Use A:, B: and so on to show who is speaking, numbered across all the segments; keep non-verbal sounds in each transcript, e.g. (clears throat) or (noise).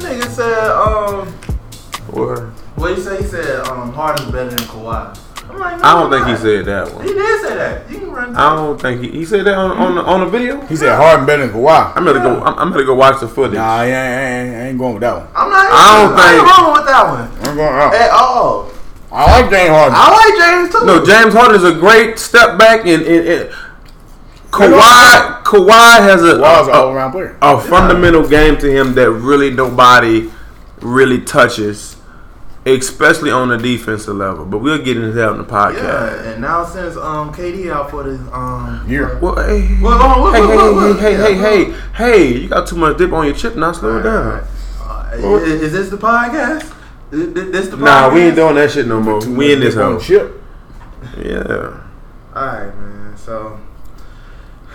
A: said, um,
B: Or
A: what you say? He said, um, Harden's better than Kawhi. I'm like, no,
B: I don't
A: he's
B: think he
A: not.
B: said that
A: He
B: one.
A: did say that. You can run.
B: I don't think he, he said that on on the, on the video.
C: He said Harden better than Kawhi.
B: I'm gonna go. I'm, I'm gonna go watch the footage.
C: Nah, I ain't, I ain't, I ain't going with that one.
A: I'm not.
B: I don't
A: I ain't
B: think-
A: wrong with that one
C: I'm going out.
A: at all.
C: I like James Harden.
A: I like James too.
B: No, James Harden is a great step back, and, and, and Kawhi Kawhi has a,
C: Kawhi's an
B: a,
C: all around player.
B: a fundamental game to him that really nobody really touches, especially on the defensive level. But we'll get into that on the podcast.
A: Yeah, and now since um KD out for this um
C: Year.
B: Well, hey,
A: Well, well, well,
B: hey,
A: well, well, well,
B: hey, hey, hey,
A: yeah,
B: hey, hey, hey, you got too much dip on your chip now. Slow it down.
A: Uh, is, is this the podcast? Is, is this the podcast?
B: Nah, we ain't doing that shit no more. We in this
C: One
B: hole.
C: Chip.
B: Yeah.
A: All right, man. So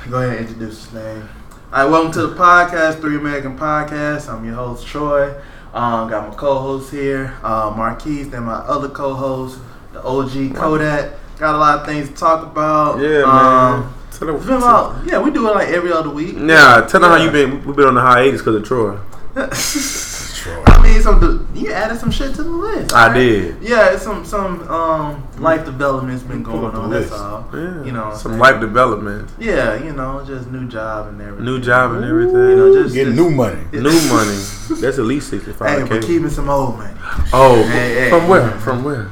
A: go ahead and introduce his name. All right, welcome to the podcast, Three American Podcast. I'm your host Troy. Um, got my co-host here, uh, Marquise, then my other co-host, the OG Kodak. Got a lot of things to talk about.
B: Yeah,
A: um,
B: man. Tell them-
A: It's been about yeah, we do it like every other week.
B: Yeah, tell them how
A: Yeah.
B: you been. We've been on the hiatus because of Troy.
C: Troy.
A: (laughs) I mean, some you added some shit to the list.
B: I
A: right?
B: did.
A: Yeah, it's some some um life development's been
C: Pull
A: going
C: up the
A: on. That's
C: list.
A: all.
B: Yeah.
A: You know, what I'm
B: some
A: saying?
B: life development,
A: Yeah, you know, just new job and everything.
B: new job and everything.
A: You know, just
C: Getting
A: just-
C: new money.
A: yeah.
B: new money. That's at
A: (laughs)
B: least
A: Hey,
B: sixty-five
A: but
B: k.
A: keeping some old money.
B: Oh,
A: Hey, hey.
B: from where? From where?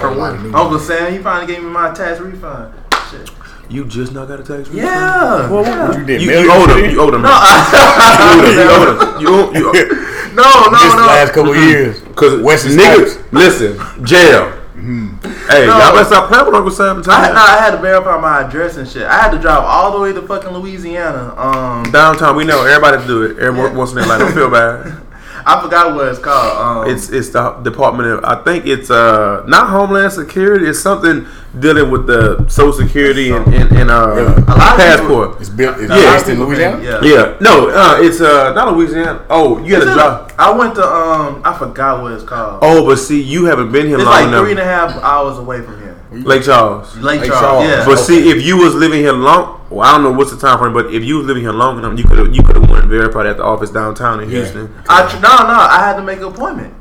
C: A lot of new money.
B: Oh,
A: Uncle Sam, he finally gave me my tax refund. Shit.
B: You just now got a tax refund?
A: Yeah.
B: Well,
A: yeah.
C: You
B: You,
C: did
B: you,
C: millions
B: owe
C: today?
B: them. You owe them.
A: No, (laughs) I-
B: (laughs) you owe them. You owe them. You
A: (laughs)
B: owe them.
C: (laughs)
A: no, no,
C: Just
A: no.
C: the last couple years.
B: Because
C: Wesley
B: niggas,
C: Snipes.
B: listen, jail. Hey,
A: Mm-hmm. No.
B: y'all better stop playing with Uncle Sam.
A: I, had- no,
B: Time.
A: I had to verify my address and shit. I had to drive all the way to fucking Louisiana. Um,
B: Downtown, we know everybody do it. Every
A: Yeah.
B: once in their life, don't
A: (laughs)
B: feel bad.
A: I forgot what it's called. Um,
B: It's it's the Department of I think it's uh not Homeland Security. It's something dealing with the Social Security and and, and uh
C: Yeah.
A: A lot of
B: passport.
C: It's built. It's
A: a lot of
C: based in
A: people
C: Louisiana.
A: think- Yeah.
B: Yeah, no, uh, it's uh not Louisiana. Oh, you had to drive.
A: I went to um, I forgot what it's called.
B: Oh, but see, you haven't been here
A: it's
B: long
A: like
B: enough.
A: three and a half hours away from here.
B: Lake Charles.
A: Lake,
C: Lake
A: Charles,
C: Charles.
A: yeah.
B: But see, if you was living here long, well, I don't know what's the time frame, but if you was living here long enough, you could you could have went and verified at the office downtown in
C: Yeah.
B: Houston.
A: I tr- no, no, I had to make an appointment.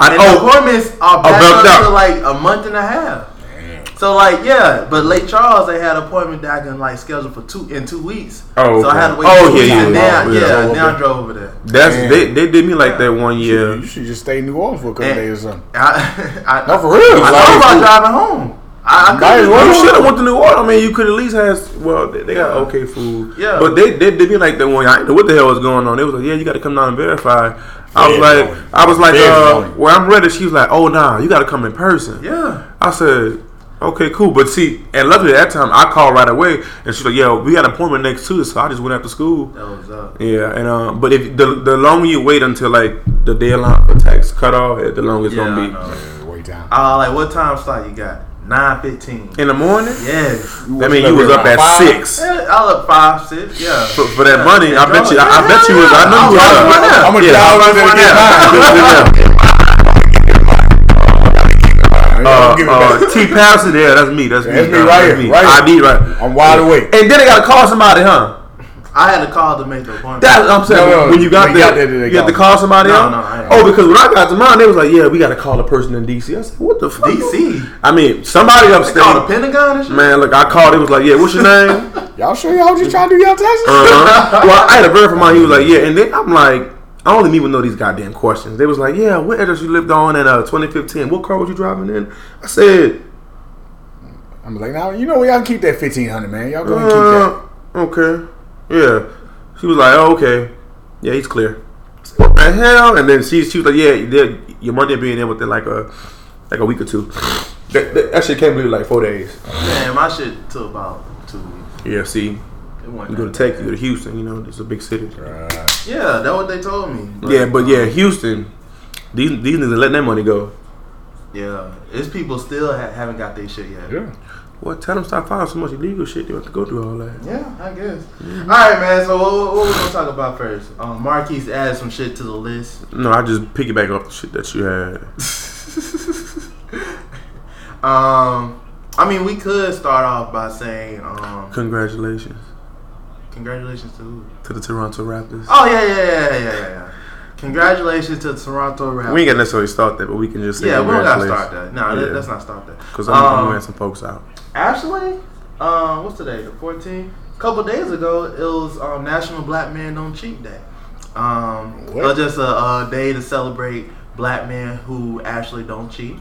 B: I
A: And the
B: oh
A: appointments are back
B: bumped
A: up
B: up.
A: to like a month and a half. So like yeah, but Lake Charles they had an appointment that I can like schedule for two in two weeks.
B: Oh,
A: so I had to
B: okay.
A: wait.
B: Oh,
A: two
B: yeah,
A: weeks
B: yeah,
A: and
B: yeah,
A: then,
B: yeah.
A: yeah.
C: Drove
A: Then I
C: over.
A: drove over there. (laughs)
B: that's
C: Man.
B: they they did me like that one
C: You,
B: year.
C: you should just stay in New Orleans for a couple
A: Yeah.
C: days or something.
A: I, I,
C: No, for real.
A: I thought about driving home. I, I
C: Might as
A: couldn't-
C: well.
B: You should have went to New Orleans. I mean, you could at least have. Well, they, they got
A: Yeah.
B: okay food.
A: Yeah.
B: But they they did me like that one. year. I didn't know what the hell was going on. They was like, yeah, you got to come down and verify. I was
C: Yeah,
B: like,
C: no.
B: I was like,
C: There's
B: uh,
C: no.
B: well, I'm ready. She was like, oh nah, you got to come in person.
A: Yeah.
B: I said, okay, cool. But see, and luckily at that time, I called right away, and she's like, yeah, we got an appointment next Tuesday, so I just went after school.
A: That was uh, up.
B: Yeah, and um, but if the the longer you wait until like the deadline for tax cut off, eh, the longer it's
A: Yeah, I
B: gonna
A: know.
C: Yeah, wait down.
A: Uh, like what time slot you got? Nine fifteen.
B: be in the morning.
A: Yes.
B: That mean you was up at
C: Five.
B: six.
A: Yeah, I look five, six. Yeah.
B: for, for that money. I bet you. I, I
A: Yeah,
B: bet you
A: yeah,
B: was. I know you was.
A: yeah.
C: I'm gonna
B: Yeah.
C: drive over there to get mine. I'm gonna give it back.
B: Uh, uh, T Patterson, yeah, that's me. That's me.
C: That's me
B: dog,
C: right
B: that's me.
C: here, right
B: I
C: here.
B: be right.
C: I'm wide awake.
B: And then they gotta call somebody, huh?
A: I had to call to make the appointment.
B: That's what I'm saying.
C: No, no,
B: when you got
C: when you
B: there,
C: got there, they
B: you had to
C: call.
B: call somebody.
A: No,
B: else?
A: no, I ain't.
B: oh, because when I got to mine, they was like, "Yeah, we got to call a person in DC." I said, "What the fuck?"
A: DC?
B: I mean, somebody
A: They called the
B: upstairs.
A: Pentagon and shit.
B: Man, look, I called. It was like, "Yeah, what's your
C: (laughs)
B: name?"
C: Y'all sure y'all just trying to do y'all taxes?
B: Uh-huh. well, I had a bird from mine. He was like, yeah, and then I'm like, I don't even know these goddamn questions. They was like, yeah, what address you lived on in uh, 2015? What car was you driving in? I said,
C: I'm like, now you know what? Y'all keep that fifteen hundred, man. Y'all go ahead and keep
B: uh, okay, yeah. She was like, oh, okay, yeah, he's clear. I said, What the hell? And then she she was like, yeah, you did- your money being in within like a like a week or two. That, that, that shit came to like four days.
A: Man, my shit took about two weeks.
B: Yeah, see,
A: It
B: you
A: wasn't
B: go to
A: that
B: Texas, you go to Houston. You know, it's a big city.
C: that. Uh,
A: bad. Yeah, that's what they told me.
B: Yeah, but yeah, Houston. These these niggas letting that money go.
A: Yeah, it's people still ha- haven't got their shit yet.
C: yeah.
B: Well, tell them stop filing so much illegal shit. They have to go through all that.
A: Yeah, I guess.
B: Mm-hmm.
A: All right, man. So what, what, what we gonna talk about first? Um, Marquise added some shit to the
B: (laughs)
A: list.
B: No, I just piggyback off the shit that you had.
A: Um, I mean, we could start off by saying, um,
B: Congratulations
A: congratulations to. Who?
B: to the Toronto Raptors.
A: Oh yeah, yeah, yeah, yeah, yeah. yeah. Congratulations to Toronto Raptors.
B: We ain't got to necessarily start that, but we can just say
A: yeah, we don't gotta
B: congratulations.
A: start that. No,
B: Yeah.
A: that, that's not start that.
B: Because I'm, I'm
A: Um,
B: wearing some folks out.
A: Actually, um, what's today? The 14th. A couple days ago, it was um, National Black Men Don't Cheat Day. Um, it
C: What?
A: was just a, a day to celebrate black men who actually don't cheat,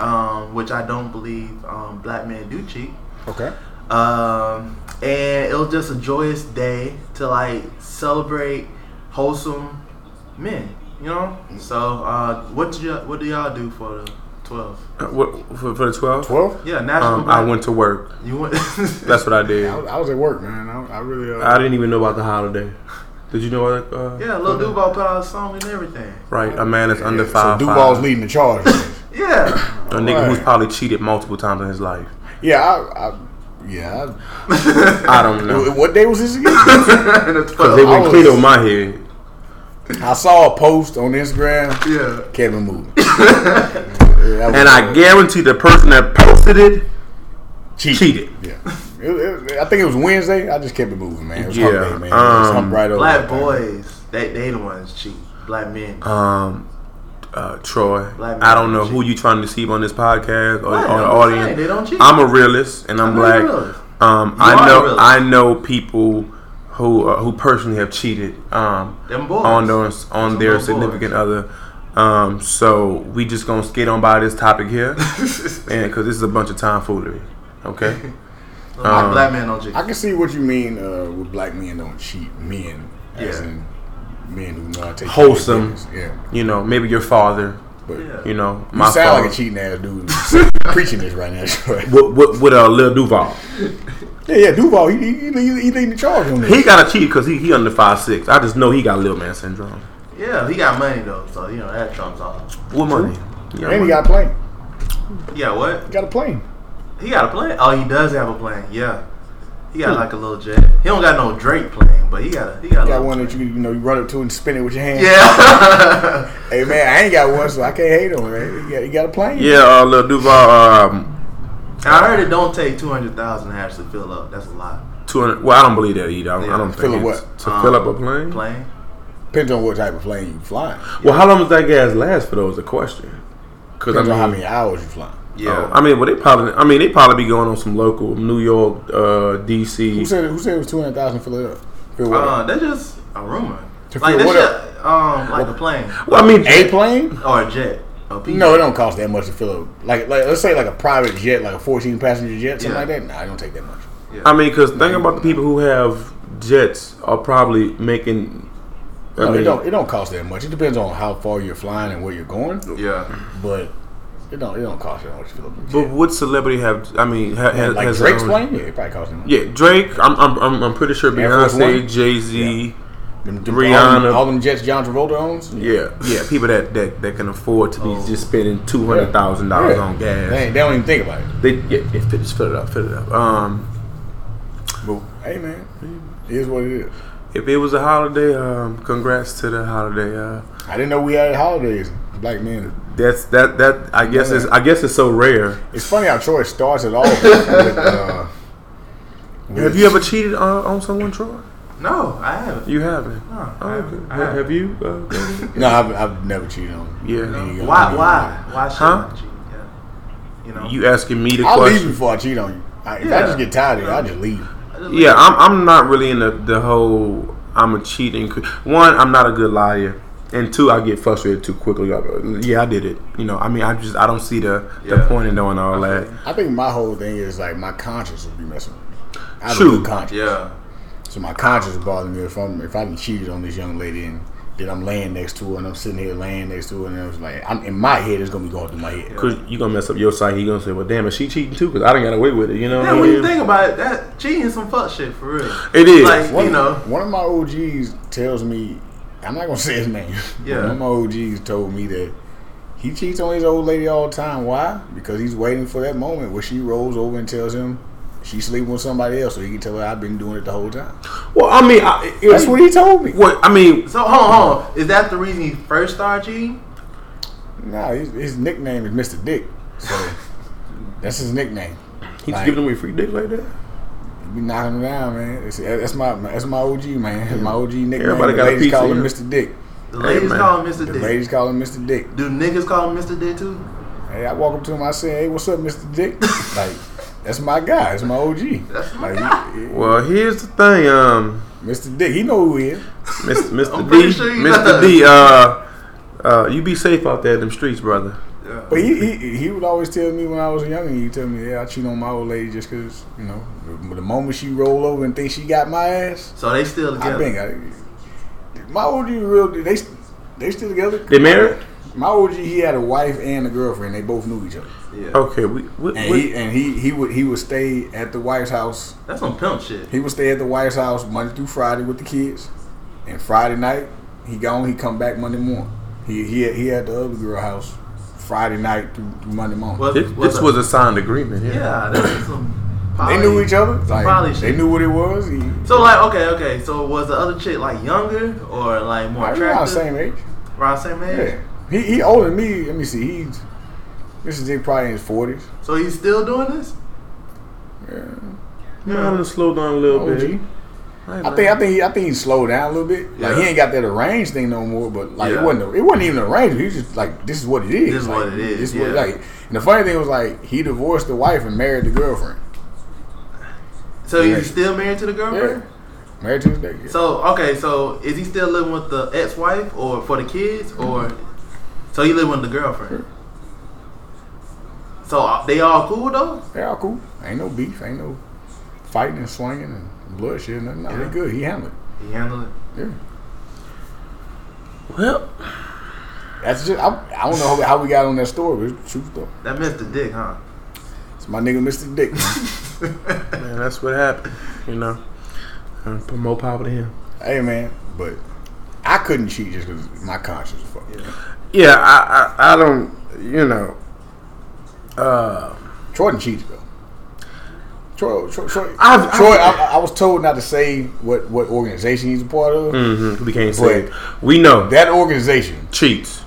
A: um, which I don't believe um, black men do cheat.
C: Okay.
A: Um, and it was just a joyous day to like celebrate wholesome men. You know. So, uh, what did you, what do y'all do for the 12th?
B: Uh, What, for, for the 12?
C: Twelve.
A: Yeah, National.
B: Um,
A: Black
B: I went to work.
A: You went.
B: (laughs) That's what I did.
C: I, was- I was at work, man. I, I really. Uh,
B: I didn't even know about the holiday. Did you know about uh,
A: Yeah, Lil Duval put out a song and everything.
B: Right, a man that's under
C: yeah,
B: five.
C: So Duval's
B: five.
C: leading
B: (laughs)
C: the charge.
A: Yeah.
B: A nigga
C: Right.
B: who's probably cheated multiple times in his
C: (laughs)
B: life.
C: yeah. I, I, yeah.
B: I don't
C: I,
B: know.
C: What day was this
B: (laughs)
C: again?
A: The
B: Because they
A: 12th.
B: went
C: I
B: clean
C: was-
B: on my head.
C: I saw a post on Instagram.
A: (laughs) Yeah.
C: Kevin moved.
B: (laughs) And I guarantee the person that posted it cheated.
C: Yeah. It, it, I think it was Wednesday. I just kept it moving, man. It was hump
B: Yeah,
C: day, man. It was
B: um,
C: hump right over.
A: Black boys, they they the ones cheat. Black men.
B: Um, uh, Troy,
A: Black man
B: I don't know
A: don't
B: who you trying to deceive on this podcast or,
A: Right,
B: or
A: I'm
B: the
A: saying,
B: audience.
A: they don't cheat.
B: I'm a realist, and I'm,
A: I'm a
B: black.
A: realist.
B: Um,
A: are
B: I
A: a
B: know
A: realist.
B: I know people who uh, who personally have cheated. Um,
A: Them boys. (laughs)
B: on those on
A: Some
B: their
A: little
B: significant other. Um, so we just gonna skate on by this
A: (laughs)
B: topic here, man, because this is a bunch of tomfoolery. Okay,
A: (laughs) Black-
B: um,
A: black men don't cheat.
C: I can see what you mean uh, with black men don't cheat. Men, as
A: Yeah.
C: in men who know how to take care of their
B: Wholesome.
C: business. Yeah,
B: you know maybe your father,
C: but
A: Yeah.
B: you know
C: you
B: my
C: sound
B: father.
C: like a cheating ass dude (laughs) preaching this right now. Troy.
B: with, with, with uh, Lil Duval,
C: yeah, yeah, Duval, he, he, he, he leading the charge on this.
B: he got to cheat because he he under five six. I just know he got Lil Man syndrome.
A: yeah, he got money though, so you know that trumps all.
B: What money? He got
C: and he
B: money.
C: got a plane.
A: Yeah, what?
C: He got a plane.
A: He got a plane. Oh, he does have a plane. Yeah, he
B: Hmm.
A: got like a little jet. He don't got no Drake plane, but he got a he got,
C: He
A: a
C: got
A: little-
C: one that you you know you run up to and spin it with your
A: (laughs)
C: hand.
A: Yeah. (laughs)
C: Hey man, I ain't got one, so I can't hate on him. Man. He, got, he got a plane.
B: Yeah, uh, Lil Duval, um,
A: I heard it don't take two hundred thousand to actually fill up. That's a lot.
B: two hundred. Well, I don't believe that either. I don't, I
A: Yeah.
B: don't
C: Fill
B: think
C: up
B: it's-
C: what?
B: to
A: Um,
B: fill up a plane.
A: Plane.
C: Oh, Depends on what type of plane you flying.
B: Well, how long does that gas last? For those a question. Because I
C: Depends
B: mean,
C: on how many hours you flying.
B: Yeah.
A: Uh,
B: I mean, well, they probably. I mean, they probably be going on some local New York, uh,
C: Who
B: DC.
C: said who said it was two hundred thousand fill it up? Fill what
A: Uh,
C: up?
A: that's just a rumor.
C: To
A: Like
C: fill
A: that
C: what
A: shit, um, like a plane
B: Well, I mean,
C: A plane?
A: or a jet. A piece.
C: No, it don't cost that much to fill up. Like, like let's say like a private jet, like a fourteen passenger jet, something
A: Yeah.
C: like that. Nah, I don't take that much.
B: I mean, because think about the people who have jets are probably making. I
C: No, it
B: mean,
C: don't. It don't cost that much. It depends on how far you're flying and where you're going,
A: Yeah.
C: but it don't. It don't cost that much to fill up. a
B: but
C: jet.
B: what celebrity have? I mean, ha, ha,
C: like
B: has
C: Drake's
B: own-
C: plane, yeah, it probably costs that much.
B: Yeah, Drake. I'm, I'm, I'm, I'm pretty sure
C: Air Force
B: Beyonce,
C: One?
B: Jay Z.
C: Them- them- all
B: Rihanna.
C: them, all them jets John Travolta owns.
B: Yeah. yeah, people that, that that can afford to be
A: Oh.
B: just spending two hundred thousand dollars
C: Yeah.
B: on
C: They,
B: gas.
C: ain't- they don't even think about it.
B: They yeah, yeah, fit- just fill it up, fill it up. Um.
C: But hey, man, it is what it is.
B: If it was a holiday, um, congrats to the holiday. Uh,
C: I didn't know we had holidays, black men.
B: that's that that I guess is I guess it's so rare.
C: It's funny how Troy starts it all.
B: (laughs)
C: with, uh,
B: Have
C: with-
B: you ever cheated uh, on, on someone, Troy?
A: No, I haven't.
B: You haven't.
A: No, I
B: Oh,
A: haven't.
B: okay.
A: I
B: Have,
A: haven't.
B: have you? Uh,
C: No, I've, I've never cheated on.
B: Yeah.
C: any
B: No.
C: other
A: Why?
C: man.
A: Why? Why should
B: Huh?
A: I cheat? Yeah. You know.
B: you asking me the
C: I'll leave
B: question?
C: before I cheat on you. I, If I
A: Yeah.
C: just get tired of it, I'll just leave.
A: I just
B: Yeah,
A: like-
B: I'm I'm not really in the the whole I'm a cheating. cre- One, I'm not a good liar. And two, I get frustrated too quickly. I- Yeah, I did it. You know, I mean, I just I don't see the, the
A: Yeah.
B: point in doing all that.
C: I think my whole thing is like my conscience would be messing with me. I have a
B: True.
C: good conscience.
A: Yeah.
C: So my conscience would bother me if I'm if I done cheated on this young lady and then I'm laying next to her and I'm sitting here laying next to her and I was like, I'm in my head it's gonna be going through my head.
B: Cause you gonna mess up your psyche. You gonna say, "Well, damn, is she cheating too?" Cause I didn't got away with it. You know. what I
A: Yeah, when you
B: mean?
A: think about it, that cheating some fuck shit for real.
B: It is.
A: Like
C: One,
A: you know.
C: one of my OGs tells me, I'm not gonna (laughs) say his name. but
A: Yeah.
C: One of my OGs told me that he cheats on his old lady all the time. Why? Because he's waiting for that moment where she rolls over and tells him she's sleeping with somebody else, so he can tell her I've been doing it the whole time.
B: Well, I mean, I, it-
C: (laughs) That's what he told me.
B: Well, I mean,
A: So hold on, hold on. Is that the reason you first started cheating?
C: Nah, his, his nickname is Mr. Dick, (laughs) so that's his nickname.
B: he's
C: Like-
B: giving away free dick like that.
C: We knocking him down, man. It's- that's my that's my OG man. That's my OG nickname.
B: Everybody got a
C: Ladies
B: piece
C: call
B: of
C: him
B: him.
C: Mr. Dick.
A: The ladies
B: man.
A: call him Mr.
C: The
A: Dick.
C: ladies call him Mr. Dick.
A: Do niggas call him Mr. Dick too?
C: Hey, I walk up to him. I say, "Hey, what's up, Mister Dick?" like, that's my guy. That's my OG.
A: That's my
C: like,
A: guy.
C: he- he-
B: Well, here's the thing, um,
C: Mister Dick. He know who he is.
B: (laughs) Mr. Mr.
A: pretty
B: D,
A: sure he
B: Mr. D, (laughs) uh, uh, you be safe out there in them streets, brother.
A: Yeah.
C: But he, he he would always tell me when I was younger. He'd tell me, "Yeah, I cheat on my old lady just because you know the, the moment she roll over and think she got my ass,
A: So they still
C: I
A: together.
C: think I, my OG real they they still together.
B: They married?
C: My OG he had a wife and a girlfriend. They both knew each other,
A: yeah.
C: Oh.
B: Okay, we, we,
C: and
B: we-
C: he and he he would he would stay at the White House
A: That's some pimp shit.
C: He would stay at the White's house Monday through Friday with the kids, and Friday night he gone. He come back Monday morning. He he had, he had the other girl house Friday night through, through Monday morning.
A: Was-
B: this, this was a signed agreement. Yeah.
A: yeah, that was some.
C: they
A: Poly.
C: knew each other. Like,
A: Probably
C: they
A: shit.
C: knew what it was. He,
A: So like, okay, okay. So was the other chick like younger or like more
C: like, we around the
A: attractive?
C: same age.
A: Around same age.
C: Yeah, he he older than me. Let me see. He's this is probably in his forties.
A: So he's still doing this?
C: Yeah.
B: Man, I'm gonna slow down a little
C: OG.
B: bit. Hey,
C: I
B: man.
C: think I think he, I think he slowed down a little bit. Like he
A: Yeah.
C: ain't got that arranged thing no more. But like
A: Yeah.
C: it wasn't a, it wasn't even arranged. He was just like this is what it is.
A: This is
C: Like,
A: what it is,
C: This what
A: yeah.
C: like. And the funny thing was like he divorced the wife and married the girlfriend.
A: So
C: Yeah.
A: he's still married to the
C: Yeah,
A: girlfriend?
C: married to his nigga.
A: So okay, so is he still living with the ex-wife or for the kids or? So he living with the girlfriend. So uh, they all cool though.
C: they all cool. Ain't no beef. Ain't no fighting and swinging and bloodshed. Nothing. No,
A: Yeah.
C: they good. He handled it.
A: He handled it.
C: Yeah.
B: Well,
C: That's just I, I don't know how, how we got on that story. But it's the truth though.
A: That Mr. Dick, huh?
C: It's my nigga Mr.
A: (laughs)
C: Dick.
B: man, that's what happened. You know, Uh, put more power to him.
C: hey man, but I couldn't cheat just because my conscience was fucked.
A: Yeah.
B: Yeah, I, I, I don't, you know. Uh,
C: Jordan cheated though. Troy, Troy, Troy,
B: I've-
C: Troy I, I was told not to say what, what organization he's a part of.
B: mhm, we can't say it. We know
C: That organization,
B: cheats.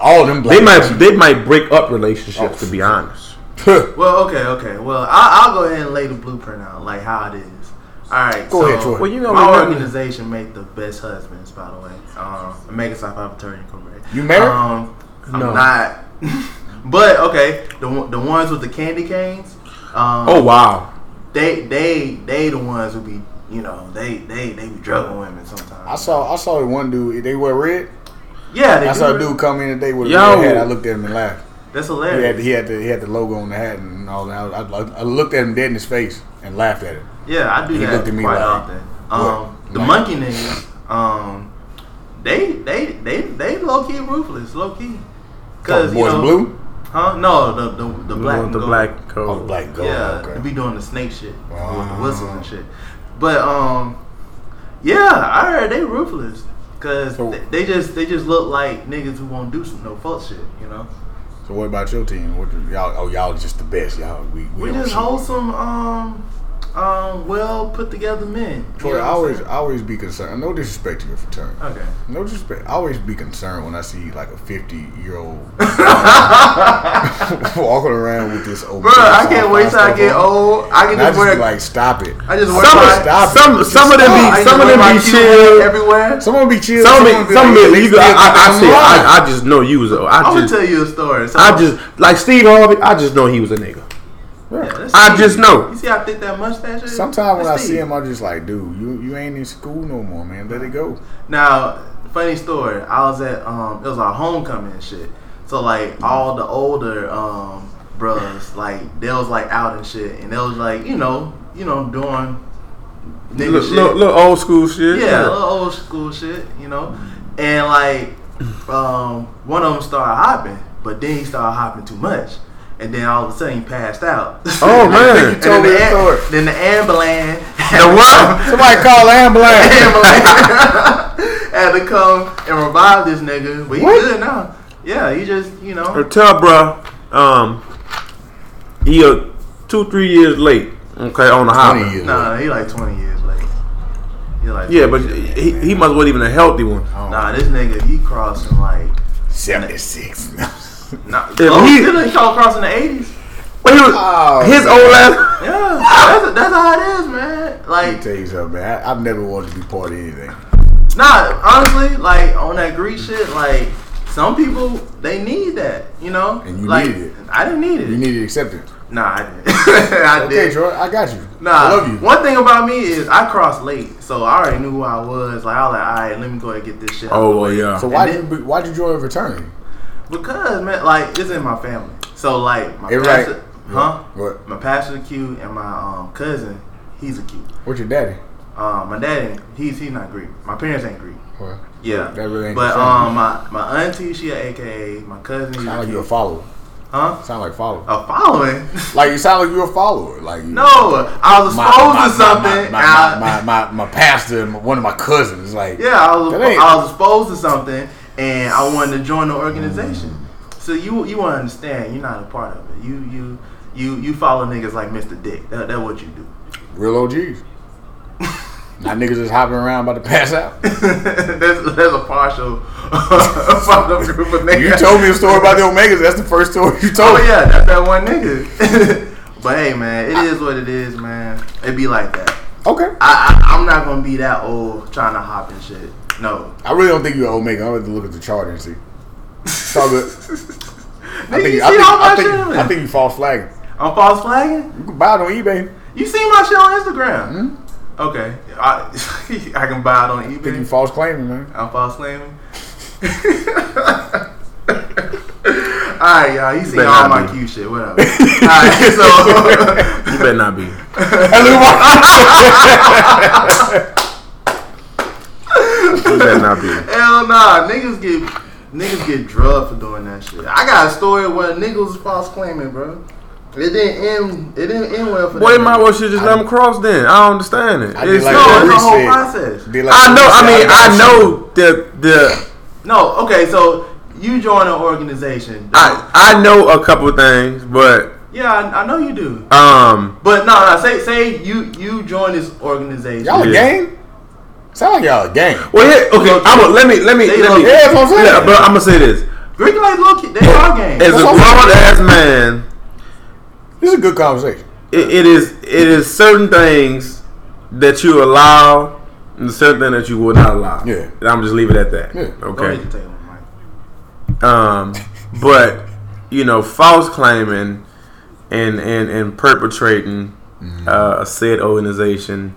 C: all them black
B: They might,
C: people
B: they might break up relationships. To be honest,
C: cheat.
A: Well, okay, okay. Well, I, I'll go ahead and lay the blueprint out, like how it is. All right.
C: Go
A: so
C: ahead, Troy.
B: Well, you know,
A: my
B: remember-
A: organization make the best husbands, by the way. Um, make us a attorney correct.
C: You married?
A: Um, I'm
B: No.
A: not. (laughs) but okay, the one- the ones with the candy canes. Um,
B: oh wow,
A: they they they the ones who be you know they they they be drugging women sometimes.
C: (laughs) I saw I saw one dude. They wear red.
A: Yeah, they
C: I saw
A: do.
C: a dude come in today with a
B: Yo.
C: red hat. I looked at him and laughed.
A: That's
C: He had
A: hilarious.
C: he had the, he had the logo on the hat and all that. I, I, I looked at him dead in his face and laughed at him.
A: Yeah, I do
C: He
A: that
C: looked at me
A: quite
C: like,
A: often. Um,
C: "What?"
A: the
C: Like-
A: monkey niggas, um, they they they they low key ruthless, low key.
C: Oh,
A: Cause
C: boys
A: you know,
C: blue.
A: huh? No, the the, the black, and
B: the
A: gold.
B: black code.
C: Oh, black and gold.
A: yeah,
C: okay.
A: they be doing the snake shit with the
C: Wow.
A: whistles and shit. But um, yeah, I heard they ruthless, cause
C: So-
A: they, they just they just look like niggas who won't do some no fuck shit, you know.
C: So what about your team? What the, y'all? Oh, y'all just the best. Y'all we
A: We
C: don't
A: just
C: cheat.
A: wholesome, um, um, well put together men. You
C: Troy,
A: know what
C: I
A: I'm
C: always
A: saying?
C: I always be concerned. No disrespect to your fraternity.
A: okay.
C: No disrespect. I always be concerned when I see like a fifty
B: (laughs)
C: year old (laughs) walking around with this old.
A: Bro, I can't wait till I
C: stuff
A: get
C: on.
A: old. I can
C: And I
A: just
C: just
A: wear.
C: be like, stop it.
A: I just wear.
B: Some,
A: my-
C: Stop it.
B: some, some of them
A: I
B: be,
A: just
B: some of
A: wear
B: them
A: my
B: be
A: cute
B: chill.
A: hat everywhere.
C: Someone be chill.
B: Some
C: someone
B: be, some be,
C: they
B: you go, I,
C: still
B: I, I
C: think
B: said,
C: I'm
B: I, I just know you was. a-
A: I'm
B: I
A: gonna
B: just,
A: tell you a story. So
B: I just like Steve Harvey. I just know he was a nigga.
C: wrong.
A: Yeah, that's
B: I
A: Steve.
B: just know.
A: You see how thick that mustache is?
C: Sometimes when I
A: That's
C: see
A: Steve.
C: him, I'm just like, dude, you you ain't in school no more, man. Let it go.
A: Now, funny story. I was at um, it was our homecoming and shit. So like all the older um brothers, like they was like out and shit, and they was like you know, you know, doing nigga
B: Look,
A: shit.
B: look, look, old school shit.
A: yeah, little old school shit, you know. And like, um, one of them started hopping, but then he started hopping too much, and then all of a sudden he passed
B: (laughs)
A: out.
B: Oh, man. You
A: and
C: told
A: then,
C: me
A: the
C: that story.
A: am- then the
B: (laughs)
A: ambulance.
B: The what?
C: Somebody call the ambulance.
A: ambulance (laughs) had to come and revive this nigga, but he
B: What?
A: good now. Yeah, he just you
B: Or
A: know.
B: tell bruh, um, he a two three years late. Okay, on the
C: Twenty
B: hopper.
C: years.
A: Nah, he like twenty years late. He like
B: Yeah, but he, he must wasn't even a healthy one.
C: Oh,
A: nah, this nigga he crossing like
B: (laughs)
C: seventy six.
A: nah,
B: Yeah,
A: oh,
B: he-
A: he didn't crossing the eighties.
B: Well, he was,
C: (laughs) Oh,
B: his old
C: (laughs)
B: ass.
A: Yeah, that's, that's how it is, man.
C: Let me
A: Like,
C: tell you something, man. I, I've never wanted to be part of anything.
A: Nah, honestly, like on that grease shit, like some people they need that, you know.
C: And you
A: like,
C: needed it.
A: I didn't need it.
C: You needed acceptance.
A: nah, I didn't. (laughs) I
C: Okay,
A: did.
C: Troy, I got you.
A: Nah,
C: I love you.
A: one thing about me is I crossed late, so I already knew who I was. Like I was like, all right, let me go ahead and get this shit. out.
B: Oh well, yeah.
C: So why
A: And
C: did you, why did you join fraternity?
A: Because man, like it's in my family, so like my
C: It right.
A: pastor, huh?
C: What?
A: My pastor's a Q and my um, cousin, he's a Q.
C: What's your daddy?
A: Um, my dad, ain't- he's he's not Greek. My parents ain't Greek.
C: Well,
A: Yeah,
C: That really ain't
A: but
C: the same.
A: um, my, my auntie, she a AKA. My cousin, he's
C: sound
A: a
C: like you a
A: Q.
C: follower.
A: Huh?
C: Sound like follower.
A: A following? (laughs)
C: Like you sound like you a follower. Like you,
A: no, I was exposed to something.
C: My,
A: and I-
C: my, my, my, my pastor, and one of my cousins,
A: (laughs)
C: like
A: Yeah, I was,
C: That ain't-
A: I was exposed to something, and I wanted to join the organization. So you you want to understand? You're not a part of it. You you you you follow niggas like Mr. Dick. That that what you do. (laughs)
C: real OGs. Now niggas just hopping around about to pass out.
A: that's that's a partial (laughs) partial group of niggas.
C: You told me a story about the Omegas. That's the first story you
A: Oh
C: told me.
A: yeah, that's that one nigga. (laughs) but hey, man, it is what it is, man. It be like that.
C: Okay.
A: I, I I'm not gonna be that old trying to hop and shit. No,
C: I really don't think you're an Omega. I'm going to look at the chart and see. It's all good.
A: (laughs) Nigga, you see
C: I, think,
A: all my
C: I, think,
A: shit on
C: I think you fall flagging.
A: I'm false flagging.
C: You can buy it on eBay.
A: You seen my shit on Instagram? Okay, I I (laughs) can buy it on
C: I think Hmm? you
A: eBay.
C: false claiming, man.
A: I'm false claiming. (laughs) All right, y'all. You seen
B: better
A: all
B: not
A: my
B: be.
A: cute shit,
C: (laughs)
A: whatever. All right, so
B: You better not be. You better not be.
A: hell nah, niggas get niggas get drugged for doing that shit. I got a story where niggas was false claiming, bro. It didn't end. It didn't end well for
B: Boy,
A: that
B: my
A: nigga.
B: well should just let him cross. Then I don't understand it.
C: I did
B: It's-
C: like
A: No,
B: no,
A: it's
C: that.
A: a whole
C: Reset.
A: process.
C: Did like-
B: I know. I mean, I know the the.
A: No, okay, so you join an organization.
B: I I know a couple things, but
A: yeah, I, I know you do.
B: um,
A: But no, no. Say, say you you join this organization.
C: Y'all a
B: Yeah.
C: gang? Sound like y'all a gang.
B: well, here, okay. I'm gonna let me let me
A: They
B: let
A: love-
B: me.
C: Yeah, that's what I'm saying.
B: Yeah, but I'm gonna say this:
A: Greek like look, they are games.
B: as a
C: That's what I'm
B: grown
C: saying.
B: ass man,
C: This is a good conversation.
B: it, it is it is certain things that you allow and certain things that you will not allow.
C: Yeah.
B: and I'm just leave it at that.
C: Yeah.
A: Go
B: Okay.
A: ahead and take one, Mike.
B: Um, but you know, false claiming and and and perpetrating uh, a said organization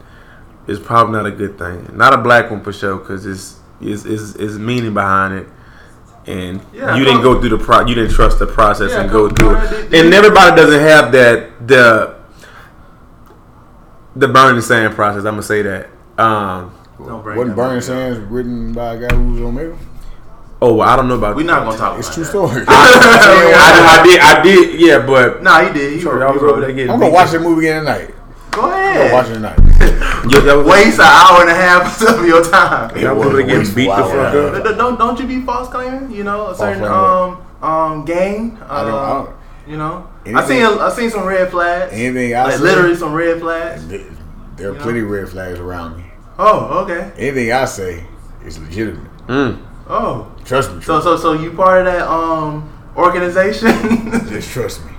B: is probably not a good thing. Not a black one for sure, because it's is is is meaning behind it. And
A: Yeah,
B: you didn't
A: come-
B: go through the pro. You didn't trust the process
A: Yeah,
B: and go
A: come-
B: through
A: come on,
B: it.
A: they- they-
B: and everybody doesn't have that the the burning sand process. I'm gonna say that. Um,
A: Don't bring
C: Wasn't
A: that
C: Burning
A: up.
C: Sands written by a guy who was Omega?
B: oh, well, I don't know about. (laughs)
A: We're not gonna talk.
C: It's
A: about
C: true
A: that.
C: story.
B: I, I did. I did. Yeah, but
A: Nah, he did. He
B: Sorry,
A: wrote-
B: I was
A: he wrote
B: over there
A: it.
B: getting
C: I'm gonna
B: beat.
C: watch the movie again tonight.
A: Go
C: I'm gonna watch
A: ahead.
B: (laughs)
C: it tonight.
B: Yo, that was,
A: Waste an hour and a half (laughs) of your time.
B: Y'all
C: was
B: was
C: a
B: really getting
C: wasteful
B: beat the
C: hour.
B: fuck
C: Yeah.
B: up.
A: But Don't don't you be false claiming? You know a certain
C: claiming
A: um um game. Uh,
C: I don't- I don't-
A: You know, I
C: Anything-
A: seen I seen some red flags.
C: Anything I
A: Like
C: said,
A: literally some red flags.
C: th- there are
A: You know?
C: plenty of red flags around me.
A: Oh, okay.
C: Anything I say is legitimate.
B: Mm.
A: Oh,
C: Trust me.
A: so
C: Trust
A: so so you part of that um organization? (laughs)
C: me. Just trust me.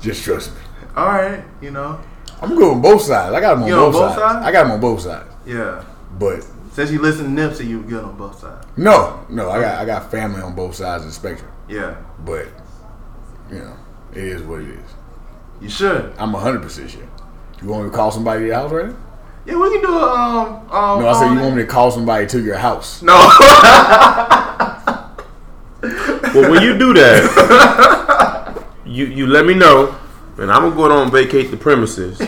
C: Just trust me.
A: All right, you know,
C: I'm good on both sides. I got them on
A: You
C: both, sides. I got them on both sides.
A: yeah.
C: But
A: Since you listen to Nipsey, you good on both sides.
C: no, no, I got I got family on both sides of the spectrum.
A: Yeah,
C: But you know, it is what it is.
A: you should.
C: I'm 100 percent sure. You want me to call somebody to your house right now?
A: Yeah, we can do a um um.
C: No, I said
A: phone
C: you want me to call somebody to your house.
A: No, (laughs)
B: Well, when you do that, (laughs) you you let me know, and I'm gonna go on vacate the premises,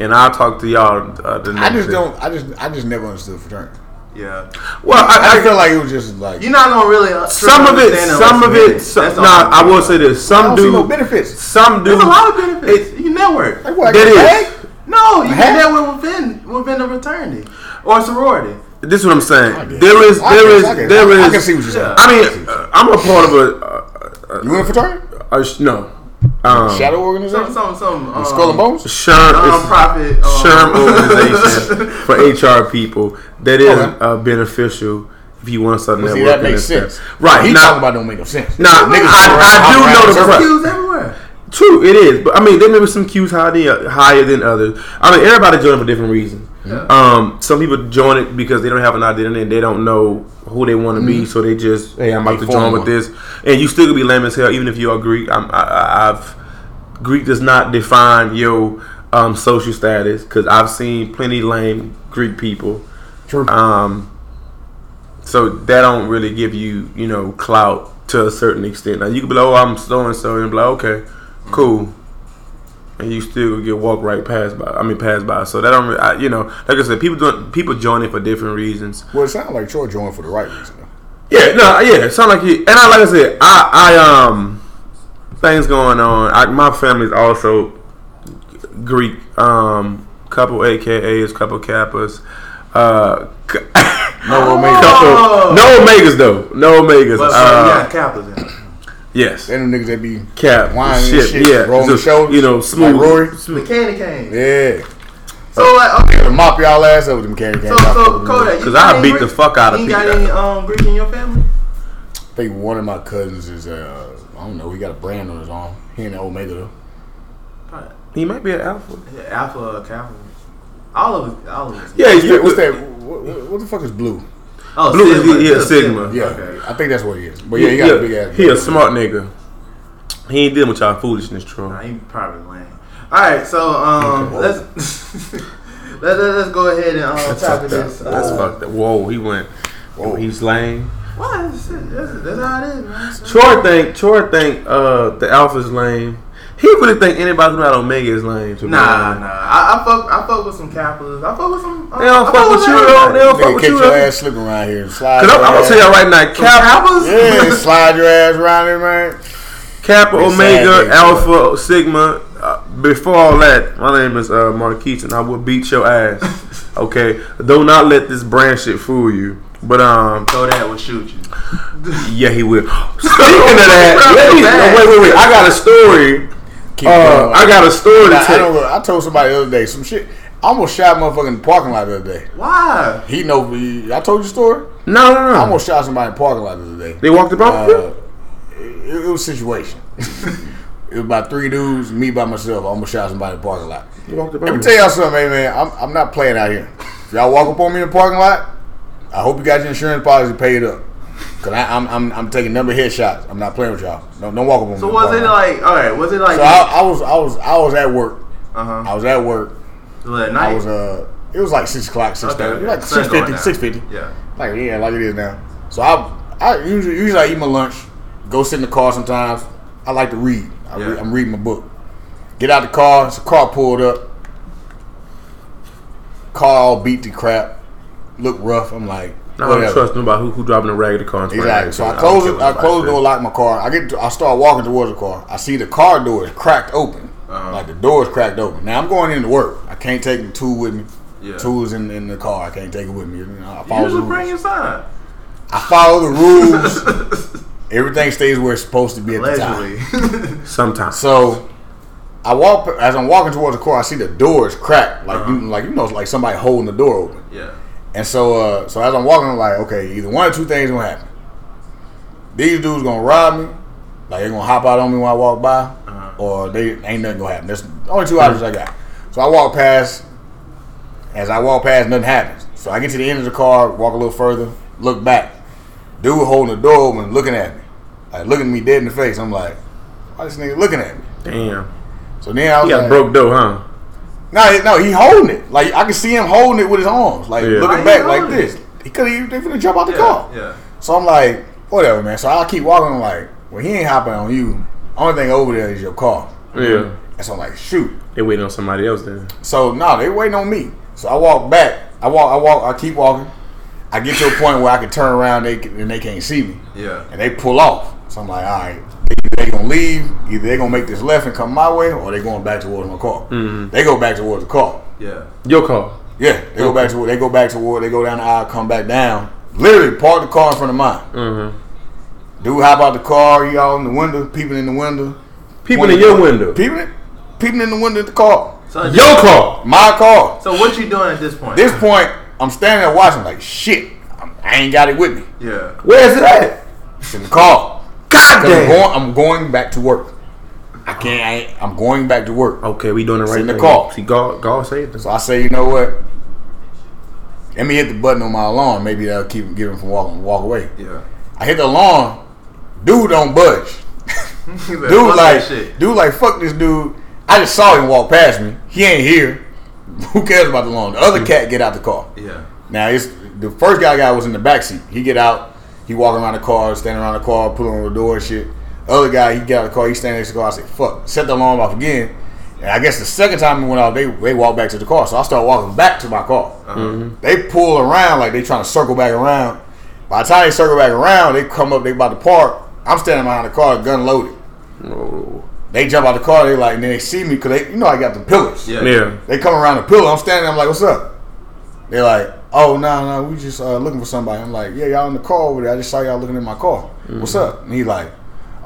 B: and I'll talk to y'all uh, the next.
C: I just
B: day.
C: don't. I just I just never understood fraternity.
A: yeah.
B: Well,
C: I,
B: I, I,
C: feel like it was just like
A: You're not gonna really. Uh,
B: some of it, some of it. Some, nah, I will say this.
C: I
B: Some
C: don't see
B: do.
C: no benefits.
B: Some do.
A: There's a lot of benefits. you can network.
C: Like what? I
B: That
C: get
B: is.
C: paid?
A: No, you can
C: Huh?
A: network within within a fraternity or sorority.
B: This is what I'm
C: I
B: saying.
C: get
B: There
C: it.
B: is,
C: I
B: there
C: can-
B: is,
C: I can-
B: there is.
C: I can see what you're saying.
B: I mean, uh, I'm a part of a,
C: You in a fraternity?
B: a, a, a, sh- no, um,
C: Shadow
A: Some
C: organization?
A: some some um,
C: Skull and Bones?
B: Sherm, it's-
A: nonprofit um,
B: Sherm
C: (laughs)
B: organization for HR people that is
C: Oh. Okay.
B: uh, beneficial if you want to start
C: See,
B: networking.
C: that makes
B: and
C: sense.
B: stuff.
C: What
B: Right.
C: He
B: now,
C: talking about don't make no sense.
B: Nah,
C: Niggas
B: I-
C: go around-
B: I do
C: hop around
B: know
C: in
B: the
C: circles.
B: pro-
A: Cues everywhere.
B: true, it is. But I mean, there may be some cues higher than, higher than others. I mean, everybody joined for different reasons.
A: Yeah.
B: Um, some people join it because they don't have an identity and they don't know who they want to be, so they just, hey, I'm about
C: Mm-hmm. They
B: to join
C: form
B: with
C: one.
B: this. And you still could be lame as hell, even if you are Greek. I'm, I- I, I've Greek does not define your um, social status because I've seen plenty lame Greek people.
C: True.
B: Um, so that don't really give you, you know, clout to a certain extent. Now you can be like, oh, I'm so and so, and be like, okay, cool, and you still get walked right past by. I mean, passed by. So that don't, re- I, you know, like I said, people don't people join it for different reasons.
C: well, it sounds like Troy joined for the right reason. though.
B: Yeah, no, yeah, it sound like you. And I like I said, I, I um, things going on. I, my family's also Greek. Um, couple AKAs, couple Kappas. Uh, (laughs) c-
C: No Omega.
A: Oh.
B: Couple- no omegas though. No omegas.
A: But
B: uh,
A: yeah, Kappa's in it.
B: Yes.
C: Then them niggas that be
B: Cap.
C: Wine and
B: shit.
C: shit,
B: Yeah.
C: rolling
B: just,
C: shoulders,
B: you know,
C: like
B: smooth.
C: Rory.
A: The
B: smooth.
A: candy cane.
C: yeah,
A: So like, okay,
C: They'll mop y'all ass up with them
A: so
C: carry cans. I
A: so
C: fucking
A: Kodak, you
B: 'Cause
A: got
B: I
A: any
B: beat
A: Greek-
B: the fuck out of
A: You got
B: people.
A: any um Greek in your family?
C: think one of my cousins is uh, I don't know. He got a brand on his arm. He in the Omega though.
A: Probably.
B: He might be an alpha.
A: Yeah, Alpha or Kappa. All of us. All of us.
B: Yeah.
C: What's
B: You,
C: that? What's that what, what, what the fuck is blue?
A: Oh,
B: Blue is- yeah,
A: Just
B: Sigma.
C: Yeah,
A: Okay.
C: I think that's what he is. But yeah, he got a big ass.
B: He a smart nigga. He ain't dealing with y'all foolishness,
A: Nah,
B: Troy.
A: he probably lame. All right, so um,
C: Okay.
A: let's (laughs) let, let, let's go ahead and um,
B: That's
A: tackle
B: fucked up.
A: this.
B: That's
A: uh,
B: fucked up. Whoa. He went. Whoa. He's lame.
A: Why? That's, that's, that's how it is, man.
B: Troy think. Troy think. Uh, the alpha's lame. He really think anybody who's not omega is lame. To be
A: Nah,
B: honest.
A: nah. I, I fuck. I fuck with some capitalists. I fuck with some. Uh,
B: They don't
A: I
B: fuck with you. though. They
A: everybody.
B: don't fuck
C: Nigga,
B: with
C: catch
B: you.
C: your
B: though.
C: ass slipping around here. Slide.
B: Cause I'm,
C: your
B: I'm gonna
C: ass.
B: tell y'all right now,
A: Some
B: Cap, (laughs)
C: Yeah,
A: capitalists.
C: slide your ass around here, man.
B: Kappa,
C: It's
B: Omega,
C: sad, man.
B: Alpha, Sigma. Uh, before all that, my name is uh, Marquise, and I will beat your ass. Okay, do not let this brand shit fool you. But um,
A: Kodak will shoot you.
B: yeah, he will. Speaking of that,
A: Bro,
B: wait,
A: man.
B: (laughs) wait, wait, wait, I got a story.
C: Keep
B: Uh,
C: going.
B: I got a story to
C: I, I,
B: tell.
C: don't, I told somebody the other day some shit. I almost shot motherfucker in the parking lot the other day.
A: Why?
C: He know me. I told you the story.
B: No, no,
C: I
B: no.
C: almost shot somebody in the parking lot the other day.
B: They walked the property.
C: Uh, it, it was a situation. (laughs) it was about three dudes, me by myself. I almost shot somebody in the parking lot.
B: they walked the
C: Let me
B: property.
C: tell y'all something, man. man. I'm, I'm not playing out here. If y'all walk up on me in the parking lot, I hope you got your insurance policy paid up. Cause I, I'm, I'm I'm taking number headshots. I'm not playing with y'all. Don't, don't walk up on me.
A: So
C: in the
A: was
C: parking
A: it
C: lot.
A: like? All right. Was it like?
C: So I, I was I was I was at work.
A: uh huh.
C: I was at work.
A: Was it at
C: I
A: night?
C: was uh, it was like six o'clock, six
A: Okay,
C: thirty,
A: okay.
C: like
A: Sun going
C: six fifty,
A: down.
C: six fifty.
A: Yeah.
C: Like yeah, like it is now. So I, I usually usually I eat my lunch, go sit in the car. Sometimes I like to read. I
A: Yeah.
C: read I'm reading my book. Get out the car. It's a car pulled up. Car all beat to crap. Look rough. I'm like,
B: I don't
C: whatever.
B: trust nobody who, who driving a raggedy car. in front of
C: Exactly. So I
B: everybody.
C: close
B: don't
C: it.
B: care
C: I
B: what
C: close the
B: nobody
C: door, lock my car. I get. To, I start walking towards the car. I see the car door is cracked open.
A: Uh-huh.
C: Like the door is cracked open. Now I'm going into work. I can't take the tool with me.
A: Yeah.
C: Tools in, in the car. I can't take it with me. You know, I
A: You
C: follow the
A: usually bring
C: rules.
A: your sign.
C: I follow the rules. Everything stays where it's supposed to be at the time.
A: Allegedly.
B: says. Sometimes.
C: So I walk as I'm walking towards the car. I see the door is cracked. Like you, like you know, it's like somebody holding the door open.
A: (laughs) yeah.
C: And so, uh, so as I'm walking, I'm like, okay, either one or two things gonna happen. These dudes gonna rob me, like they gonna hop out on me when I walk by, or they ain't nothing gonna happen. That's the only two options I got. So I walk past. As I walk past, nothing happens. So I get to the end of the car, walk a little further, look back. Dude holding the door open, looking at me, like looking me dead in the face. I'm like, why this nigga looking at me?
B: Damn.
C: So then I was
B: He got
C: like,
B: broke dough, huh?
C: no, he- no, he holding it. Like I can see him holding it with his arms, like
B: Yeah.
A: Why
C: looking
A: he
C: back like
A: holding
C: this. He could he they finna jump out the
A: Yeah.
C: car.
A: Yeah.
C: So I'm like, whatever, man. So I keep walking. I'm like, well, he ain't hopping on you. Only thing over there is your car.
B: Yeah.
C: And so I'm like, shoot.
B: Mm-hmm. They waiting on somebody else then.
C: So no, they waiting on me. So I walk back. I walk. I walk. I keep walking. I get to a point where I can turn around. They can- and they can't see me.
A: Yeah.
C: And they pull off. So I'm like, all right. They, they gonna leave. Either they gonna make this left and come my way, or they going back towards my car. They go back towards the car.
A: Yeah.
B: Your car.
C: Yeah, they go back to they go back to war. They go down the aisle, come back down. Literally, park the car in front of mine.
B: Mm. Mm-hmm.
C: Dude, hop out the car. He out in the window, peeping in the window,
B: People in your window.
C: peeping, it, peeping in the window of the car.
A: So
B: Your car.
C: My car.
A: So what you doing at this point?
C: This point, I'm standing there watching, like shit. I'm- I ain't got it with me.
A: yeah.
B: Where's it at?
C: It's in the car.
B: God
C: 'Cause I'm
B: damn.
C: going, I'm going back to work. I can't. I ain't, I'm going back to work.
B: Okay, we doing it right
C: in the
B: now.
C: car.
B: See, God, God saved us.
C: So I say, you know what? Let me hit the button on my alarm. Maybe that'll keep him, get him from walking, walk away.
B: Yeah.
C: I hit the alarm. Dude don't budge.
A: He said,
C: Dude
A: "Fuck that
C: like, dude like, fuck this dude. I just saw him walk past me. He ain't here. (laughs) Who cares about the lawn? The other cat get out the car.
A: Yeah.
C: Now it's the first guy guy was in the back seat. He get out, he walking around the car, standing around the car, pulling on the door and shit. Other guy, he get out of the car, he standing next to the car. I said, "Fuck!" Set the alarm off again. And I guess the second time it went off, they they walked back to the car. So I start walking back to my car.
A: uh-huh.
C: They pull around like they trying to circle back around. By the time they circle back around, they come up, they about to park. I'm standing behind the car, gun loaded.
B: Oh.
C: They jump out the car, they like, and then they see me because they, you know, I got the pillars.
A: Yeah.
B: Yeah.
C: They come around the pillar. I'm standing. there, I'm like, "What's up?" They're like, "Oh no, no, we just uh, looking for somebody." I'm like, "Yeah, y'all in the car over there. I just saw y'all looking in my car. What's up?" And he like,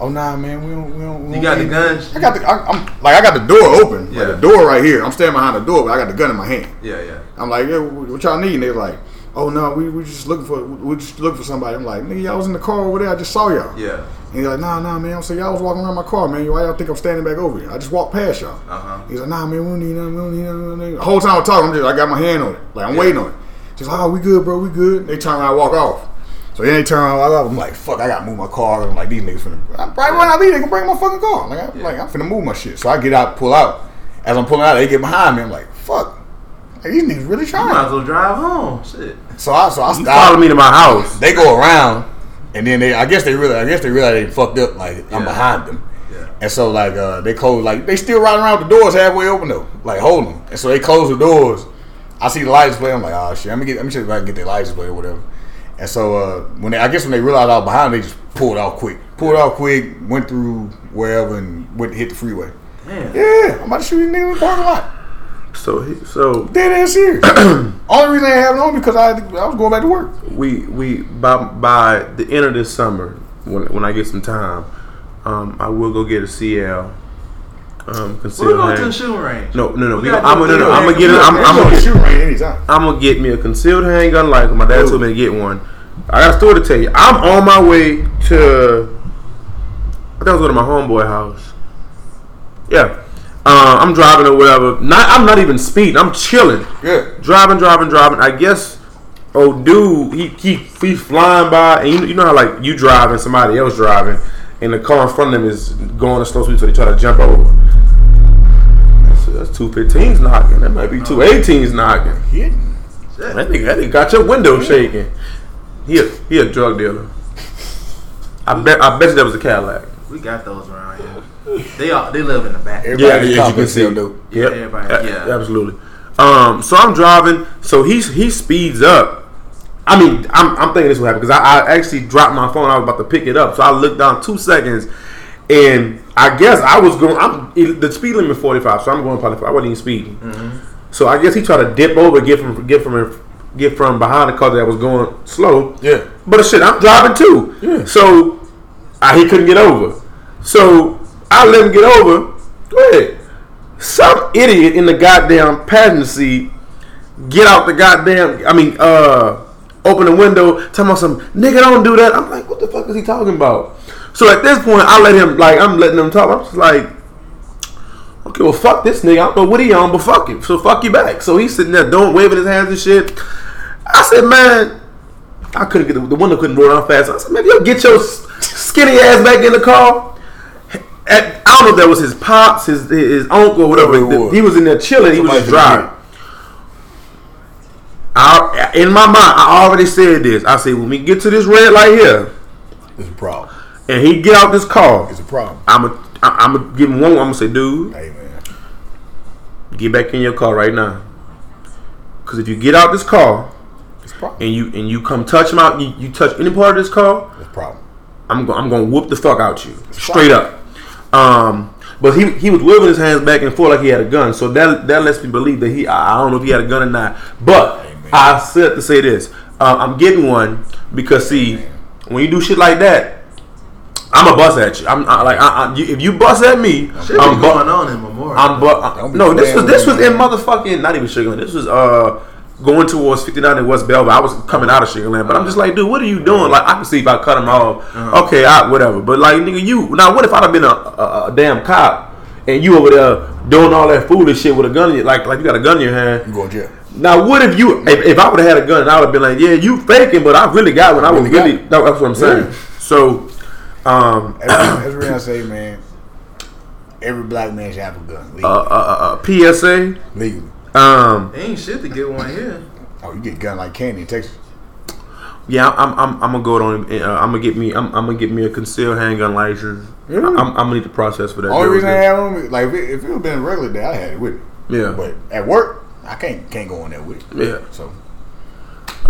C: "Oh nah, man, we don't, we don't."
A: Mm-hmm.
C: We
A: You
C: don't
A: got the
C: need-"
A: gun?
C: I got the. I, I'm like, I got the door open.
A: Yeah.
C: Like the door right here. I'm standing behind the door, but I got the gun in my hand.
A: Yeah. Yeah.
C: I'm like, "Yeah, what what y'all need?" And they're like, "Oh no, we we just looking for we we just looking for somebody." I'm like, "Nigga, y'all was in the car over there. I just saw y'all."
A: Yeah.
C: And he's like, "Nah, nah, man. I'm saying y'all was walking around my car, man. Why y'all think I'm standing back over here? I just walked past y'all."
A: Uh huh.
C: He's like, nah, man, we don't need nothing. We don't need nothing. nigga." The whole time I'm talking, I'm just, I got my hand on it. Like, I'm waiting on it. She's like, oh, we good, bro. We good. They turn around and walk off. So then they turn around and walk off. I'm like, fuck, I got to move my car. I'm like, these niggas finna, I'm probably when I leave, they can break my fucking car. Like, I'm,
A: Yeah.
C: like, I'm finna move my shit. So I get out, pull out. As I'm pulling out, they get behind me. I'm like, fuck. Like, these niggas really
A: You might
C: trying.
A: as well drive home. Shit.
C: So I, so I
B: You follow
C: stop.
B: me to my house.
C: They go around. And then they, I guess they really, I guess they realize they fucked up. Like, I'm
A: Yeah.
C: behind them.
A: Yeah.
C: And so like uh, they close like they still riding around with the doors halfway open though, like holding them. And so they close the doors. I see the lights play. I'm like, oh shit, let me get let me see if I can get their lights play or whatever. And so uh, when they, I guess when they realized I was behind, they just pulled out quick, pulled out quick, went through wherever and went hit the freeway.
A: Damn.
C: Yeah, I'm about to shoot a nigga in the parking lot.
B: So he, so
C: Dead ass (clears throat) serious. Only reason I ain't having on because I had to- I was going back to work.
B: we we by by the end of this summer, when when I get some time, um, I will go get a CL. Um,
A: We're
B: concealed
A: going to the
B: hang.
A: shooting range.
B: No, no, no.
A: We
B: You-
A: gotta
B: I'm
A: do
B: gonna no, no,
A: the
B: I'm gonna
A: thing.
B: get. it- I'm,
C: I'm,
B: I'm
C: going
B: gonna
C: to shoot right anytime.
B: I'm gonna get me a concealed handgun like my dad told me to get one. I got a story to tell you. I'm on my way to. I think I was going to my homeboy house. Yeah, uh, I'm driving or whatever. Not, I'm not even speeding. I'm chilling,
C: Yeah.
B: driving, driving, driving. I guess. Oh, dude, he he, he flying by, and you, you know how like you driving, somebody else driving, and the car in front of them is going at slow speed, so they try to jump over. That's, that's two fifteens knocking. That might be two eighteens knocking.
C: Hitting.
B: That nigga, that nigga got your window shaking. He a, he a drug dealer. I bet I bet you that was a Cadillac.
A: We got those around here. They all they live in the back.
C: Everybody- Yeah, as you can see.
A: Yeah,
B: Yep.
A: everybody-
B: A-
A: yeah.
B: absolutely. Um, so I'm driving. So he's he speeds up. I mean, I'm, I'm thinking this will happen because I, I actually dropped my phone. I was about to pick it up, so I looked down two seconds, and I guess I was going. I'm it- the speed limit 45, so I'm going probably. I wasn't even speeding.
A: Mm-hmm.
B: So I guess he tried to dip over, get from get from in- get from behind the car that was going slow.
C: Yeah.
B: But shit, I'm driving too. So I, he couldn't get over. So I let him get over. Go ahead. Some idiot in the goddamn passenger seat get out the goddamn. I mean, uh, open the window. Tell me some nigga don't do that. I'm like, what the fuck is he talking about? So at this point, I let him like I'm letting him talk. I'm just like, Okay, well, fuck this nigga. I don't know what he on, but fuck him. So fuck you back. So he's sitting there, don't waving his hands and shit. I said, man, I couldn't get the, the window couldn't roll down fast. I said, man, yo, get your s- skinny ass back in the car. And I don't know if that was his pops, his his uncle, or whatever.
C: Whoever it was.
B: He was in there chilling. He was just
C: Somebody from
B: driving. I, in my mind, I already said this. I said, when we get to this red light here,
C: It's a problem.
B: and he get out this car,
C: It's a problem.
B: I'm a, I'm gonna give him one. I'm gonna say, dude,
C: Hey man.
B: get back in your car right now. Cause if you get out this car
C: It's a problem.
B: and you and you come touch my you, you touch any part of this car,
C: It's a problem.
B: I'm going I'm gonna whoop the fuck out you straight up. Um, but he he was waving his hands back and forth like he had a gun, so that that lets me believe that he I, I don't know if he had a gun or not. But
C: Amen.
B: I said to say this, uh, I'm getting one because see when you do shit like that. I'm a bust at you. I'm I, like, I, I, you, if you bust at me,
A: Shit
B: I'm
A: be
B: bu-
A: going on in Memorial.
B: I'm but
C: Don't be
B: no. This
C: playing
B: was
C: with
B: this
C: me,
B: was in
C: man.
B: motherfucking not even Sugarland. This was uh going towards 59 in West Belva. I was coming out of Sugarland, but I'm just like, dude, what are you doing? Like, I can see if I cut him off.
C: Uh-huh.
B: Okay, I, whatever. But like, nigga, you now what if I'd have been a, a, a damn cop and you over there doing all that foolish shit with a gun in your, like like you got a gun in your hand?
C: You going to jail.
B: Now, what if you? If, if I would have had a gun, I would have been like, "Yeah, you faking," but I really got one. I was
C: Really got
B: really.
C: it.
B: no, that's what I'm saying.
C: Yeah.
B: So, um,
C: That's what I say, man. Every black man should have a gun legally.
B: uh, uh, uh, uh, PSA.
C: legally.
B: Um,
A: Ain't shit to get one
C: (laughs)
A: here.
C: Oh, you get gun like candy in Texas.
B: yeah, I'm, I'm, I'm gonna go on. Uh, I'm gonna get me. I'm, I'm gonna get me a concealed handgun license.
C: Yeah.
B: I'm, I'm gonna need the process for that.
C: Only
B: There was
C: reason I
B: this-
C: had it on me, like if it, if it would been a regular day, I had it with me.
B: yeah,
C: But at work, I can't can't go in there with it.
B: Yeah.
C: So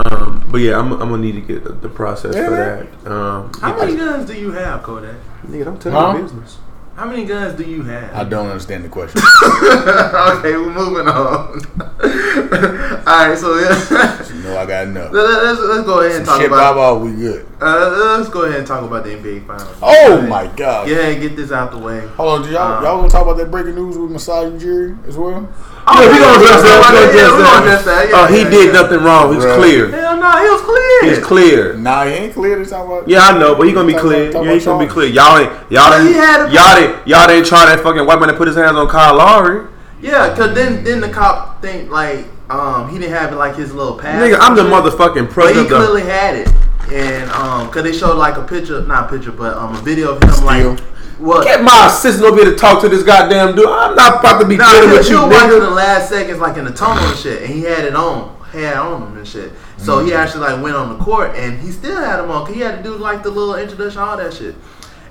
B: um, but yeah, I'm, I'm gonna need to get the, the process
C: Yeah,
B: for
C: man.
B: that. Um,
A: How
B: yeah,
A: many guns do you have, Kodak?
B: nigga, I'm
C: Huh?
B: telling you business.
A: How many guns do you have? (laughs)
C: I don't understand
B: (laughs)
C: the question.
A: okay, we're moving on. (laughs) All right, so yeah. (laughs)
C: you know I got enough.
A: Let- let- let's, let's go ahead and
C: Some
A: talk
C: shit,
A: about.
C: Baba, we good.
A: Uh, let's go ahead and talk about the NBA finals.
C: Oh my god.
A: Yeah, get this out the way.
C: Hold on, do y'all
B: Uh-huh.
A: Uh,
C: y'all gonna talk about that breaking news with Masai and Jerry as well?
A: Oh,
B: yeah, we gonna address that. We
A: Yeah,
B: gonna address
A: we
B: that.
A: gonna address that. Yeah,
B: uh, he
A: yeah,
B: did
A: yeah.
B: nothing wrong. He's
C: Bruh.
B: clear.
A: Hell no, he was clear.
B: He's clear.
C: Nah, he ain't clear to talk about.
B: Yeah, I know, but he gonna be
C: Talk
B: clear.
C: about- talk
B: Yeah, he's
C: about
B: gonna be clear. Y'all ain't, y'all
A: But he
B: ain't,
A: had a-
B: y'all ain't, y'all ain't try that fucking white man to put his hands on Kyle Lowry.
A: Yeah, cause then then the cop think like um he didn't have like his little pass.
B: Nigga, I'm the
A: and shit.
B: motherfucking
A: But he
B: president. of the-
A: clearly had it, and um, cause they showed like a picture, not picture, but um, a video of him
C: Still.
A: like what.
B: Get my assistant over here to talk to this goddamn dude. I'm not about to be
A: Nah,
B: dealing with
A: cause
B: you,
A: you were watching the
B: nigga.
A: last seconds, like in the tunnel and shit, and he had it on, had on him and shit. So
B: Mm-hmm.
A: he actually like went on the court, and he still had him on. 'cause he had to do like the little introduction, all that shit.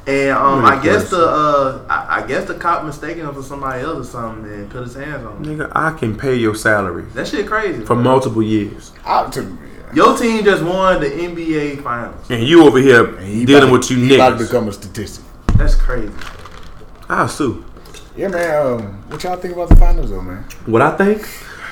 A: And um,
B: Really
A: I guess
B: impressive.
A: the uh, I, I guess the cop mistaken him for somebody else or something and put his hands on him.
B: Nigga, I can pay your salary
A: That shit crazy.
B: for multiple years,
C: I, to,
A: Your team just won the NBA finals.
B: and you over here
C: and he
B: dealing
C: about
B: with
C: to-
B: you
C: he About to
B: niggas.
C: become a statistic.
A: That's crazy.
B: I'll sue.
C: Yeah, man. Um, what y'all think about the finals though, man?
B: What I think,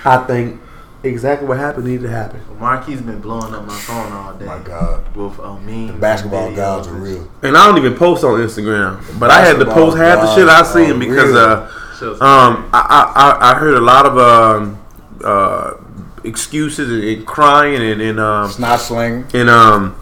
B: I think exactly what happened needed to happen.
A: Marquis been blowing up my phone all
B: Oh
A: day.
C: My God,
A: With uh, memes. and
C: basketball
A: videos
C: gods are
A: and
C: real.
B: And I don't even post on Instagram, but I had to
C: Basketball
B: post half the shit I
C: gods
B: seen
C: are
B: because
C: real.
B: uh.
A: shit.
B: Um, I, I, I- I heard a lot of um, uh, excuses and, and crying and, and um
C: It's not slang.
B: and um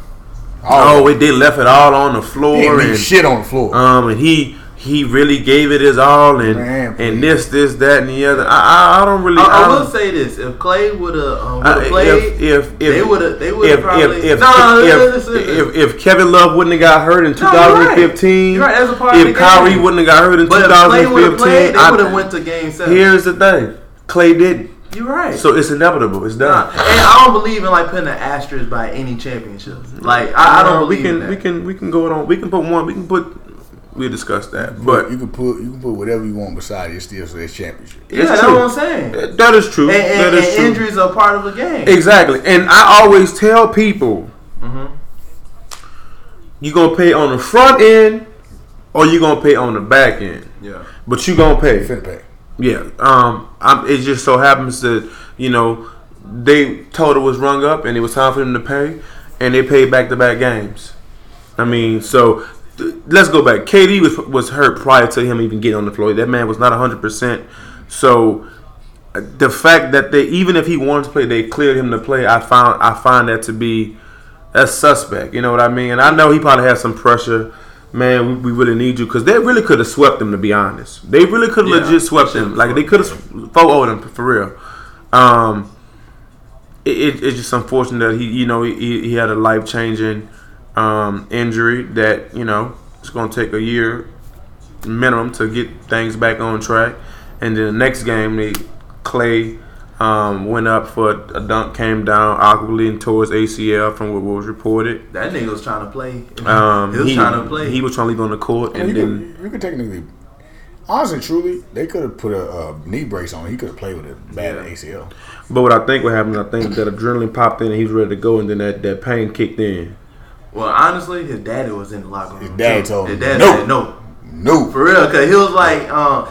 B: oh it did left it all on the
C: he
B: floor
C: didn't leave
B: and
C: shit on the floor.
B: um and he he really gave it his all and
C: Man,
B: and
C: please.
B: this this that and the other I I, I don't really
A: I, I
B: don't-
A: will say this: if Clay would have um,
B: I-
A: would've played,
B: um, uh, if if if
A: they would've- they would've
B: if,
A: probably-
B: if if,
A: No, no, no, no,
B: if,
A: listen, listen.
B: if, if Kevin Love wouldn't have got hurt in
A: you're right.
B: 2015
A: You're right, that's a part of the
B: if
A: game.
B: Kyrie wouldn't have got hurt in
A: but if Clay would have
B: 2015
A: played, they
B: I-
A: would have went to Game Seven.
B: here's the thing Clay didn't
A: You're right.
B: So it's inevitable. It's
A: Nah,
B: done.
A: and I don't believe in like putting an asterisk by any championship. Like I, I don't
B: Uh, we
A: believe
B: can
A: in that.
B: we can we can go on. We can put one. We can put. We discuss that, but
C: you can put you can put whatever you want beside it. It's still says championship.
A: yeah,
B: it's
A: that's
B: true.
A: what I'm saying. And,
B: Uh, that is true. that
A: and,
B: is
A: and
B: true.
A: injuries are part of the game.
B: Exactly, and I always tell people, you gonna pay on the front end, or you gonna pay on the back end,
A: yeah.
B: but you gonna pay.
C: Finna pay.
B: Yeah. Um. I'm, it just so happens that you know they total was rung up and it was time for them to pay, and they paid back to back games. I mean, so th- let's go back. KD was was hurt prior to him even getting on the floor. That man was not hundred percent. So uh, the fact that they even if he wanted to play, they cleared him to play. I found I find that to be that's suspect. You know what I mean? And I know he probably had some pressure. Man, we, we really need you because they really could have swept them. To be honest, they really could have
A: Yeah,
B: legit swept them. Like they could have four them for real. Um, it, it, it's just unfortunate that he, you know, he, he- he had a life changing um, injury that you know it's going to take a year minimum to get things back on track. And then the next game, they Clay um, went up for a dunk, came down awkwardly and tore his ACL from what was reported.
A: That nigga was trying to play.
B: Um,
A: he was trying to play.
B: He was trying to leave on the court, and
C: you,
B: then
C: could, you could technically, honestly, truly, they could have put a, uh knee brace on. He could have played with a bad
A: Yeah.
C: ACL.
B: but what I think what happened, I think that adrenaline popped in, and he was ready to go, and then that, that pain kicked in.
A: well, honestly, his daddy was in the locker room.
C: His daddy
A: too.
C: told
A: His
C: him,
A: dad
C: "No."
A: said no.
C: No,
A: For real, cause he was like, um,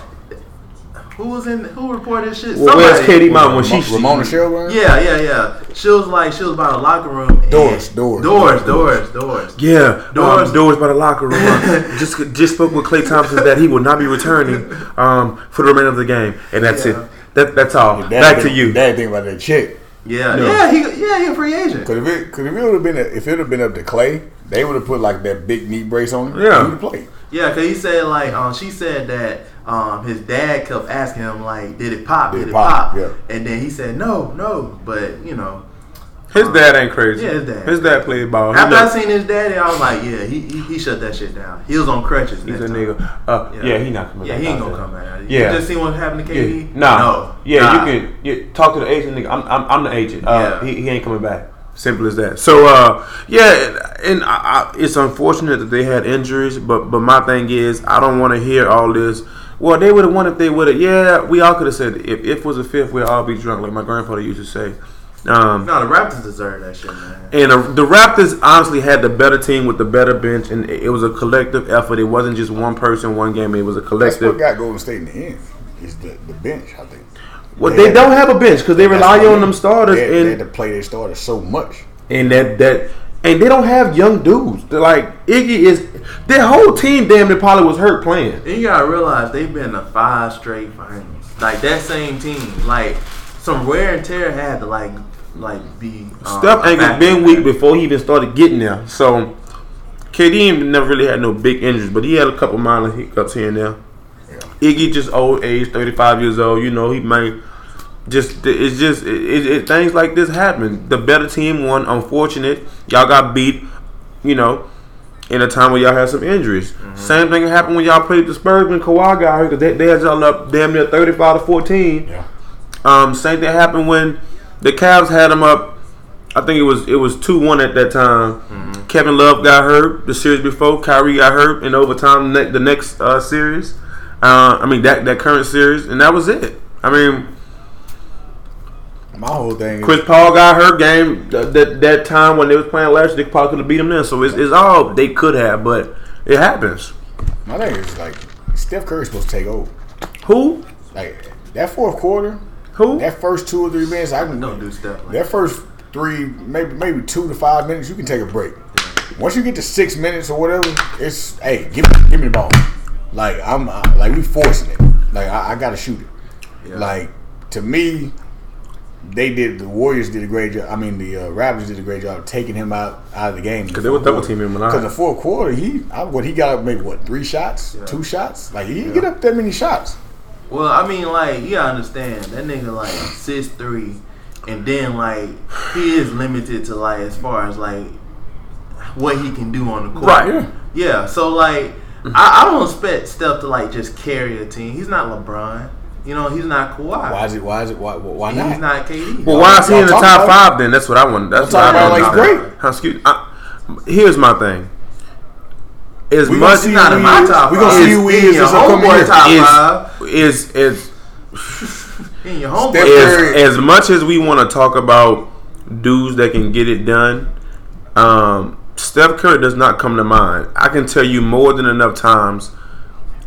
A: who was in? Who reported this shit?
B: Well, where's
A: Somebody.
B: KD mom when
C: Ramona,
B: she
C: Ramona Shelburne.
A: Yeah, yeah, yeah. She was like, she was by the locker room. and-
C: Doors, doors,
A: doors, doors, doors.
B: Yeah, doors,
A: Doors-
B: um, doors by the locker room. (laughs) Uh, just just spoke with Clay Thompson that he will not be returning um, for the remainder of the game, and that's
A: Yeah.
B: it. That that's all.
C: Dad
B: Back to
C: think-
B: you.
C: Dad, think about that check.
A: Yeah,
B: No.
A: yeah, he, yeah, he a free agent.
C: Cause if it, cause if it would have been, a, if it would have been up to Clay, they would have put like that big knee brace on him.
B: Yeah.
C: he would have played.
A: Yeah, cause he said like um, she said that um, his dad kept asking him like, "Did it pop? Did, it pop?"
C: yeah.
A: And then he said, "No, no." But you know,
B: His dad ain't crazy.
A: Yeah, his dad.
B: played ball. He
A: after I
B: look-
A: seen his daddy, I was like, "Yeah, he he, he shut that shit down. He was on crutches."
B: he's
A: that
B: a
A: time.
B: nigga. Uh, yeah. he not coming.
A: Yeah,
B: back
A: he ain't
B: out
A: gonna
B: there.
A: come back.
B: Yeah.
A: You just seen what happened to
B: Yeah,
A: KD?
B: nah.
A: No.
B: Yeah,
A: Nah.
B: you can you talk to the agent. Nigga, I'm I'm, I'm the agent. Uh,
A: Yeah.
B: he, he ain't coming back. Simple as that. So uh, yeah, and, and I, I, it's unfortunate that they had injuries, but but my thing is I don't want to hear all this. Well, they would have won if they would have. Yeah, we all could have said if if was a fifth, we'd all be drunk, like my grandfather used to say. Um,
A: No, the Raptors deserve that shit, man.
B: and uh, the Raptors honestly had the better team with the better bench, and it it was a collective effort. It wasn't just one person, one game. It was a
C: That's what
B: collective.
C: got Golden State in the end. Is the, the bench? I think.
B: Well, they don't have a bench because they rely
C: That's what I
B: on
C: mean.
B: them starters,
C: They, they had
B: and
C: to play their starters so much.
B: and that that and they don't have young dudes. They're like Iggy is their whole team. Damn, near probably was hurt playing.
A: And you gotta realize they've been to five straight finals. Like that same team, like some wear and tear had to like like be. Um,
B: Steph Angle's
A: factor.
B: been weak before he even started getting there. So KD ain't never really had no big injuries, but he had a couple minor hiccups here and there. Iggy just old age, thirty five years old. You know he might just it's just it, it, it, things like this happen. The better team won. Unfortunate, y'all got beat. You know. In a time where y'all had some injuries, same thing happened when y'all played the Spurs when Kawhi got hurt. 'cause They, they had y'all up damn near thirty-five to fourteen.
C: Yeah.
B: Um, same thing happened when the Cavs had him up. I think it was it was two one at that time. Kevin Love got hurt the series before. Kyrie got hurt in overtime ne- the next uh, series. Uh, I mean that that current series, and that was it. I mean
C: My whole thing.
B: Chris Paul got hurt game th- that that time when they was playing last. year, They probably could have beat him then. So it's, it's all they could have, but it happens.
C: is, my thing is like Steph Curry's supposed to take over.
B: Who
C: Like that fourth quarter,
B: who?
C: that first two or three minutes, I can
A: Don't do Steph like
C: That first three, maybe maybe two to five minutes, you can take a break. Once you get to six minutes or whatever, it's hey, give me give me the ball. Like I'm uh, like we forcing it. Like I, I gotta shoot it.
A: Yeah.
C: Like to me, they did the Warriors did a great job. I mean the uh, Raptors did a great job of taking him out out of the game
B: Because they were double teaming him. when
C: Because
B: I-
C: the fourth quarter, he I, what he got make what three shots,
A: Yeah.
C: two shots. Like he didn't get up that many shots.
A: Well, I mean, like you gotta understand that nigga like six three, and then like he is limited to like as far as like what he can do on the court.
B: Right. Yeah. Mm-hmm.
A: Yeah. So like, I, I don't expect Steph to like just carry a team. He's not LeBron. You know, he's not Kawhi.
C: Why is it? Why is it? Why why
A: And
C: not?
A: He's not KD.
B: Well, why is he in the
C: Y'all
B: top
C: talking about
B: five? Then that's what I want. That's
C: Y'all
B: what I
C: talking
B: want.
C: about like he's
B: Great. Excuse. I, here's my thing. As
C: We
B: much
C: gonna see
A: not in my
C: who he is.
A: top
C: We gonna
A: five.
C: see
A: It's
C: who he
A: in
C: is
A: your
C: this upcoming
A: homeboy
C: year.
A: top. five.
B: is is is
A: in your home.
C: Steph-
B: as,
C: Curry.
B: as much as we want to talk about dudes that can get it done, um, Steph Curry does not come to mind. I can tell you more than enough times.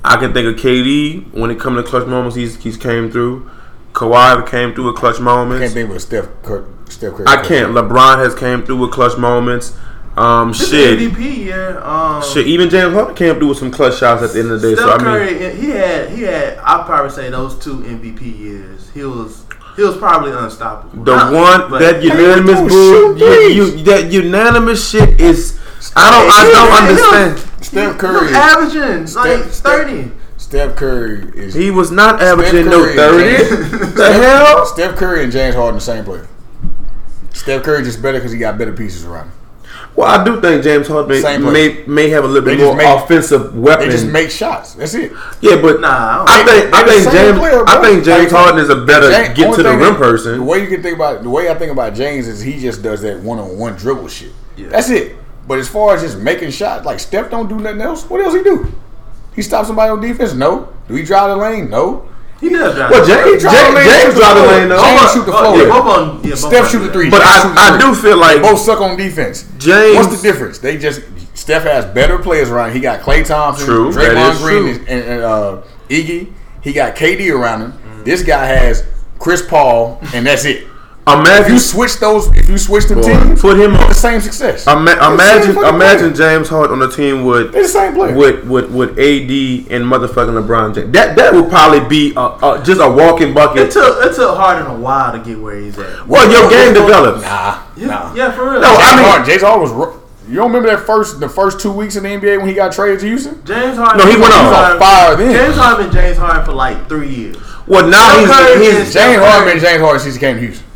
B: I can think of KD when it comes to clutch moments. He's he's came through. Kawhi came through with clutch moments.
C: Can't think of a Steph Cur- Steph Curry.
B: I can't. LeBron has came through with clutch moments. Um,
A: This
B: shit.
A: MVP year. Um,
B: Shit, even James Harden came through with some clutch shots at the end of the day.
A: Steph
B: so I mean,
A: Curry, he had he had. I probably say those two MVP years. He was he was probably unstoppable.
B: the
A: Not-
B: one
A: but-
B: that unanimous
C: dude,
B: bull,
C: shoot
B: you,
C: threes.
B: you, that unanimous shit is. I don't, I don't understand.
C: Steph
A: He was
C: Curry.
A: averaging like
C: Steph-
A: thirty.
C: Steph Curry is
B: He was not averaging no
C: Curry.
B: thirty.
C: (laughs)
B: the hell?
C: Steph Curry and James Harden the same player. Steph Curry just better because he got better pieces around him.
B: Well, I do think James Harden may
C: Same player.
B: may, may have a little
C: They
B: bit
C: just
B: more
C: make-
B: offensive
C: They
B: weapon.
C: just make shots. That's it.
B: yeah, but
A: Nah,
B: I
A: I don't
B: think I
C: They the
B: think
C: same
B: James
C: player,
B: I
C: bro.
B: think James
C: Like,
B: Harden is a better
C: James-
B: get
C: only
B: to the
C: thing
B: rim
C: is-
B: person.
C: The way you can think about the way I think about James is he just does that one on one dribble shit.
A: Yeah.
C: That's it. But as far as just making shots, like Steph don't do nothing else. What else he do? He stops somebody on defense? No. Do he drive the lane? No.
A: He does drive.
B: Well, James,
C: He drive the lane,
B: James,
C: shoot
B: James
C: the
B: drive the
C: floor.
B: lane though.
C: James
B: But-
C: shoot the
A: Oh,
C: floor.
A: yeah, both on, yeah, both
C: Steph
A: on
C: shoot the
A: that.
C: three.
B: But
C: James
B: I,
C: shoot the
B: I
C: three.
B: do feel
C: They
B: like
C: both suck on defense.
B: James-
C: what's the difference? They just Steph has better players around. He got Clay Thompson,
B: True, that
C: Draymond
B: is
C: Green,
B: true.
C: and, and uh, Iggy. He got KD around him. This guy has Chris Paul, and that's it. If
B: imagine
C: you switch those, if you switch them teams,
B: put him on.
C: the same success.
B: Ima-
C: They're the same
B: imagine
C: fucking
B: imagine
C: player.
B: James Harden on a team with
C: They're the same player.
B: with with with AD and motherfucking LeBron James. That that would probably be a, a, just a walking
A: It
B: bucket.
A: took it took Harden a while to get where he's at.
B: Well, your game develops.
C: Nah,
A: Yeah,
C: nah.
A: yeah, for real.
B: No, I
C: James
B: mean-
C: Harden, James Harden was ru- You don't remember that first the first two weeks in the NBA when he got traded to Houston?
A: James Harden.
B: No, he went
A: James
B: off.
A: Harden-
C: Fire then.
A: James Harden been James Harden for like three years.
B: Well, now he's,
A: Curry
B: he's
A: is-
C: James Harden been James Harden since he came to Houston.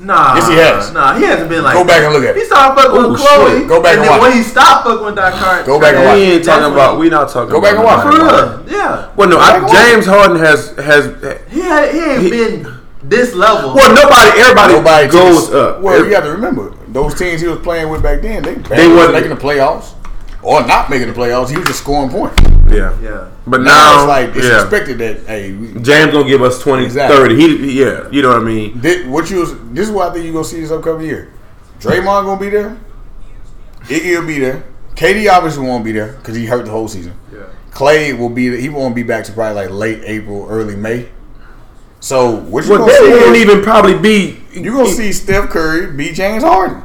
A: Nah.
C: Yes, he has.
A: Nah, he hasn't been like.
C: Go back and look at it.
A: He started fucking
B: Ooh,
A: with Chloe.
B: shit.
C: Go back and
A: then
C: watch
A: when
C: it.
A: he stopped fucking with that current.
C: Go back and
B: we ain't
A: That's
B: talking
A: what-
B: about. We not talking.
C: Go back and
B: about
C: watch.
A: For
B: nobody.
A: real, yeah.
B: Well, no, I,
C: and watch.
B: James Harden has has.
A: He had, he ain't
B: He-
A: been this level.
B: Well, nobody, everybody
C: Nobody
B: goes
C: takes-
B: up.
C: Well,
B: If-
C: you got to remember those teams he was playing with back then. They,
B: They
C: they was
B: wasn't-
C: making the playoffs or not making the playoffs. He was just scoring points.
B: yeah.
A: yeah.
B: But
C: Now
B: now,
C: it's like it's
B: yeah.
C: expected that hey, we-
B: James gonna give us 20,
C: Exactly.
B: 30. He, he- yeah, you know what I mean.
C: thi- what you was, this is what I think you gonna see this upcoming year. Draymond gonna be there. Iggy will be there. KD obviously won't be there because he hurt the whole season.
A: Yeah.
C: Clay will be he won't be back to probably like late April, early May. So what you
B: But
C: gonna see?
B: they won't
C: is-
B: even probably be.
C: You gonna see Steph Curry beat James Harden.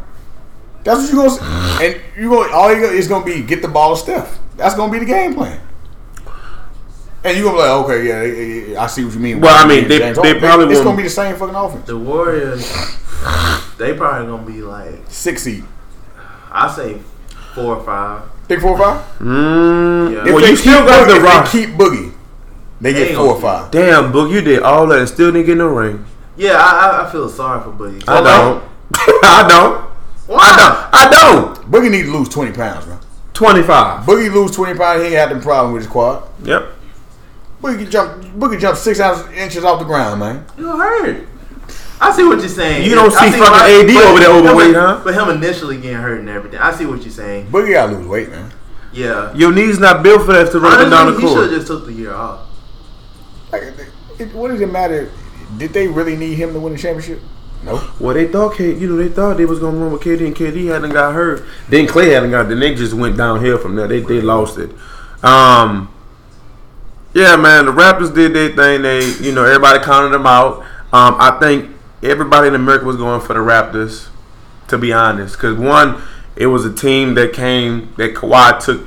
C: That's what you gonna see. And you gonna all you gonna, is gonna be get the ball to Steph. That's gonna be the game plan. And you gonna be like, okay, yeah, yeah, yeah, I see what you mean.
B: Well, I mean, they-
C: James
B: they
C: Harden.
B: probably
C: it's
B: won't-
C: gonna be the same fucking offense.
A: The Warriors, they probably gonna be like
C: Six seed,
A: I say four or five.
C: think four or five.
B: Mm,
A: Yeah.
C: If
B: Well,
C: they
B: you still
C: keep
B: got
C: Boogie-
B: the
C: if
B: rock.
C: They keep Boogie. They
A: They
C: get four or
A: gonna-
C: five.
B: Damn, Book, you did all that and still didn't get no ring.
A: Yeah, I, I, I feel sorry for Boogie.
B: I don't. (laughs) I don't.
A: Why?
B: I don't.
C: Boogie need to lose twenty pounds, man.
B: 25.
C: Boogie lose twenty pounds, he ain't had the problem with his quad.
B: Yep.
C: Boogie jump, Boogie jump six ounce- inches off the ground, man.
A: You hurt. I see what you're saying.
B: You don't
A: I
B: see fucking
A: why-
B: AD
A: but
B: over there
A: him-
B: overweight, huh?
A: But him initially getting hurt and everything. I see what you're saying.
C: Boogie gotta lose weight, man.
A: Yeah.
B: Your knees not built for that to run up and down the
A: Honestly, he should have
B: court.
A: just took the year off.
C: Like, it, what does it matter? Did they really need him to win the championship? No.
B: Well, they thought K, you know, they thought they was gonna run with KD, and KD hadn't got hurt. Then Clay hadn't got. Then they just went downhill from there. They they lost it. Um, yeah, man, the Raptors did their thing. They, you know, everybody counted them out. Um, I think everybody in America was going for the Raptors, to be honest, because one, it was a team that came that Kawhi took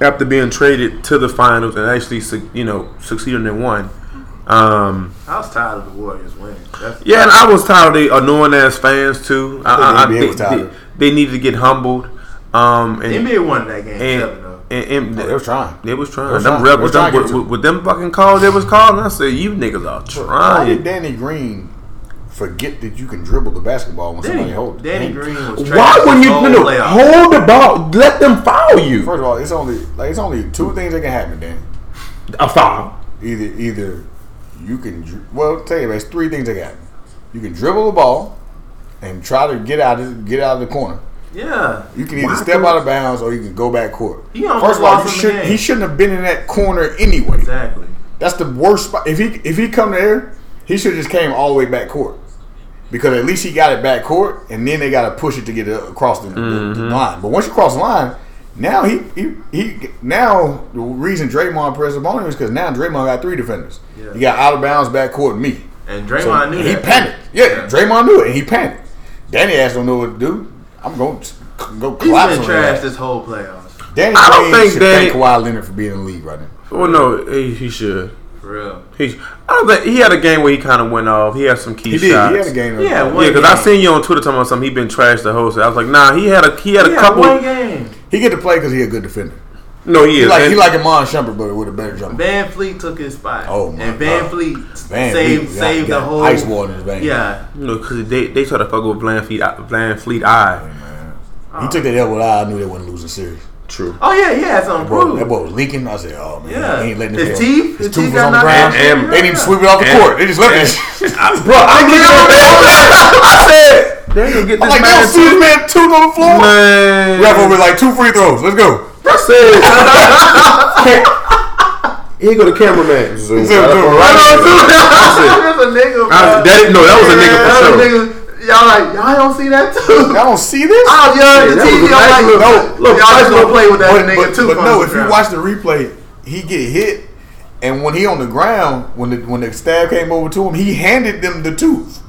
B: after being traded to the finals and actually, su- you know, succeeded and won. Um,
A: I was tired of the Warriors winning. That's,
B: yeah, and I was tired of the annoying ass fans too. I, I, I,
C: The NBA was
B: they- They,
C: tired.
B: they needed to get humbled. Um,
A: the
B: and
A: NBA won that game
B: and,
A: seven though.
B: and, and
C: they was trying.
B: They was trying.
C: They was
B: them
C: trying. They
B: rebels,
C: was
B: them,
C: trying to
B: with,
C: get
B: with, with them fucking calls they was calling, I said, you niggas are
C: Why
B: trying.
C: did Danny Green forget that you can dribble the basketball when somebody
A: Danny,
C: holds?
A: Danny
C: it?
A: Green was trash.
B: Why wouldn't you
A: this whole
B: no, no,
A: playoff.
B: hold the ball? Let them foul you.
C: First of all, it's only like it's only two things that can happen, Danny.
B: A foul.
C: Either either you can dri- well tell you there's three things that can happen. You can dribble the ball and try to get out of get out of the corner.
A: Yeah.
C: You can either step out of bounds or you can go back court.
A: He almost
C: First of all,
A: lost him
C: you
A: the
C: should,
A: game.
C: he shouldn't have been in that corner anyway.
A: Exactly.
C: That's the worst spot. If he if he come there, he should just came all the way back court. Because at least he got it back court, and then they got to push it to get it across the, the- the line. But once you cross the line, now he he, he now the reason Draymond pressed the ball on him is because now Draymond got three defenders.
A: Yeah.
C: He got out of bounds back court and me.
A: And
C: So
A: Draymond knew
C: he
A: that.
C: panicked. Yeah, Draymond knew it, and he panicked. Danny ass don't know what to do. I'm going to go
A: He's
C: collapse
A: been
C: on
A: trash
C: that.
A: this whole playoffs.
C: Danny
B: I don't
C: Green
B: think
C: should
B: Danny-
C: thank Kawhi Leonard for being in the league right now.
B: Well, no, he, he should.
A: For real.
B: He, I don't think he had a game where he kind of went off. He had some key
C: He did. He
B: shots.
C: had a game.
A: He had one
B: Yeah, because I
A: game.
B: seen you on Twitter talking about something. He been trashed the whole. Set. I was like, nah, he had a he had a
A: He had
B: couple.
A: one game.
C: He get to play because he a good defender.
B: No, he
C: He
B: is.
C: like he
B: And-
C: like Amon Shumpert, but with a better jumper.
A: Van Fleet took his spot.
C: Oh, my
A: And Van
C: God.
A: Fleet
C: Man,
A: saved
C: he got-
A: saved
C: got
A: the whole
C: ice water in his vein.
A: Yeah.
B: you know, because they they try to fuck with Bland Fleet Bland Fleet Eye.
C: He took that L with I. I knew they wouldn't lose the series.
B: True.
A: Oh yeah, yeah, it's on (laughs)
C: Bro, that
A: proof.
C: boy was leaking. I said, oh man,
A: Yeah.
C: he ain't letting
A: His
C: go.
A: teeth?
C: His
A: His
C: tooth
A: teeth
C: was on
A: got
C: the
A: knocked
C: ground.
A: out.
C: And,
A: Yeah.
C: they didn't sweep it off the
B: And-
C: court. They just left it.
B: Bro, I'm looking at that. I said, they gonna get
C: I'm
B: this
C: like,
B: man.
C: no, see this man tooth on the floor.
B: man.
C: Ref over like two free throws. Let's go.
B: I said. (laughs) Here go the cameraman. Zoom.
C: Zoom,
B: Right on,
C: zoom, right on.
B: zoom.
C: (laughs)
B: I
A: That's a nigga. (laughs)
B: said,
A: bro.
B: I- that- no, that was a nigga
A: Yeah,
B: for
A: that was
B: sure.
A: nigga. Y'all like y'all don't see that too.
C: Y'all don't see this.
A: Oh yeah, the
B: that
A: TV.
B: was a nice
A: I'm like,
B: little-
A: no,
B: look,
A: y'all
B: nice
A: just gonna
B: little-
A: play with that
C: but,
A: nigga
C: but,
A: too.
C: but no, if you watch the replay, he get hit, and when he on the ground, when the when the stab came over to him, he handed them the tooth.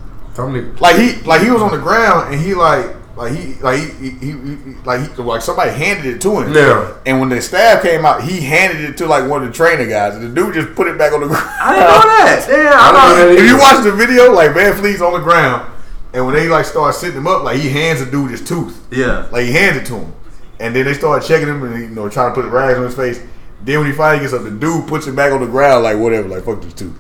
C: like he like he was on the ground and he like like he like he, he, he, he- like he, like somebody handed it to him.
B: Yeah.
C: And when the stab came out, he handed it to like one of the trainer guys. And the dude just put it back on the (laughs) ground.
A: I didn't know that. Damn, I
B: don't know
A: thought
B: that
C: if you watch the video, like Van Fleet's on the ground. And when they like start sitting him up, like he hands a dude his tooth.
A: Yeah.
C: Like he hands it to him. And then they start checking him and you know trying to put rags on his face. Then when he finally gets up, the dude puts him back on the ground like whatever, like fuck this tooth.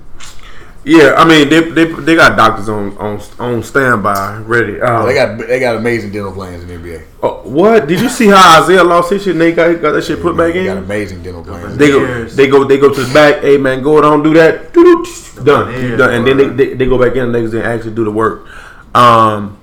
B: Yeah, I mean they they, they got doctors on on on standby ready. Um,
C: Oh, They got they got amazing dental plans in the NBA.
B: uh, what? Did you see how Isaiah lost his shit? and They got, got that shit put back
C: they got
B: in.
C: amazing dental plans.
B: They go,
A: Years.
B: they go, they go to the back. Hey man, go don't do that. Doo-doo, tsh, Done,
A: Years,
B: done. And then they,
A: bro.
B: they, they go back in the next day and actually do the work. Um,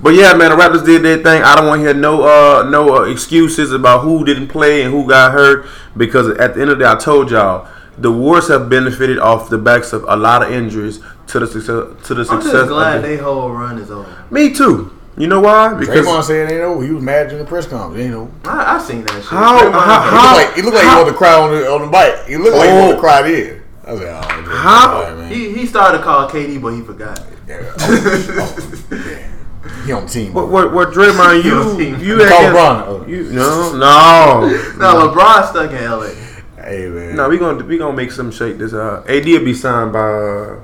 B: but yeah, man, the Raptors did their thing. I don't want to hear no uh no uh, excuses about who didn't play and who got hurt because at the end of the day, I told y'all the Warriors have benefited off the backs of a lot of injuries to the success to the
A: I'm
B: success.
A: just glad
B: of the-
A: they whole run is over.
B: Me too. You know why? Because
C: Draymond said it ain't over. He was mad during the press conference. It ain't over.
A: I, I seen that shit.
B: How-
A: Draymond
B: how-
A: Green.
B: how-
C: He looked like he looked like he wanted to cry on the on the bike. He looked like he wanted
B: Oh.
C: to cry then. I was like, oh, man,
B: How-
C: all right, man.
A: He, he started to call KD, but he forgot.
C: Yeah. Oh, oh, yeah. He on the team.
B: what what, what Draymond
A: (laughs)
B: you you
C: Call
B: against-
C: LeBron.
B: you no no
A: No, LeBron stuck in LA.
C: Hey man.
B: No, we gonna we gonna make some shake this out. AD will be signed by. Uh,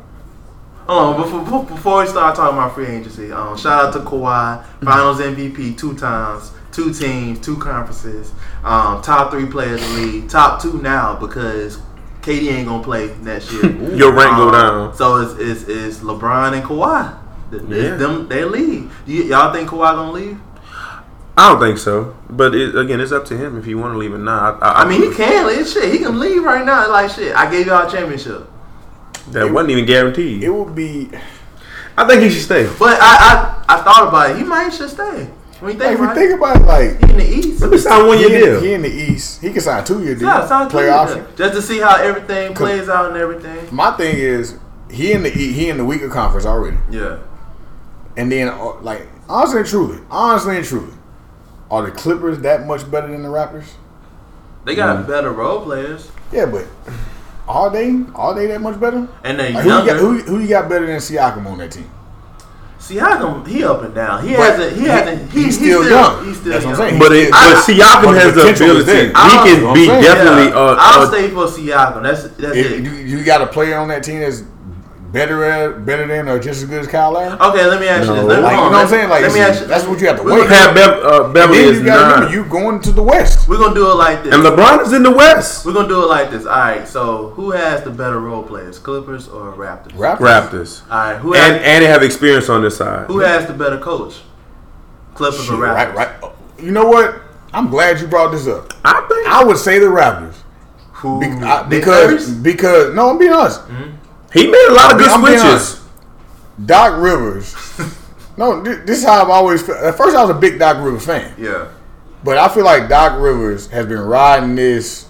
A: Hold on, before- before, before we start talking about free agency, um, shout out to Kawhi, Finals MVP two times, two teams, two conferences, um, top three players in the league, top two now because KD ain't gonna play next year.
B: (laughs) Your rank go
A: Um,
B: down.
A: So it's, it's, it's LeBron and Kawhi. Th- it's
B: Yeah.
A: them they leave. You, y'all think Kawhi gonna leave?
B: I don't think so, but it, again, it's up to him if he want to leave or not. I, I,
A: I mean, he can leave. Shit, he can leave right now. Like shit, I gave y'all a championship.
B: that wasn't even guaranteed.
C: It would be
B: I think he should stay.
A: But I, I, I thought about it. He might should stay. When you think
C: like, if you
A: about
C: think about it, like
A: it, he in the East.
B: Let me sign one
C: he,
B: year
C: in, he
B: deal.
C: in the East. He can sign a two year deal.
A: Yeah, sign
C: player
A: Kuzma.
C: option.
A: Just to see how everything
C: Cool.
A: plays out and everything.
C: My thing is he in the E- he in the weaker conference already.
A: Yeah.
C: And then uh, like honestly and truly, honestly and truly, are the Clippers that much better than the Raptors?
A: They got
C: Mm-hmm.
A: better role players.
C: Yeah, but are they are they that much better?
A: And they
C: Like, who, you
A: younger.
C: got, who, who you got better than Siakam on that team?
A: see how come he up and down. He
C: But
A: hasn't he,
C: he-
A: hasn't he,
C: he's still young.
A: He's still
C: That's
A: young.
C: what I'm saying.
B: But it,
A: I-
B: but Siakam
C: but the
B: has the
C: potential is
B: ability.
C: there.
B: He
A: I-
C: you know
B: can
C: what
B: be
C: I'm saying.
B: definitely.
A: Yeah,
B: Uh,
A: I'll
B: uh,
A: stay for Siakam. That's that's
C: If
A: it.
C: you, you got a player on that team that's better at, better than or just as good as Kyle Lowry?
A: Okay, let me ask you this.
B: No.
A: Let me,
C: Like, you know
A: hold on.
C: what I'm saying? Like,
A: let me
C: it's-
A: ask you.
C: that's what you have to
A: we're
C: wait.
A: Gonna,
B: Pat Bev, uh,
C: And
B: Beverly
C: then
B: is
C: you got to
B: nine,
C: remember, you going to the West.
A: we're gonna do it like this.
B: and LeBron is in the West.
A: we're gonna do it like this. All right. So who has the better role players, Clippers or Raptors?
C: Raptors.
B: Raptors
A: All right. Who
B: and
A: has,
B: and they have experience on this side.
A: who has the better coach? Clippers
C: Shit,
A: or Raptors?
C: right, right. Oh, You know what? I'm glad you brought this up.
B: I think.
C: I would say the Raptors
A: Who,
C: Be- I-
A: Nick
C: because
A: Nurse?
C: because no, I'm being honest.
B: he made a lot of good
C: I'm being
B: switches.
C: Doc Rivers. no, thi- this is how I've always. Felt. At first, I was a big Doc Rivers fan.
A: yeah.
C: But I feel like Doc Rivers has been riding this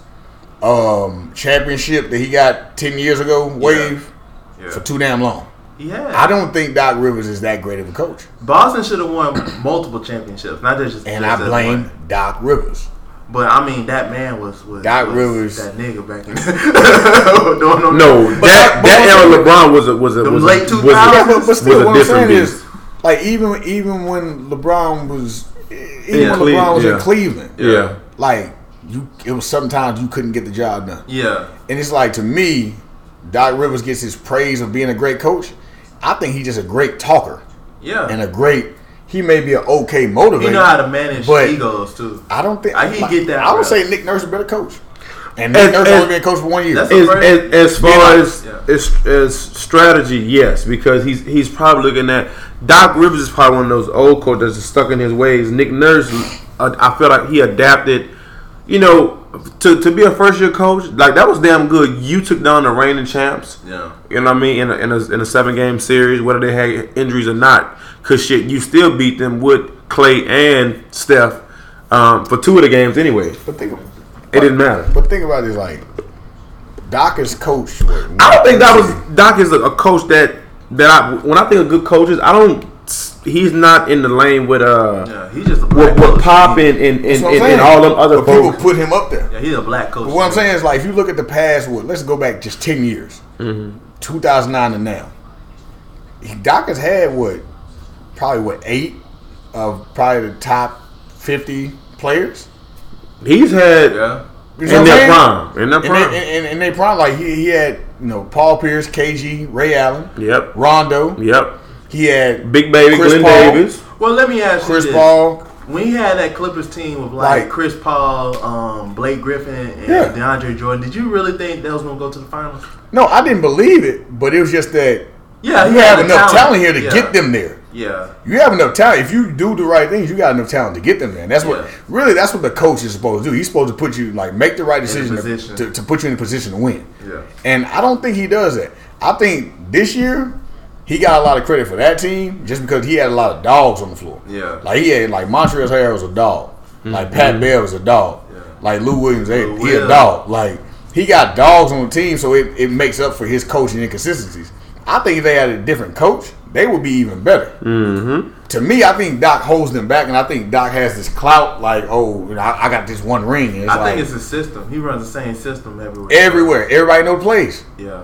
C: um, championship that he got ten years ago wave
A: Yeah.
C: for too damn long.
A: Yeah.
C: I don't think Doc Rivers is that great of a coach,
A: Boston should have won multiple championships, not just.
C: and
A: just
C: I
A: that
C: blame
A: one.
C: Doc Rivers.
A: But I mean, that man was was,
C: Doc
A: was
C: Rivers.
A: that nigga back
C: (laughs)
A: in. (laughs) no, no,
B: No,
A: no.
B: that
C: but
B: that
C: I'm
B: era
C: saying-
B: LeBron was a was a
A: Them
B: was a-
A: late
B: was a-
A: 2000s.
C: Yeah, but, but
A: Was
C: still,
B: a
C: what I'm saying
B: different
C: is, like even even when LeBron was, even
B: Yeah.
C: when LeBron was
B: Yeah.
C: in Cleveland,
B: Yeah.
C: like you, it was sometimes you couldn't get the job done.
A: Yeah,
C: And it's like to me, Doc Rivers gets his praise of being a great coach. I think he's just a great talker
A: yeah.
C: and a great. He may be an okay motivator.
A: you know how to manage
C: but-
A: egos too.
C: I don't think
A: I can get that,
C: I
A: bro.
C: would say Nick Nurse is a better coach, and
B: As-
C: Nick Nurse
B: as-
C: only been a coach for one year.
A: That's
B: as,
A: Right.
B: as, as far as,
A: Yeah.
B: as as strategy, yes, because he's he's probably looking at Doc Rivers is probably one of those old coaches that's stuck in his ways. Nick Nurse, uh, I feel like he adapted. You know, to to be a first year coach like that was damn good. You took down the reigning champs.
A: Yeah,
B: You know what I mean? In a, in a, in a seven game series, whether they had injuries or not, cause shit, you still beat them with Clay and Steph um, for two of the games anyway.
C: but think,
B: It didn't matter.
C: but think about this, like Doc is coached.
B: I don't think that was Doc is a, a coach that that I when I think of good coaches, I don't. He's not in the lane with uh
A: yeah. He's just a black
B: with, with
A: coach.
B: Pop and and, and,
C: That's what I'm
B: and, and
C: saying.
B: all them other
C: But people
B: folks.
C: put him up there.
A: Yeah, he's a black coach.
C: But what I'm saying is, like, if you look at the past, what let's go back just ten years, 2009 to now. He- Doc has had what, probably what eight of probably the top fifty players.
B: He's had
A: Yeah,
C: You
B: in
C: know what I'm
B: their
C: saying?
B: prime, in their
C: And they,
B: prime.
C: and, and, and they prime like he, he had you know Paul Pierce, KG, Ray Allen,
B: yep,
C: Rondo,
B: yep.
C: He had
B: Big baby
C: Chris
B: Glenn
C: Paul.
B: Davis.
A: Well, let me ask
C: Chris
A: you this.
C: Paul.
A: When you had that Clippers team with like,
C: Like-
A: Chris Paul, um, Blake Griffin, and
C: Yeah.
A: DeAndre Jordan, did you really think that was gonna go to the finals?
C: No, I didn't believe it, but it was just that
A: Yeah,
C: you
A: he had
C: have
A: the
C: enough talent here to
A: Yeah.
C: get them there.
A: Yeah,
C: You have enough talent. If you do the right things, you got enough talent to get them there. And that's what
A: Yeah.
C: really that's what the coach is supposed to do. He's supposed to put you like make the right decision to-
A: position.
C: to, to put you in a position to win.
A: Yeah.
C: And I don't think he does that. I think this year he got a lot of credit for that team just because he had a lot of dogs on the floor.
A: Yeah.
C: Like he had like Montreal Harrell was a dog. Like Pat Bell was a dog.
A: Yeah.
C: Like Lou Williams, they,
A: Lou
C: he a
A: Will.
C: dog. Like he got dogs on the team, so it, it makes up for his coaching inconsistencies. I think if they had a different coach, they would be even better to me, I think Doc holds them back, and I think Doc has this clout, like, oh, you know, I, I got this one ring. and It's
A: I
C: like,
A: think it's his system. He runs the same system everywhere.
C: everywhere. Everybody know plays.
A: Yeah.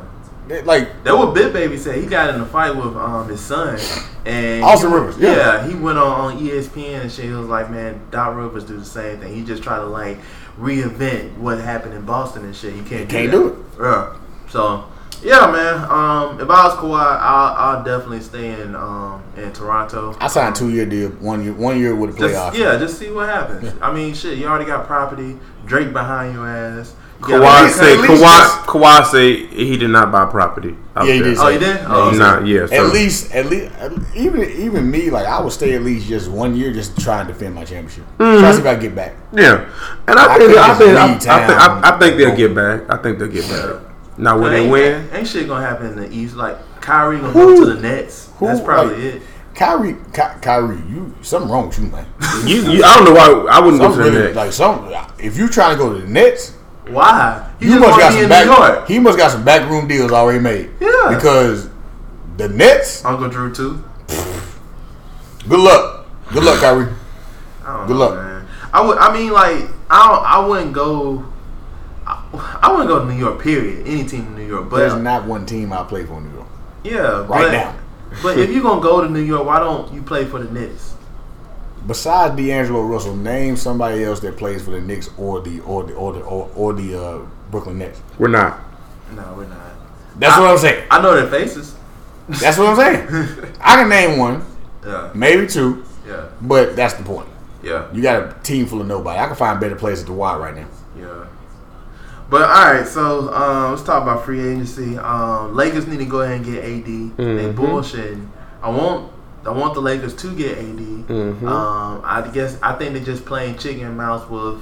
C: They- Like,
A: That what Bit Baby said. He got in a fight with um, his son and
C: Austin
A: he-
C: Rivers, yeah.
A: he went on, E on ESPN and shit. He was like, man, Doc Rivers do the same thing. He just try to like reinvent what happened in Boston and shit. You can't
C: Can't
A: do,
C: do
A: it. Yeah. So yeah, man. Um, if I was Kawhi, I'll, I'll definitely stay in um in Toronto.
C: I signed a two year deal, one year, one year with a
A: Just
C: playoff.
A: yeah, just see what happens. I mean, shit, you already got property. Drake behind your ass. You got-
B: Kawhi
C: least-
B: say
C: at least
B: Kawhi,
C: just-
B: Kawhi say he did not buy property. out
C: Yeah, he
B: there.
C: did.
A: Oh, you did? Oh, okay.
B: Nah, yeah. So
C: At least, at least, even even me, like I would stay at least just one year, just to try and defend my championship.
A: Mm-hmm.
C: Try to see if I can get back.
B: Yeah, and I,
C: I
B: think,
C: think
B: I
C: it's
B: think, I, I
C: league
B: think I,
C: town.
B: I think they'll get back. I think they'll get back. Now when they
A: ain't,
B: win,
A: ain't shit gonna happen in the East. Like Kyrie gonna
C: Who-
A: go to the Nets.
C: who,
A: That's probably
C: like-
A: it.
C: Kyrie, Ky- Kyrie, you something wrong with
A: (laughs)
C: you, man.
B: you, you, I don't know why I wouldn't go
C: Something
B: to the
C: really,
B: Nets.
C: like some. If you trying to go to the Nets,
A: Why? He
C: You
A: just
C: must
A: wanna
C: got
A: be
C: some
A: in
C: back.
A: New York.
C: He must got some backroom deals already made.
A: Yeah.
C: Because the Nets.
A: Uncle Drew too.
C: Good luck. Good luck, Kyrie.
A: I don't
C: Good
A: know,
C: luck.
A: man. I would. I mean, like I don't, I wouldn't go. I, I wouldn't go to New York. Period. Any team in New York, but
C: There's not one team I play for in New York.
A: yeah,
C: right
A: but,
C: now.
A: but if you're gonna go to New York, why don't you play for the Nets?
C: Besides D'Angelo Russell, name somebody else that plays for the Knicks or the or the or the or, or the uh, Brooklyn Nets.
B: We're not.
A: No, we're not.
C: That's what I'm saying.
A: I know their faces.
C: That's what I'm saying. (laughs) I can name one,
A: Yeah,
C: maybe two,
A: yeah,
C: but that's the point.
A: yeah,
C: You got a team full of nobody. I can find better players at the Y right now.
A: yeah. But all right, so um, let's talk about free agency. Um, Lakers need to go ahead and get AD. They
B: Mm-hmm.
A: bullshitting. I want I want the Lakers to get AD.
B: Mm-hmm.
A: Um, I guess I think they're just playing chicken and mouse with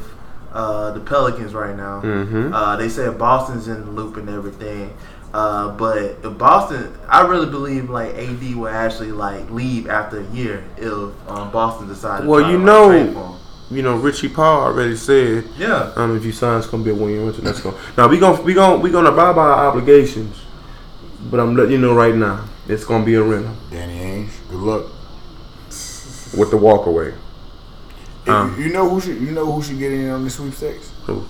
A: uh, the Pelicans right now.
B: Mm-hmm.
A: Uh, they said Boston's in the loop and everything. Uh, but if Boston, I really believe like AD will actually like leave after a year if um, Boston decides.
B: Well,
A: to try
B: you
A: to, like,
B: know-
A: trade for him.
B: You know, Richie Paul already said,
A: yeah.
B: um, if you sign, it's gonna be a one year rental. That's going. Now we gonna we gonna we gonna abide by our obligations, but I'm letting you know right now, it's gonna be a rental
C: Danny Ainge, good luck.
B: with the walk away.
C: If
B: Um,
C: you, you know who should you know who should get in on the sweepstakes?
B: Who?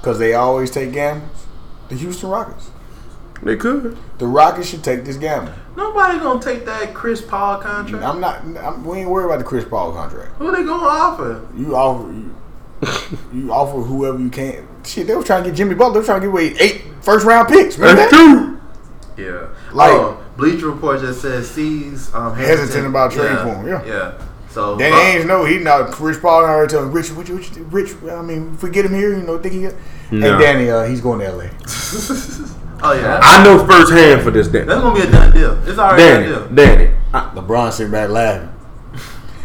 C: Because they always take gambles. The Houston Rockets.
B: They could.
C: The Rockets should take this gamble.
A: Nobody gonna take that Chris Paul contract.
C: I'm not. I'm, we ain't worried about the Chris Paul contract.
A: Who they gonna offer?
C: You offer. You, you offer whoever you can. Shit, they were trying to get Jimmy Butler. They were trying to get away eight first round picks. Remember
B: That's
C: that?
B: true.
A: Yeah,
C: Like-
A: oh, Bleacher Report just says sees um,
C: Hesitant about trading for him, yeah.
A: yeah. So
C: Danny
A: but-
C: Ainge, no, he not. Chris Paul already telling Rich, Rich, Rich, Rich. I mean, if we get him here, you know, think he. Get,
B: No.
C: Hey, Danny, uh, he's going to L.A.
A: (laughs) oh yeah,
B: I know firsthand for this, Danny.
A: that's gonna be a done deal. It's already a done
B: Danny,
A: deal.
B: Danny, I-
C: LeBron sitting back laughing.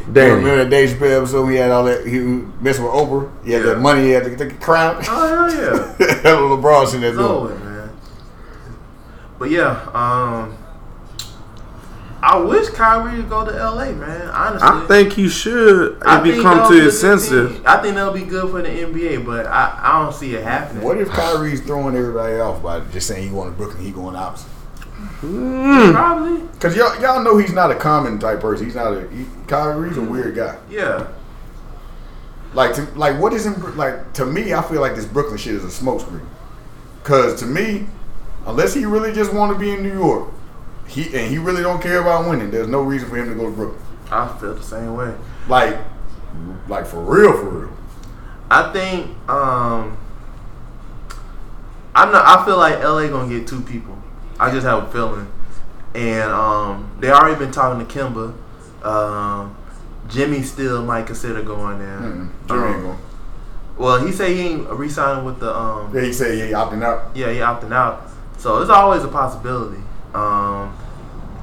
C: You
B: Danny.
C: remember that Dave Chappelle episode? He had all that. He was messing with Oprah. He had
A: Yeah.
C: that money. He had the, the crown. (laughs)
A: Oh hell yeah.
C: That's what LeBron sitting there
A: It's
C: doing.
A: over, man. But yeah, um, I wish Kyrie would go to LA, man. Honestly,
B: I think he should if
A: I
B: he
A: think
B: come
A: that'll
B: to
A: be a
B: his
A: good
B: senses.
A: team. I think that'll be good for the NBA, but I, I don't see it happening.
C: What if Kyrie's throwing everybody off by just saying he going to Brooklyn, he going opposite?
A: Hmm. Probably.
C: Because y'all, y'all know he's not a common type person. He's not a he, Kyrie's a weird guy.
A: Yeah.
C: Like to, like what is in Bro- like to me? I feel like this Brooklyn shit is a smokescreen. Because to me, unless he really just want to be in New York, he and he really don't care about winning. There's no reason for him to go to Brooklyn.
A: I feel the same way.
C: Like like for real, for real.
A: I think um I'm not I feel like LA gonna get two people. I just have a feeling. and um, they already been talking to Kimba. Um, Jimmy still might consider going there.
C: Mm, Jimmy ain't
A: Um,
C: going.
A: Well, he said he ain't re-signing with the um,
C: Yeah, he said yeah, he opting out.
A: yeah, he opting out. So there's always a possibility. Um,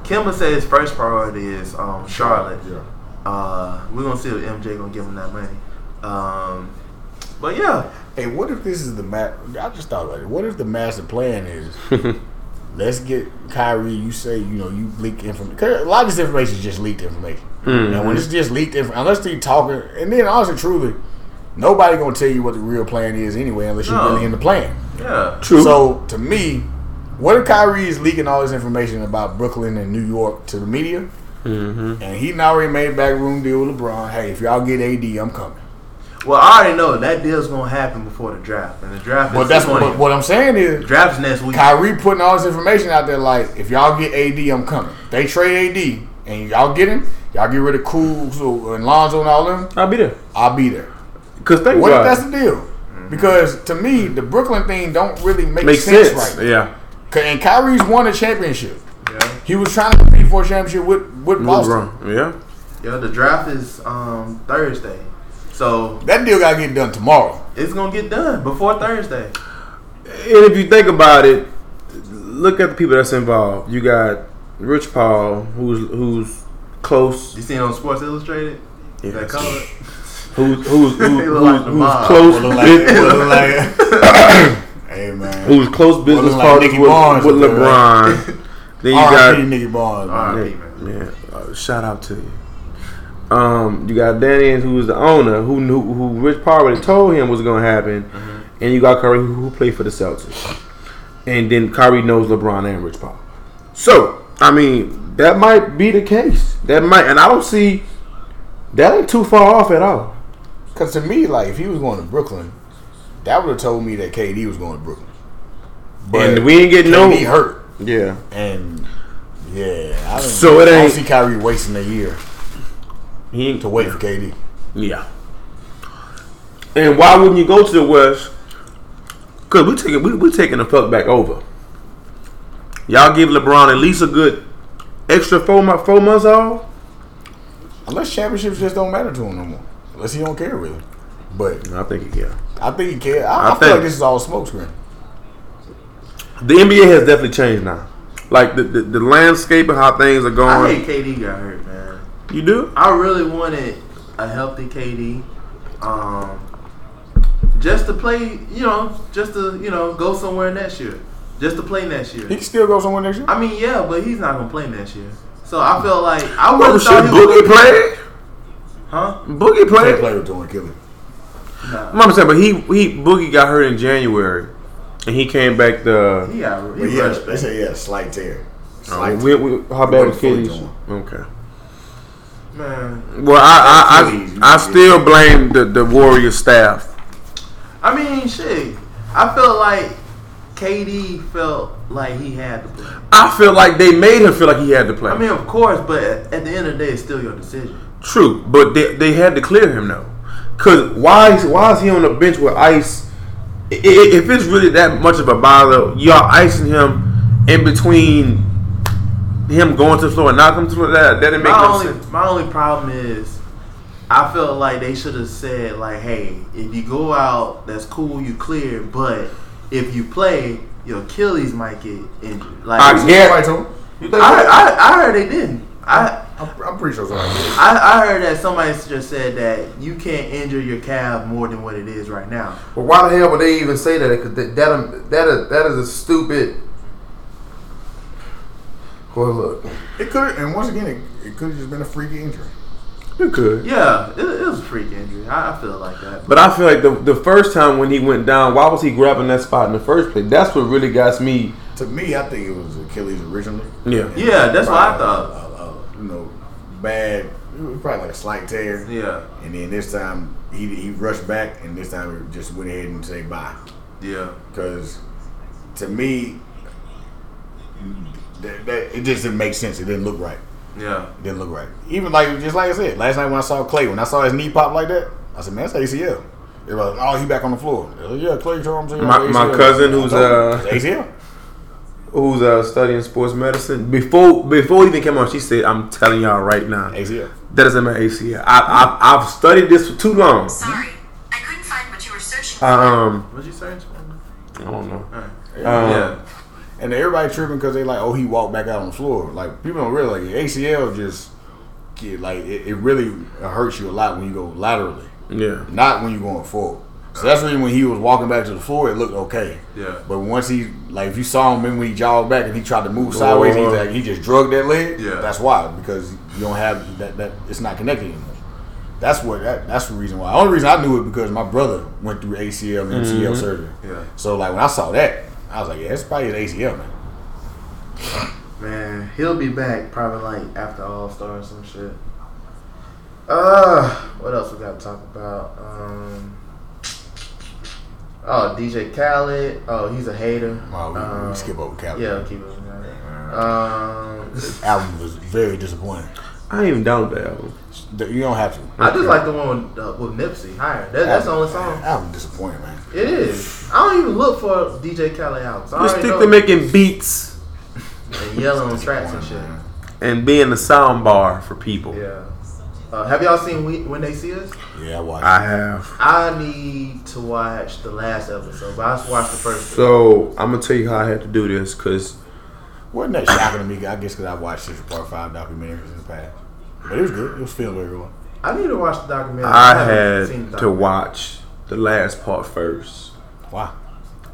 A: Kimba said his first priority is um, Charlotte.
C: Yeah.
A: Uh, we're gonna see if MJ gonna give him that money. Um, but yeah,
C: Hey, what if this is the ma I just thought about it. What if the master plan is let's get Kyrie? You say you know you leak information. A lot of this information is just leaked information. And when it's just leaked information, unless they talking, and then honestly, truly, nobody gonna tell you what the real plan is anyway, unless you're
A: No.
C: really in the plan.
A: yeah,
B: True.
C: So to me, what if Kyrie is leaking all this information about Brooklyn and New York to the media,
B: mm-hmm.
C: and he already made a backroom deal with LeBron? Hey, if y'all get AD, I'm coming.
A: Well, I already know that deal's gonna happen before the draft, and the draft is
C: But that's
A: funny.
C: what, what I'm saying is
A: Draft's next week.
C: Kyrie putting all this information out there, like if y'all get AD, I'm coming. They trade AD and y'all get him, y'all get rid of Kuz and Lonzo and all them.
B: I'll be there.
C: I'll be there.
B: Cause thank
C: What if
B: God.
C: that's the deal? Because to me, the Brooklyn thing don't really make
B: Mm-hmm. Makes
C: sense,
B: sense.
C: right now.
B: Yeah.
C: K- And Kyrie's won a championship.
A: Yeah,
C: He was trying to compete for a championship with with Boston.
B: LeBron. Yeah.
A: yeah. The draft is um, Thursday, so
C: That deal got to get done tomorrow.
A: it's gonna get done before Thursday.
B: And if you think about it, look at the people that's involved. You got Rich Paul, who's who's close,
A: You seen on Sports Illustrated?
B: Yeah.
A: That color.
B: who's who's who's,
A: (laughs) He look
B: who's,
A: like the
B: who's
A: mob.
B: close,
C: What look like,
B: bus-
C: what look like,
B: (laughs)
C: hey man,
B: who's close business
C: like
B: partners
C: Nicky
B: with,
C: Barnes
B: with
C: up there,
B: LeBron. then you
C: R.I.P.
B: got
C: Nicky Barnes. man.
A: R.I.P. man.
B: man, uh, shout out to you. Um, you got Danny, who was the owner, who knew who Rich Paul already told him was going to happen, and you got Kyrie, who, who played for the Celtics, and then Kyrie knows LeBron and Rich Paul. So I mean, that might be the case. That might, and I don't see that ain't too far off at all.
C: Because to me, like if he was going to Brooklyn, that would have told me that KD was going to Brooklyn.
B: and we ain't getting
C: KD
B: no.
C: hurt,
B: Yeah,
C: and yeah, I don't,
B: So it
C: I don't
B: ain't-
C: see Kyrie wasting a year
B: he ain't
C: to wait for KD.
B: Yeah. And why wouldn't you go to the West? Cause we taking we we taking the fuck back over. Y'all give LeBron at least a good extra four month four months off.
C: Unless championships just don't matter to him no more. Unless he don't care really. But
B: I think yeah.
C: I think he care. I, I,
B: I
C: feel like
B: think-
C: this is all smokescreen.
B: The NBA has definitely changed now. Like the the, the landscape and how things are
A: I
B: going.
A: hate KD got hurt, man.
B: You do?
A: I really wanted a healthy KD, um, just to play. You know, just to you know go somewhere next year, just to play next
C: He
A: year.
C: can still go somewhere next year.
A: I mean, yeah, but he's not gonna play next year. So I felt like I would
B: Oh
A: have
B: shit!
A: thought he
B: Boogie
A: would,
B: played.
A: huh?
B: Boogie
C: Can't
B: played.
C: play with Dorian Killer.
A: Nah,
B: Mama said, but he he Boogie got hurt in January, and he came back the.
A: he got
C: But
A: he
C: yeah,
A: rushed
C: they
A: back.
C: say yeah, slight tear.
B: Oh,
C: Slight
B: we- we- how bad was
C: Fully
B: Kitty's?
C: torn.
B: Okay.
A: man.
B: Well, I I, I, I still blame the, the Warriors staff.
A: I mean, shit. I felt like KD felt like he had to play.
B: I feel like they made him feel like he had to play.
A: I mean, of course, but at the end of the day, it's still your decision.
B: True, but they, they had to clear him though. Cause why is why is he on the bench with Ice? I- i- If it's really that much of a bother, y'all icing him in between him going to the floor and not coming to the floor. That that didn't make
A: my
B: no
A: only
B: sense.
A: my only problem is I felt like they should have said like, hey, if you go out, that's cool, you clear, but if you play, your Achilles might get injured. Like
B: I
A: I
B: get- Yeah.
C: Somebody told him? You think
A: I, I, heard they didn't. I,
C: I'm, I'm pretty sure somebody did.
A: I I heard that somebody just said that you can't injure your calf more than what it is right now.
D: But why the hell would they even say that? Because that that that, that is a stupid. Well, look,
C: It could, and once again, it, it could have just been a freak injury.
B: You could.
A: Yeah, it, it was a freak injury. I, I feel like that.
B: But I feel like the, the first time when he went down, why was he grabbing that spot in the first place? That's what really got me.
C: To me, I think it was Achilles originally.
B: Yeah.
A: Yeah, that's what I
C: Probably
A: thought.
C: A, a, a, you know, bad. It was probably like a slight tear.
A: Yeah,
C: And then this time he he rushed back, and this time he just went ahead and said bye.
A: yeah.
C: Because to me, that, that, it just didn't make sense. It didn't look right.
A: Yeah,
C: It didn't look right. Even like just like I said last night when I saw Clay, when I saw his knee pop like that, I said, "Man, that's ACL." They were like, "Oh, he back on the floor." I said, yeah, Clay tore himself.
B: My- my cousin who's, uh,
C: ACL.
B: who's uh, studying sports medicine, before before it even came on, she said, "I'm telling y'all right now,
C: ACL.
B: that is in my ACL. I, I I've studied this for too long.
E: Sorry, I couldn't find what you were searching for.
B: Um,
A: What you saying?
B: I don't know.
A: Alright.
B: Um,
A: yeah.
C: And everybody tripping because they like, oh, he walked back out on the floor. Like people don't realize like, ACL just get like it, it really hurts you a lot when you go laterally,
B: yeah.
C: not when you're going forward. So that's really when he was walking back to the floor, it looked okay.
A: Yeah.
C: But once he like, if you saw him remember when he jogged back and he tried to move sideways, he's like he just drugged that leg.
A: Yeah.
C: That's why because you don't have that that it's not connected anymore. That's what that, that's the reason why. Only reason I knew it because my brother went through ACL and MCL surgery.
A: Mm-hmm. Yeah.
C: So like when I saw that, I was like, yeah, that's probably an ACL man.
A: Man, he'll be back probably like after All Star or some shit. Uh, what else we got to talk about? Um, oh, DJ Khaled. Oh, he's a hater.
C: Wow, we, we
B: Uh,
A: Um,
C: skip over Cali.
A: Yeah, keep it. Um,
C: album was very disappointing.
B: I ain't even downloaded the album.
C: The- You don't have to.
A: I just like the one with, uh, with Nipsey. Higher. That, that's the only song.
C: Album disappointing, man.
A: It is. I don't even look for DJ Khaled albums. I
B: Just
A: already
B: stick
A: know
B: to making beats
A: and yelling on tracks and shit.
B: and being the sound bar for people.
A: Yeah. Uh, have y'all seen we, When They See Us?
C: Yeah, I watched.
B: I have.
A: I need to watch the last episode, but I just watched the first.
B: So I'm gonna tell you how I had to do this because
C: it. Wasn't that shocking to me? I guess because I watched six part five documentaries in the past, but it was good. It was filmed very well.
A: I need to watch the documentary.
B: I
A: haven't seen
B: had
A: the
B: to
A: documentary.
B: watch the last part first
C: Wow.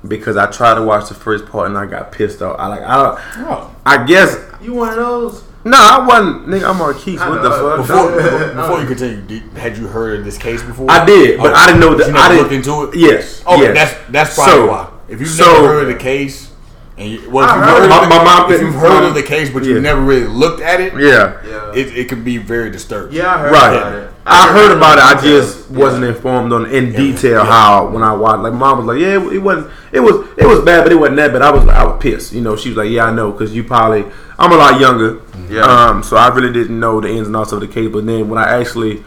B: because I tried to watch the first part and I got pissed off. I like I don't,
C: Oh.
B: I guess
A: You one of those?
B: no, I wasn't. Nigga, I'm Marquise.
A: I
B: What
A: know.
B: the fuck?
C: Before,
A: No.
C: before you continue, did, had you heard of this case before?
B: I did, but
C: Oh,
B: I didn't know
C: but
B: that.
C: you
B: I
C: never
B: didn't
C: looked into it.
B: Yes.
C: Oh,
B: yes.
C: that's that's probably
B: So-
C: why. If you've
B: so-
C: never heard of the case, and you, well, if
A: I
C: you've
A: heard
C: heard,
B: My-
C: of
B: my
C: the-
B: mom
C: if
B: been-
C: you've heard
B: my-
C: of the case, but
B: Yeah.
C: you've never really looked at it,
B: Yeah.
A: Yeah.
C: it, it can be very disturbing.
A: yeah, I heard
B: Right.
A: about it.
B: I heard about it. I
A: Yeah.
B: just wasn't informed on in detail
C: yeah.
B: how when I watched. Like mom was like, "Yeah, it wasn't. It was. It was bad, but it wasn't that bad." I was. I was pissed. You know, she was like, "Yeah, I know," because you probably. I'm a lot younger.
A: Yeah.
B: Um. So I really didn't know the ins and outs of the case. But then when I actually,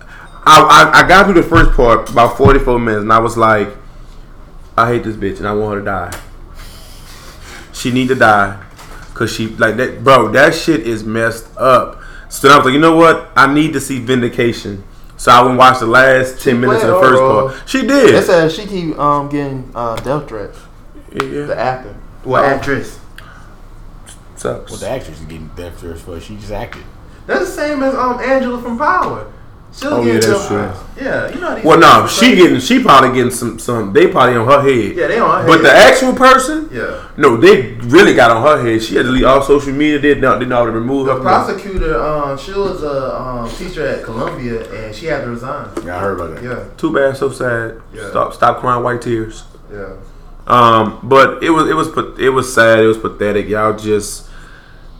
B: I I, I got through the first part about 44 minutes, and I was like, "I hate this bitch, and I want her to die. She need to die." Cause she like that, bro. That shit is messed up. So then I was like, you know what? I need to see vindication. So I went and watched the last ten minutes of the
A: played
B: first
A: horror.
B: part. She did.
D: That's how she keep um getting uh, death threats. The
B: yeah.
D: actor.
A: Well, actress.
B: Sucks.
C: Well, the actress is getting death threats for. it. She just acted.
A: That's the same as um Angela from Power. She'll
B: Oh,
A: get
B: yeah, that's
A: them-
B: true.
A: Yeah, you know. how these
B: Well, no,
A: people
B: she
A: say-
B: getting. She probably getting some. Some. They probably on her head.
A: Yeah, they on her
B: But the
A: head.
B: actual person.
A: Yeah.
B: No, they really got on her head. She had to leave all social media. They not. They know how to remove
A: The
B: her.
A: prosecutor, um, she was a um, teacher at Columbia, and she had to resign.
C: Yeah, I heard about that.
A: Yeah,
B: Too bad. So sad.
A: Yeah.
B: Stop. Stop crying white tears.
A: yeah.
B: Um, but it was it was pa- it was sad. It was pathetic. Y'all just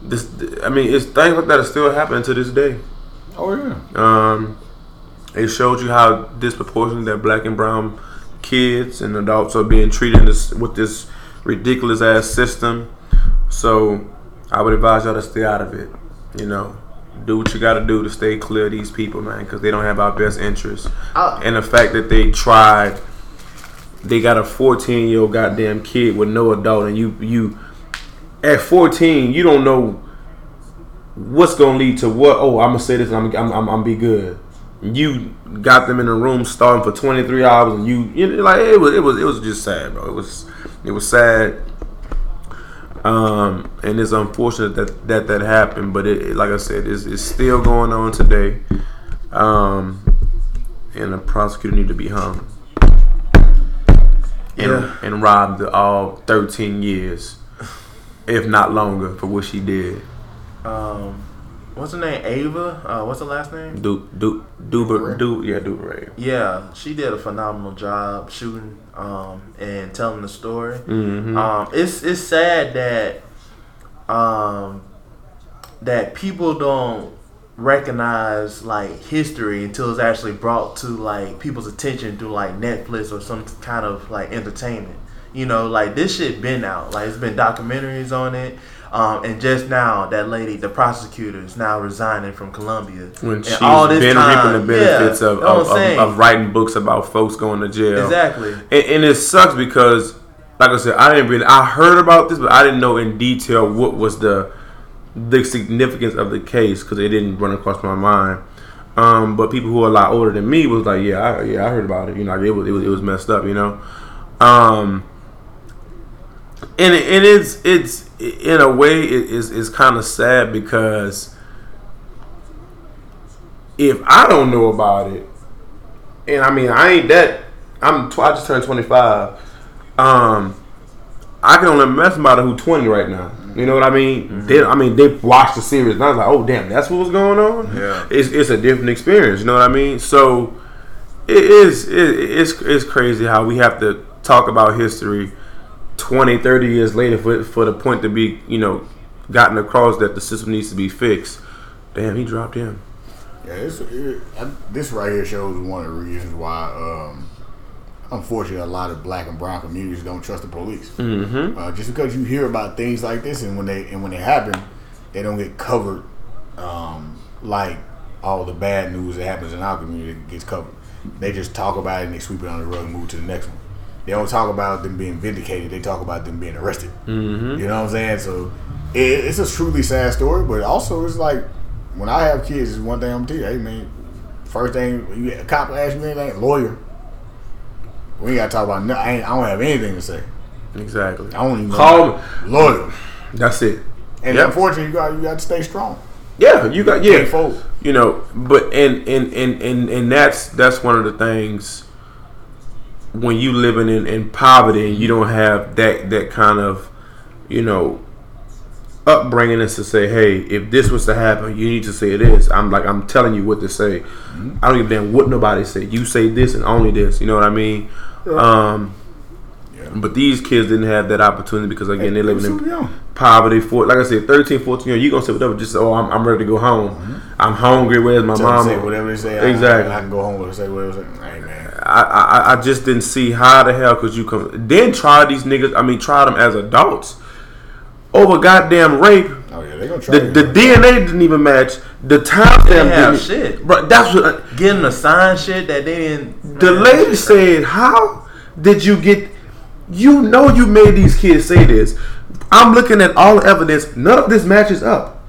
B: this. I mean, it's things like that are still happening to this day.
C: Oh yeah.
B: Um, it showed you how disproportionate that black and brown kids and adults are being treated in this, with this ridiculous ass system. So I would advise y'all to stay out of it. You know, do what you got to do to stay clear of these people, man, because they don't have our best interests.
A: I-
B: and the fact that they tried, they got a 14 year old goddamn kid with no adult, and you you at 14 you don't know what's gonna lead to what. Oh, I'm gonna say this and I'm I'm I'm, I'm be good. You got them in a room starting for 23 hours, and you, you know, like it was it was it was just sad, bro. It was it was sad. Um, and it's unfortunate that that, that happened, but it, it- like I said, it's, it's still going on today. Um, and the prosecutor need to be hung. And,
A: Yeah.
B: and robbed the all 13 years, if not longer, for what she did.
A: Um, what's her name? Ava. Uh, what's her last name?
B: Du du Duber du yeah Duber.
A: Yeah, she did a phenomenal job shooting um, and telling the story.
B: Mm-hmm.
A: Um, it's it's sad that um, that people don't recognize like history until it's actually brought to like people's attention through like Netflix or some kind of like entertainment. You know, like this shit been out. Like it's been documentaries on it. Um, and just now, that lady, the prosecutor, is now resigning from Columbia.
B: when
A: And
B: she's been reaping the
A: yeah,
B: benefits of,
A: you know what
B: of,
A: I'm saying?
B: of, of writing books about folks going to jail.
A: Exactly.
B: And, and it sucks because like I said, I didn't really. I heard about this, but I didn't know in detail what was the the significance of the case because it didn't run across my mind. Um, but people who are a lot older than me was like, yeah, I, yeah, I heard about it. You know, like, it was it was, it was messed up. You know, um, and it, and it's it's in a way it is is kind of sad because if I don't know about it, and I mean I ain't that I'm tw- I just turned 25. Um, I can only mess about it who 20 right now. You know what I mean?
C: Mm-hmm.
B: They, I mean they watched the series and I was like, oh damn, that's what was going on.
A: Yeah.
B: it's it's a different experience. You know what I mean? So it is it, it's it's crazy how we have to talk about history 20 30 years later for, for the point to be you know gotten across that the system needs to be fixed damn he dropped him
C: Yeah, it's, it, I, this right here shows one of the reasons why, um, unfortunately, a lot of black and brown communities don't trust the police. Mm-hmm. Uh, just because you hear about things like this, and when they and when they happen, they don't get covered um, like all the bad news that happens in our community gets covered. They just talk about it and they sweep it under the rug and move to the next one. They don't talk about them being vindicated. They talk about them being arrested. Mm-hmm. You know what I'm saying? So it, it's a truly sad story, but also it's like when I have kids, it's one thing I'm teaching. Hey man, first thing you a cop ask me anything, lawyer. We ain't gotta talk about. No, I, ain't, I don't have anything to say.
B: exactly
C: I don't even
B: Call me.
C: lawyer.
B: that's it
C: And
B: Yep.
C: unfortunately, you got you got to stay strong.
B: yeah you got yeah
C: Can't fold.
B: you know but and and and and, and that's that's one of the things when you living in, in poverty and you don't have that that kind of you know upbringing is to say hey if this was to happen you need to say this i'm like i'm telling you what to say
C: Mm-hmm.
B: i don't give a damn what nobody say you say this and only this you know what i mean um but these kids didn't have that opportunity because again they're living in
C: super young.
B: poverty for like i said 13 14 years you're gonna say whatever just oh i'm, I'm ready to go home i'm hungry where's my
C: Mm-hmm. Tell
B: mom
C: them to say whatever they say. I-
B: Exactly.
C: I, can go home and say whatever. They say. Hey man,
B: I, I, I just didn't see how the hell could you come. Then try these niggas. I mean, try them as adults over goddamn rape.
C: oh yeah, they gonna try.
B: The,
C: you.
B: the DNA didn't even match. The timestamp
A: They have
B: didn't.
A: shit.
B: Bro, that's what
A: Getting a sign shit that they didn't.
B: the
A: man,
B: lady said. How did you get? You know you made these kids say this. I'm looking at all the evidence. None of this matches up.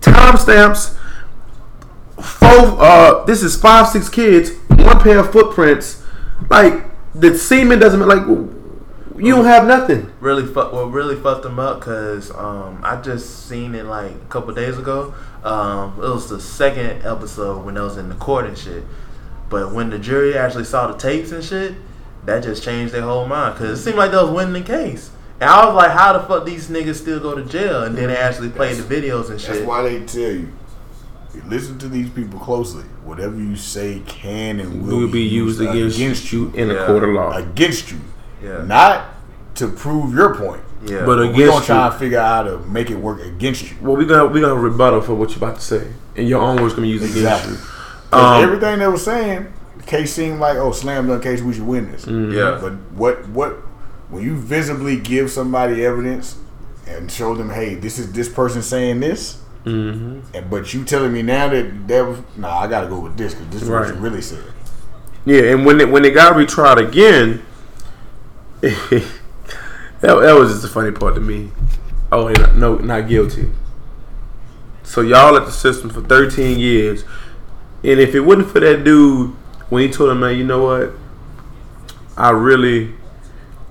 B: Timestamps. Four. Uh, this is five, six kids. One pair of footprints. Like the semen doesn't like. You don't have nothing.
A: really fuck what really fucked them up because um, I just seen it like a couple days ago. Um, it was the second episode when I was in the court and shit. But when the jury actually saw the tapes and shit, that just changed their whole mind because it seemed like they was winning the case. And I was like, how the fuck these niggas still go to jail? And then they actually played the videos and
C: That's
A: shit.
C: why they tell you. you Listen to these people closely. Whatever you say can and will,
B: Will be used against, you in
A: Yeah.
B: a court of law.
C: Against you,
A: Yeah.
C: not to prove your point.
A: yeah.
B: but
C: We're gonna
B: against you.
C: try and figure out how to make it work against you.
B: Well, we gonna we gonna rebuttal for what you about to say, and your own words gonna be used against
C: Exactly.
B: you.
C: 'Cause
B: Um,
C: everything they were saying, the case seemed like, oh, slam dunk case, we should win this.
B: mm-hmm.
A: Yeah.
C: But what what when you visibly give somebody evidence and show them, hey, this is this person saying this,
B: Mm-hmm.
C: and but you telling me now that that was no, I got to go with this because this is what you
B: Right.
C: really said.
B: Yeah, and when it when it got retried again, (laughs) that, that was just the funny part to me. Oh, and no, not guilty. So y'all at the system for 13 years, and if it wasn't for that dude when he told him, man, you know what, I really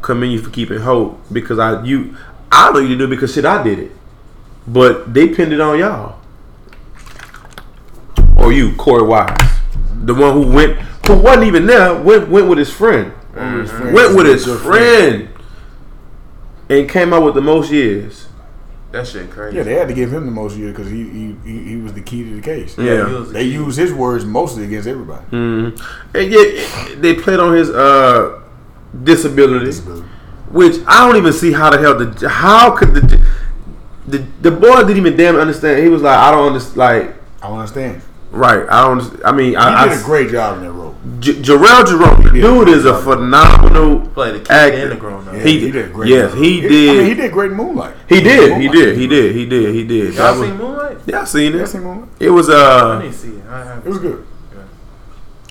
B: commend you for keeping hope because I you I know you do because shit I did it, but they pinned it on y'all or you Corey Wise, the one who went who wasn't even there went went with his friend, went with his friend, and came out with the most years.
A: that shit crazy.
C: Yeah, they had to give him the most years because he, he he he was the key to the case.
A: He was-
C: They use his words mostly against everybody.
B: Mm. And yet they played on his uh disability,
C: Disability.
B: which I don't even see how the hell the how could the the, the boy didn't even damn understand. He was like, I don't understand. Like,
C: I don't understand.
B: right? I don't. I mean,
C: He
B: I,
C: did a
B: I
C: great job in that role.
B: J- Jarrell Jerome, the dude is a phenomenal
A: Played the kid and the
B: actor.
A: grown up.
C: Yeah,
B: He did- yes, he
C: I
B: did.
C: mean, he did great in Moonlight.
B: He did. He
C: Moonlight.
B: did. He did. He did. He did.
A: Y'all
B: That was-
A: seen Moonlight?
B: Yeah, I seen
C: Yeah, I
B: it.
C: seen Moonlight.
B: It was
A: I
B: uh,
A: didn't see it. I haven't.
C: It was good.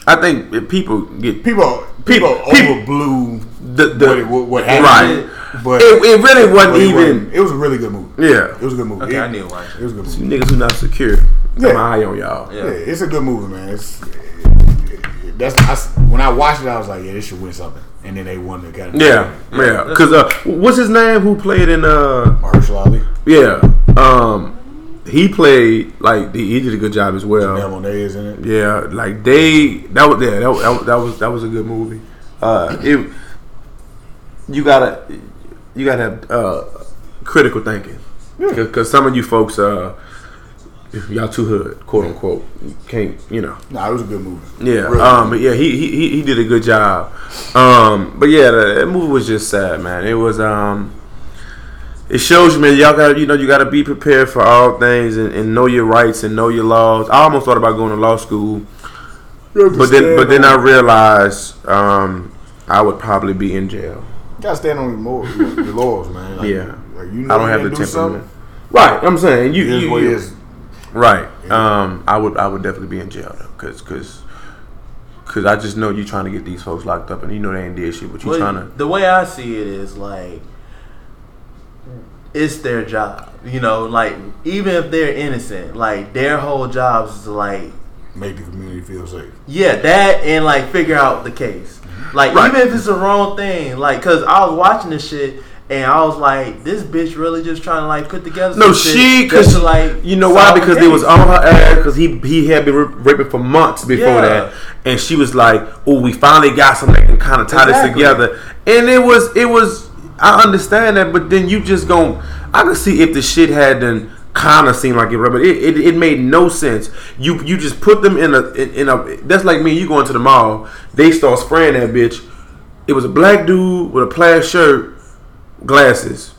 B: I think that people get
C: People, people,
B: People- people-
C: overblew
B: the the
C: what, it, what, what happened.
B: right.
C: But
B: It, it really wasn't
C: but it
B: even.
C: wasn't- it was a really good movie.
B: Yeah.
C: It was a good movie.
A: Okay,
C: it,
A: I need to watch
C: It
A: it.
C: was a good
B: You
C: movie.
B: niggas who not secure.
C: Yeah.
B: Got my eye on y'all.
C: Yeah,
A: Yeah.
C: it's a good movie, man. It's it- it- that's I s when I watched it, I was like, yeah, this should win something. And then they won the Academy.
B: Yeah, yeah. Because uh, what's his name who played in. uh
C: Marshall Ali,
B: Yeah. Um, he played like he he did a good job as
C: Janelle
B: well.
C: Monae is in it.
B: Yeah, like they that was yeah that, was- that, was- that was that was a good movie. Uh, it you gotta you gotta have uh critical thinking because some of you folks uh y'all too hood quote unquote You can't you know
C: Nah, it was a good movie.
B: yeah
C: Really.
B: um but yeah he he he- he did a good job um but yeah that, that movie was just sad man it was um it shows you, man. Y'all got to you know you got to be prepared for all things and, and know your rights and know your laws. I almost thought about going to law school, but then but then I realized um, I would probably be in jail.
C: You gotta stand on your, mor- your your laurels,
B: (laughs)
C: man. Like,
B: Yeah.
C: like you know
B: I don't
C: you
B: have the
C: didn't do
B: temperament.
C: something.
B: Right, I'm saying you.
C: It is
B: you-
C: what it
B: you-
C: is.
B: Right. Um, I would I would definitely be in jail though, cause cause. Cause I just know you trying to get these folks locked up, and you know they ain't did shit, but you
A: Well,
B: trying to.
A: The way I see it is like it's their job. You know, like even if they're innocent, like their whole job is to, like
C: Make the community feel safe.
A: yeah, that and like figure out the case. Like
B: Right.
A: even if it's the wrong thing, like cuz I was watching this shit and I was like this bitch really just trying to like put together
B: No,
A: some shit
B: she
A: just
B: because
A: to, like
B: you know why?
A: solve the
B: Because they was
A: case.
B: on her ass because he he had been ra- raping for months before
A: Yeah.
B: that, and she was like, "Oh, we finally got something that can kind of tie this
A: Exactly.
B: together." And it was it was I understand that, but then you just gon' I could see if the shit had then kind of seemed like it, but it, it it made no sense. You you just put them in a in, in a that's like me. and You going to the mall, they start spraying that bitch. It was a black dude with a plaid shirt, glasses.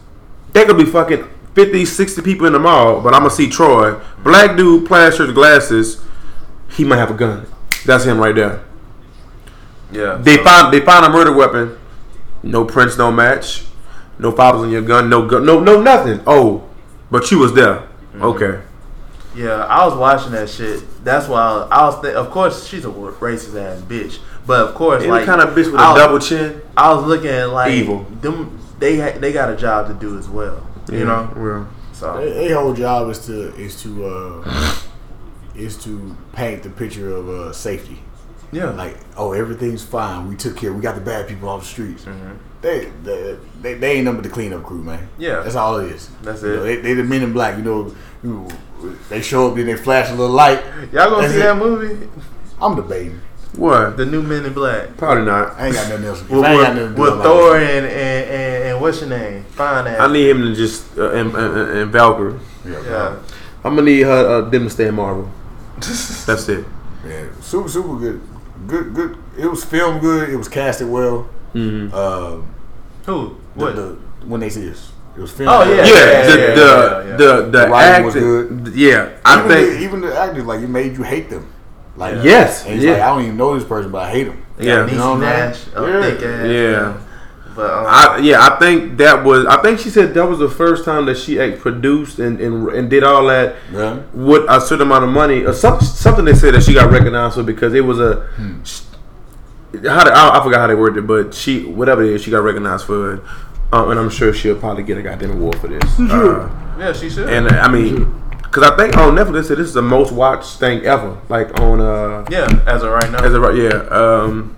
B: There could be fucking 50, 60 people in the mall, but I'm gonna see Troy, black dude, plaid shirt, glasses. He might have a gun. That's him right there.
A: yeah.
B: They find they find a murder weapon. No prints, no match, no fibers on your gun, no gun, no no nothing. Oh, but you was there.
A: Mm-hmm.
B: Okay.
A: Yeah, I was watching that shit. That's why I was, I was thi- of course she's a w- racist ass bitch, but of course
B: Any
A: like
B: kind of bitch with a
A: I was-
B: double chin.
A: I was looking at like
B: Evil.
A: them. They ha- they got a job to do as well. You know,
B: Well,
A: so
C: Their whole job is to is to uh, is to paint the picture of uh, safety.
A: yeah,
C: Like, oh, everything's fine. We took care. We got the bad people off the streets.
A: Mm-hmm.
C: They, they, they, they ain't number the cleanup crew, man.
A: Yeah.
C: that's all it is.
A: That's
C: You know,
A: it.
C: they, they the men in black. You know, you- they show up and they flash a little light.
A: y'all gonna
C: That's
A: see
C: it.
A: that movie,
C: I'm debating.
B: what?
A: The New Men in Black,
B: Probably not.
C: I ain't got nothing else.
A: with,
C: I ain't got nothing
A: with,
C: to do
A: with
C: about
A: Thor
C: it.
A: and, and, and and what's your name? Fine ass.
B: I need him to just uh, and, and, and Valkyrie.
A: yeah,
B: I'm gonna need her uh, them to stay
A: (laughs)
B: in Marvel. That's it.
C: Yeah, super, super good. Good, good. It was filmed good. It was casted well.
B: Mm-hmm.
C: Um,
A: who?
C: the,
A: What?
C: the- when they see us, it was filmed.
A: Oh,
C: good.
A: yeah.
B: yeah, the,
A: yeah,
B: the,
A: yeah, yeah.
B: the the
C: The writing was
B: acting-
C: good.
B: Yeah, I
C: even
B: think
A: (laughs)
C: the, even the actors like it made you hate them. Like
B: Yes,
C: and he's
B: yeah.
C: like, I don't even know this person, but I hate him.
A: They got
B: yeah.
A: Niecy
C: No, man.
A: Nash, a
C: Yeah.
A: thick ass.
B: Yeah.
A: but um,
B: I yeah I think that was I think she said that was the first time that she act produced and, and and did all that
C: Yeah.
B: with a certain amount of money or some, something they said that she got recognized for because it was a sh how did, I, I forgot how they worded it but she whatever it is she got recognized for it um, and I'm sure she'll probably get a goddamn award for this Uh,
A: yeah, she should.
B: and uh, I mean because I think on Netflix they said this is the most watched thing ever like on uh
A: yeah, as of right now,
B: As a right, yeah. Um,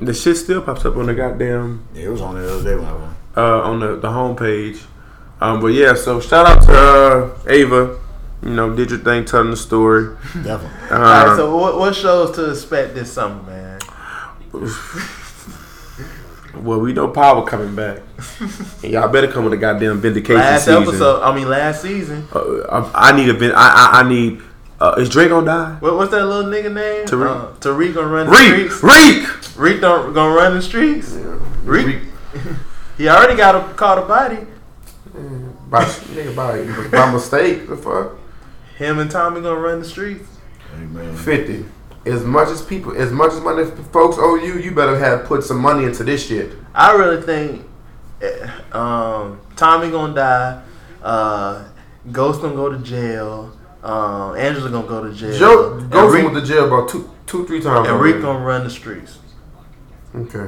B: the shit still pops up on the goddamn
C: Yeah, it was on there the other day when I went.
A: (clears throat)
B: uh, on the the homepage. Um, but yeah, so shout out to uh, Ava. You know, did your thing, telling the
D: (laughs)
B: story.
C: Definitely.
B: Um,
A: All right, so what, what shows to expect this summer, man?
B: well, we know Power coming
D: (laughs)
B: back. And y'all better come with a goddamn vindication
A: Last
B: season.
A: episode, I mean last season.
B: Uh, I, I need a vin- I, I I need. Uh, is Drake gonna die?
A: What, what's that little nigga name?
B: Tariq.
A: Uh, Tariq gonna run the
B: Reek,
A: streets.
B: Reek.
A: Reek don't gonna run the streets. Reek. he already got a, caught a body.
D: By, nigga, by, by mistake, the fuck.
A: Him and Tommy gonna run the streets.
C: Amen.
D: Fifty. As much as people, as much as money folks owe you, you better have put some money into this shit.
A: I really think eh, um, Tommy gonna die. Uh, Ghost gonna go to jail. Um, Angela gonna go to jail.
D: Joe
A: And
D: goes
A: Reek-
D: went to jail about two, two, three times.
A: and
D: already.
A: Reek gonna run the streets.
D: Okay.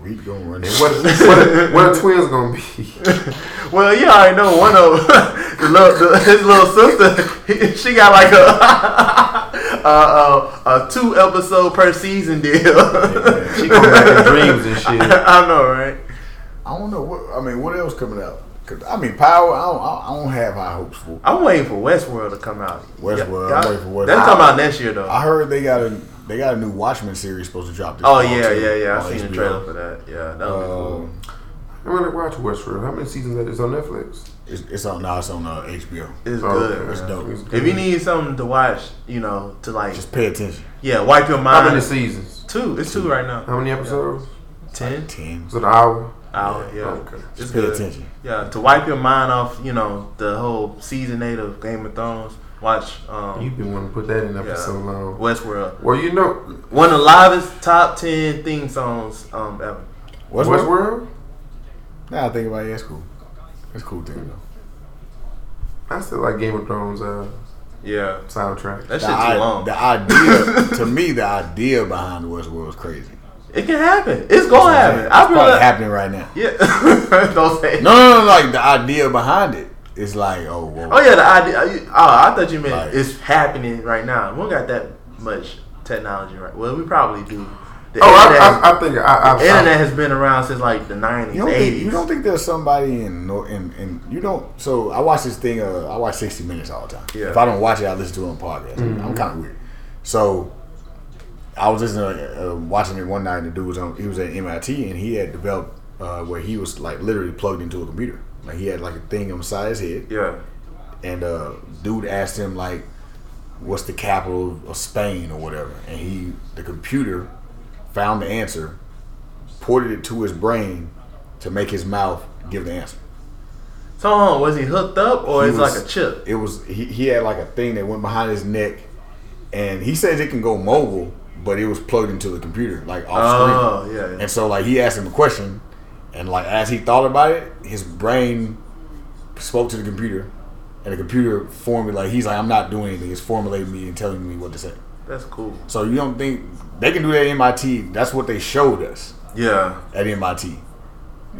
C: We gonna run
D: And
C: this.
D: what, what, what are twins gonna be?
A: Well, you already know one of (laughs) the little, the, his little sister. (laughs) he- She got like a (laughs) a, a, a two episode per season deal.
D: She come back in
A: (laughs)
D: dreams and shit.
A: I know, right?
C: I don't know what. I mean, what else coming out? 'Cause, I mean, Power. I don't. I don't have high hopes for.
A: I'm waiting for Westworld to come out.
C: Westworld,
A: Yeah,
C: I'm waiting for Westworld.
A: That's coming out next year, though.
C: I heard they got a they got a new Watchmen series supposed to drop this.
A: oh
C: fall,
A: yeah,
C: too,
A: yeah, yeah.
C: on
A: I seen the
C: HBO.
A: trailer for that. Yeah, that was cool.
C: Um,
D: I (laughs) really watch Westworld. How many seasons that is on Netflix?
C: it's, it's on now. It's on uh, HBO.
A: It's
D: oh,
A: good.
D: okay.
C: It's
A: man.
C: dope.
D: It's
A: If you need something to watch, you know, to like,
C: Just pay attention.
A: yeah, wipe your
D: How
A: mind.
D: many seasons?
A: two. It's two right now.
D: How many episodes?
A: Ten.
C: Ten.
D: Is it an hour?
A: Hour. Yeah.
D: Okay.
A: It's
C: Just pay
A: good.
C: attention.
A: Yeah, to wipe your mind off, you know, the whole season eight of Game of Thrones. Watch
D: You've
A: um,
D: been wanting to put that in there
A: Yeah.
D: for so long.
A: Westworld.
D: Well, you know,
A: One of the loudest top ten theme songs um, ever.
C: What's what?
D: Westworld.
C: Now I think about it. Yeah, it's cool. It's a cool thing though.
D: I still like Game of Thrones uh,
A: Yeah,
D: soundtrack.
A: that
C: The,
A: shit too
C: i-
A: long.
C: the
A: (laughs)
C: idea to me, the idea behind Westworld is crazy.
A: It can happen. It's gonna happen.
C: It's
A: I
C: probably
A: really.
C: happening right now.
A: yeah. (laughs) Don't say. it.
C: No, no, no, like the idea behind it is like, oh, whoa.
A: Oh yeah, the idea. you- Oh, I thought you meant
C: Like-
A: it's happening right now. We don't got that much technology, right? Well, we probably do. The
D: Oh,
A: internet,
D: I, I, I think I, I,
A: the internet has been around since like the nineties,
C: You don't think you don't
A: eighties.
C: think there's somebody in Nor- in in you don't. So I watch this thing. Uh, I watch 60 Minutes all the time.
A: Yeah.
C: If I don't watch it, I listen to it on podcast. I'm kind of weird. So I was listening to, uh, watching it one night. And the dude was on. He was at MIT and he had developed uh, where he was like literally plugged into a computer. Like he had like a thing on the side of his head.
A: Yeah.
C: and uh dude asked him like what's the capital of Spain or whatever and he the computer found the answer ported it to his brain to make his mouth give the answer
A: So hold on, was he hooked up or
C: He
A: is it
C: was-
A: like a chip?
C: it was he, he had like a thing that went behind his neck and he says it can go mobile but it was plugged into the computer like off
A: Oh
C: screen
A: yeah. yeah.
C: and so like he asked him a question and like as he thought about it his brain spoke to the computer and the computer formulated he's like i'm not doing anything it's formulating me and telling me what to say
A: That's cool.
C: so you don't think they can do that at mit that's what they showed us
A: Yeah.
C: at mit you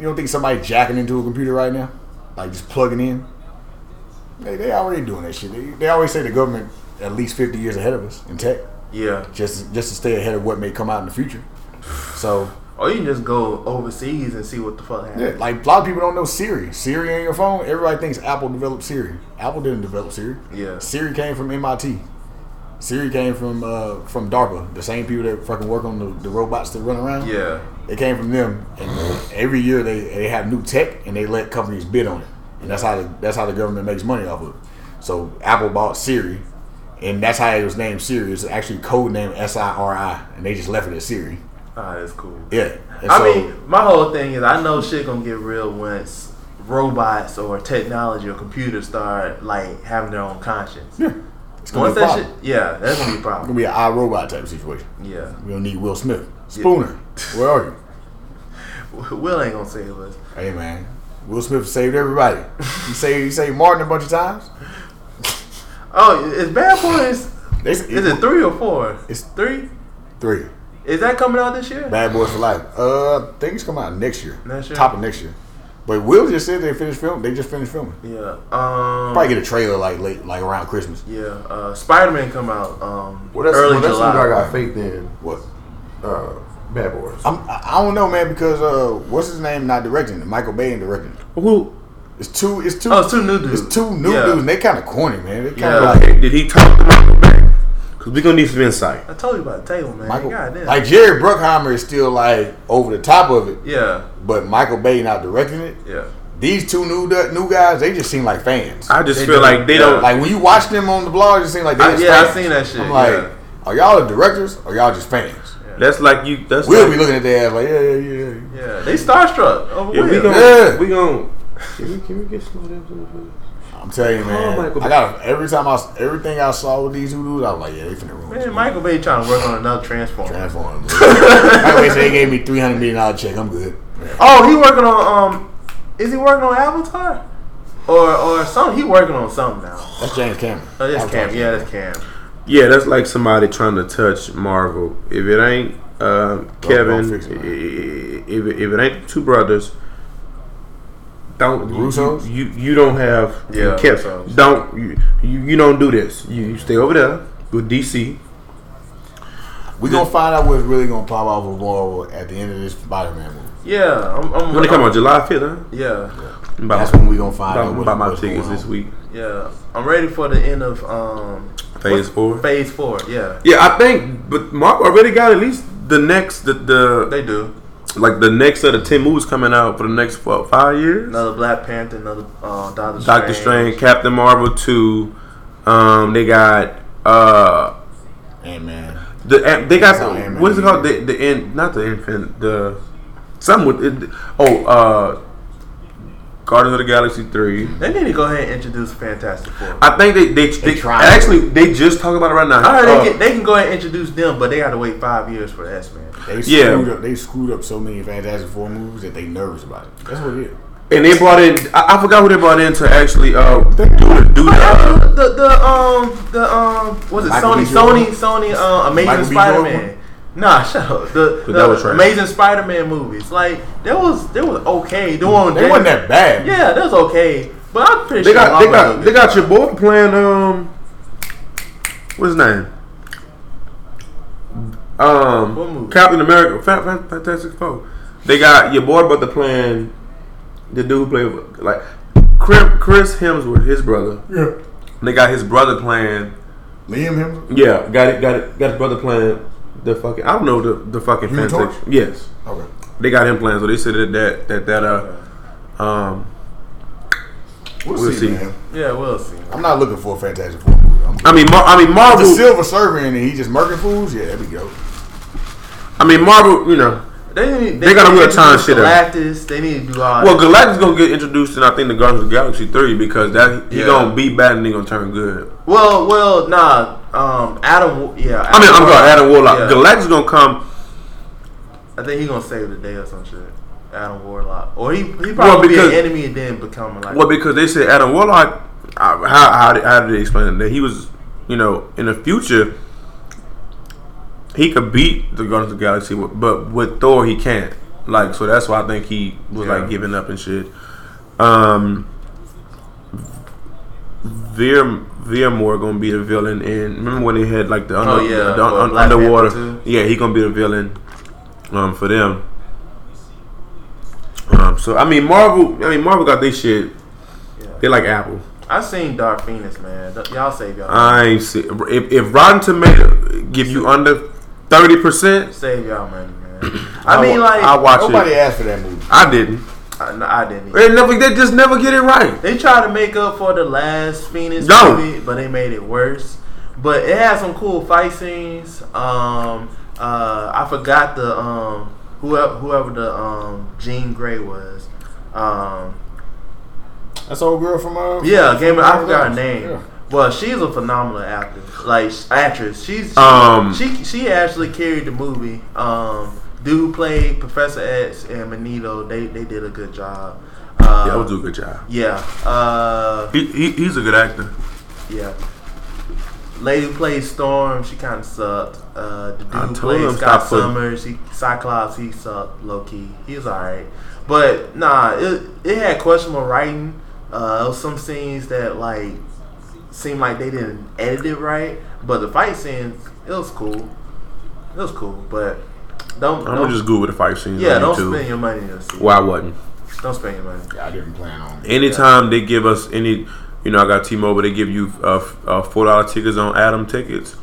C: don't think somebody jacking into a computer right now like just plugging in they, they already doing that shit they, they always say the government at least 50 years ahead of us in tech
A: Yeah.
C: just just to stay ahead of what may come out in the future so
A: Or you can just go overseas and see what the fuck
C: Yeah,
A: happens.
C: like a lot of people don't know Siri. Siri on your phone. Everybody thinks Apple developed Siri. Apple didn't develop Siri.
A: Yeah.
C: Siri came from MIT. Siri came from uh, from DARPA, the same people that fucking work on the, the robots that run around.
A: Yeah.
C: It came from them, and every year they, they have new tech and they let companies bid on it, and that's how the, that's how the government makes money off of it. So Apple bought Siri, and that's how it was named Siri. It's actually code name S I R I, and they just left it as Siri.
A: Ah, that's cool.
C: Yeah. And
A: I
C: so-
A: mean, my whole thing is I know shit gonna get real once robots or technology or computers start like having their own conscience.
C: yeah, it's gonna
A: Once
C: be a
A: that
C: problem.
A: shit, yeah, that's gonna be a
C: It's gonna
A: problem.
C: be an iRobot type situation.
A: Yeah,
C: We don't need Will Smith.
A: (laughs)
C: Spooner, where are you?
A: Will ain't gonna save us.
C: Hey man, Will Smith saved everybody. He saved he saved Martin a bunch of times.
A: Oh, is Bad Boys?
C: They,
A: Is it three or four?
C: It's-
A: three.
C: three?
A: Is that coming out this year?
C: Bad Boys for Life. Uh, I think it's coming out next year.
A: Next year?
C: Top of next year. But Will just said they finished filming. They just finished filming.
A: Yeah. Um.
C: Probably get a trailer like late, like around Christmas.
A: Yeah. Uh, Spider Man come out. Um.
D: Well, that's,
A: early
D: well, that's
A: July.
D: what I got faith in.
C: What?
D: Uh, Bad Boys.
C: I'm, I I don't know, man, because uh, what's his name? Not directing it. Michael Bay ain't directing it.
B: Who
C: It's two. It's two.
A: Oh, it's two new dudes.
C: It's two new
A: Yeah.
C: dudes. And they kind of corny, man. They kind
A: Yeah.
C: of like
B: Hey, did he talk to Michael Bay? Because we're gonna need some insight.
A: I told you about the table, man.
C: Michael.
A: Goddamn.
C: Like Jerry Bruckheimer is still like over the top of it.
A: yeah.
C: but Michael Bay not directing it.
A: Yeah.
C: These two new new guys, they just seem like fans.
B: I just
A: They
B: feel
A: do.
B: like they
A: Yeah.
B: don't.
C: like when you watch them on the blog, it just seem like they
A: I-
C: just
A: yeah, I
C: fans.
A: seen that shit,
C: I'm like,
A: yeah.
C: are y'all the directors or y'all just fans?
B: that's like you. That's
C: We'll
B: like,
C: be looking at their ass like, yeah, yeah, yeah, yeah.
A: Yeah. They starstruck over
B: Yeah, we
A: Will.
B: gonna.
C: Yeah.
B: We gonna. Can we, can we get some of them?
C: I'm telling you, man.
B: Michael
C: I got every time I s- everything I saw with these two dudes, I was like, yeah, they finna ruin
A: Man,
C: (laughs) this.
A: Michael Bay trying to work on another Transformer. (laughs)
C: Transform. Michael Bay said they gave me three hundred million dollar check.
A: (sighs)
C: I'm good.
A: Oh, he working on um, is he working on Avatar, or or some? He working on something now.
C: That's James Cameron.
A: Oh,
C: I
A: that's
C: was
A: Cam.
C: watching
A: Yeah,
C: that.
A: that's Cam.
B: Yeah, that's like somebody trying to touch Marvel. If it ain't um,
C: don't
B: Kevin.
C: fix it,
B: i-
C: man.
B: i- If, it- if it ain't two brothers, don't you-
C: Russos?
B: You, you don't have
A: Yeah,
B: Kev-
A: Russos.
B: Don't you, you you don't do this. You, you stay over there with DC.
C: We gonna find out what's really gonna pop off with Marvel at the end of this Spider-Man movie.
A: Yeah, I'm. I'm
B: When it come out July fifth, huh?
A: Yeah,
B: About,
C: That's when we gonna find out
B: about,
C: what,
B: about my
C: what's
B: tickets
C: going
B: this
C: on.
B: week.
A: yeah. I'm ready for the end of um
B: Phase
A: what-
B: four.
A: Phase four. Yeah,
B: Yeah, I think, but Marvel already got at least the next the, the
A: they do
B: like the next of the ten movies coming out for the next what, five years.
A: another Black Panther, another uh, Doctor
B: Doctor Strange, Captain Marvel two. Um, they got uh
C: Ant-Man.
B: the Ant- they got
C: Oh, Ant-Man.
B: what is it called the the in not the infant the some with it, oh uh Guardians of the Galaxy three.
A: They need to go ahead and introduce Fantastic Four.
B: I think they they, they,
C: trying.
B: actually they just talking about it right now.
A: I heard
B: Uh,
A: they, can, they can go ahead and introduce them, but they got to wait five years for X Men.
C: They
B: Yeah.
C: screwed up. They screwed up so many Fantastic Four movies that they nervous about it. That's what it is.
B: and they brought in I, I forgot who they brought in to actually uh do the do the uh,
A: The the um the um was it
C: Michael
A: Sony
C: B.
A: Sony
C: Jordan?
A: Sony uh,
C: Michael
A: Amazing
C: B.
A: Spider Man.
C: Jordan?
A: Nah, shut up. The,
B: that was
A: the
B: trash.
A: Amazing Spider Man movies, like that was that was okay. The one
C: They wasn't that bad.
A: Yeah, that was okay. But I'm pretty
B: They
A: sure
B: got they
A: Marvel
B: got
A: did
B: they
A: it.
B: got your boy playing um what's his name?
A: What movie?
B: Um Captain America Fa- Fa- Fantastic Four. They got your boy brother playing the dude who played like Chris Chris Hemsworth, his brother.
C: Yeah.
B: They got his brother playing
C: Liam Hemsworth.
B: Yeah, got it got it got his brother playing the fucking I don't know the the fucking
C: Human
B: Fantastic
C: Torch?
B: Yes.
C: Okay.
B: They got him playing, so they said that that that, that uh um
C: We'll,
B: We'll
C: see,
B: see.
C: man.
A: Yeah, we'll see.
C: I'm not looking for a Fantastic Four movie. I'm
B: I mean, Mar- I mean Marvel.
C: the Silver Server in it. He just murking fools. Yeah, there we go.
B: I mean Marvel. You know,
A: They need,
B: They gotta
A: need
B: real time
A: introduce
B: shit out.
A: Galactus. They need to do all.
B: Well,
A: that.
B: Galactus gonna get introduced, and I think the Guardians of the Galaxy three because that he
A: Yeah.
B: gonna be bad and he gonna turn good.
A: well, well, nah. Um, Adam. Yeah.
B: I mean, I'm sorry, Adam Warlock.
A: Yeah.
B: Galactus gonna come.
A: I think he gonna save the day or some shit. Adam Warlock, or he he probably
B: Well, because-
A: be an enemy and then become like.
B: Well, because they said Adam Warlock. uh, How how did, how did they explain it? That he was, you know, in the future, he could beat the Guardians of the Galaxy, with- but with Thor he can't. Like, so that's why I think he was
A: Yeah.
B: like giving up and shit. Um, Veer Veermore gonna be the villain in. Remember when they had like the, under,
A: Oh, yeah,
B: the un-
A: for
B: un-
A: Black Panther
B: underwater?
A: too.
B: Yeah, he gonna be the villain. Um, for them. Um, so I mean Marvel. I mean Marvel got this shit. They like Apple.
A: I seen Dark Phoenix, man. Th- Y'all save y'all.
B: I ain't see, if if Rotten Tomato give you under thirty percent.
A: save y'all money, man. I, mean,
B: wa-
A: like
B: (clears throat) I watch
C: Nobody
B: it.
C: asked for that movie.
B: I didn't.
A: I, no, I didn't. Either.
B: They never. They just never get it right.
A: They tried to make up for the last Phoenix
B: No.
A: movie, but they made it worse. But it had some cool fight scenes. Um, uh, I forgot the um whoever whoever the um Jean Grey was. Um,
C: That's old girl from uh.
A: Yeah, Game of, I forgot her name.
C: Yeah.
A: Well, she's a phenomenal actor, like actress. She's
B: Um,
A: she she actually carried the movie. Um, dude who played Professor X and Magneto, they they did a good job. Uh,
B: Yeah, I would do a good job.
A: yeah, uh,
B: He, he, he's a good actor.
A: yeah. Lady who played Storm, she kind of sucked. Uh, the dude
B: I
A: who
B: told
A: played
B: him
A: Scott
B: stop putting-
A: Summers, he Cyclops, he sucked low key. He's all right, but nah, it it had questionable writing. Uh, it was some scenes that like seemed like they didn't edit it right, but the fight scenes it was cool. It was cool, but don't,
B: I'm
A: don't
B: gonna just Google the fight scenes
A: yeah,
B: on
A: don't
B: YouTube.
A: spend your money. To see.
B: Why wouldn't?
A: Don't spend your money.
C: I didn't plan on. it.
B: Anytime they give us any, you know, I got T-Mobile. They give you uh, f- uh, four dollar tickets on Adam tickets.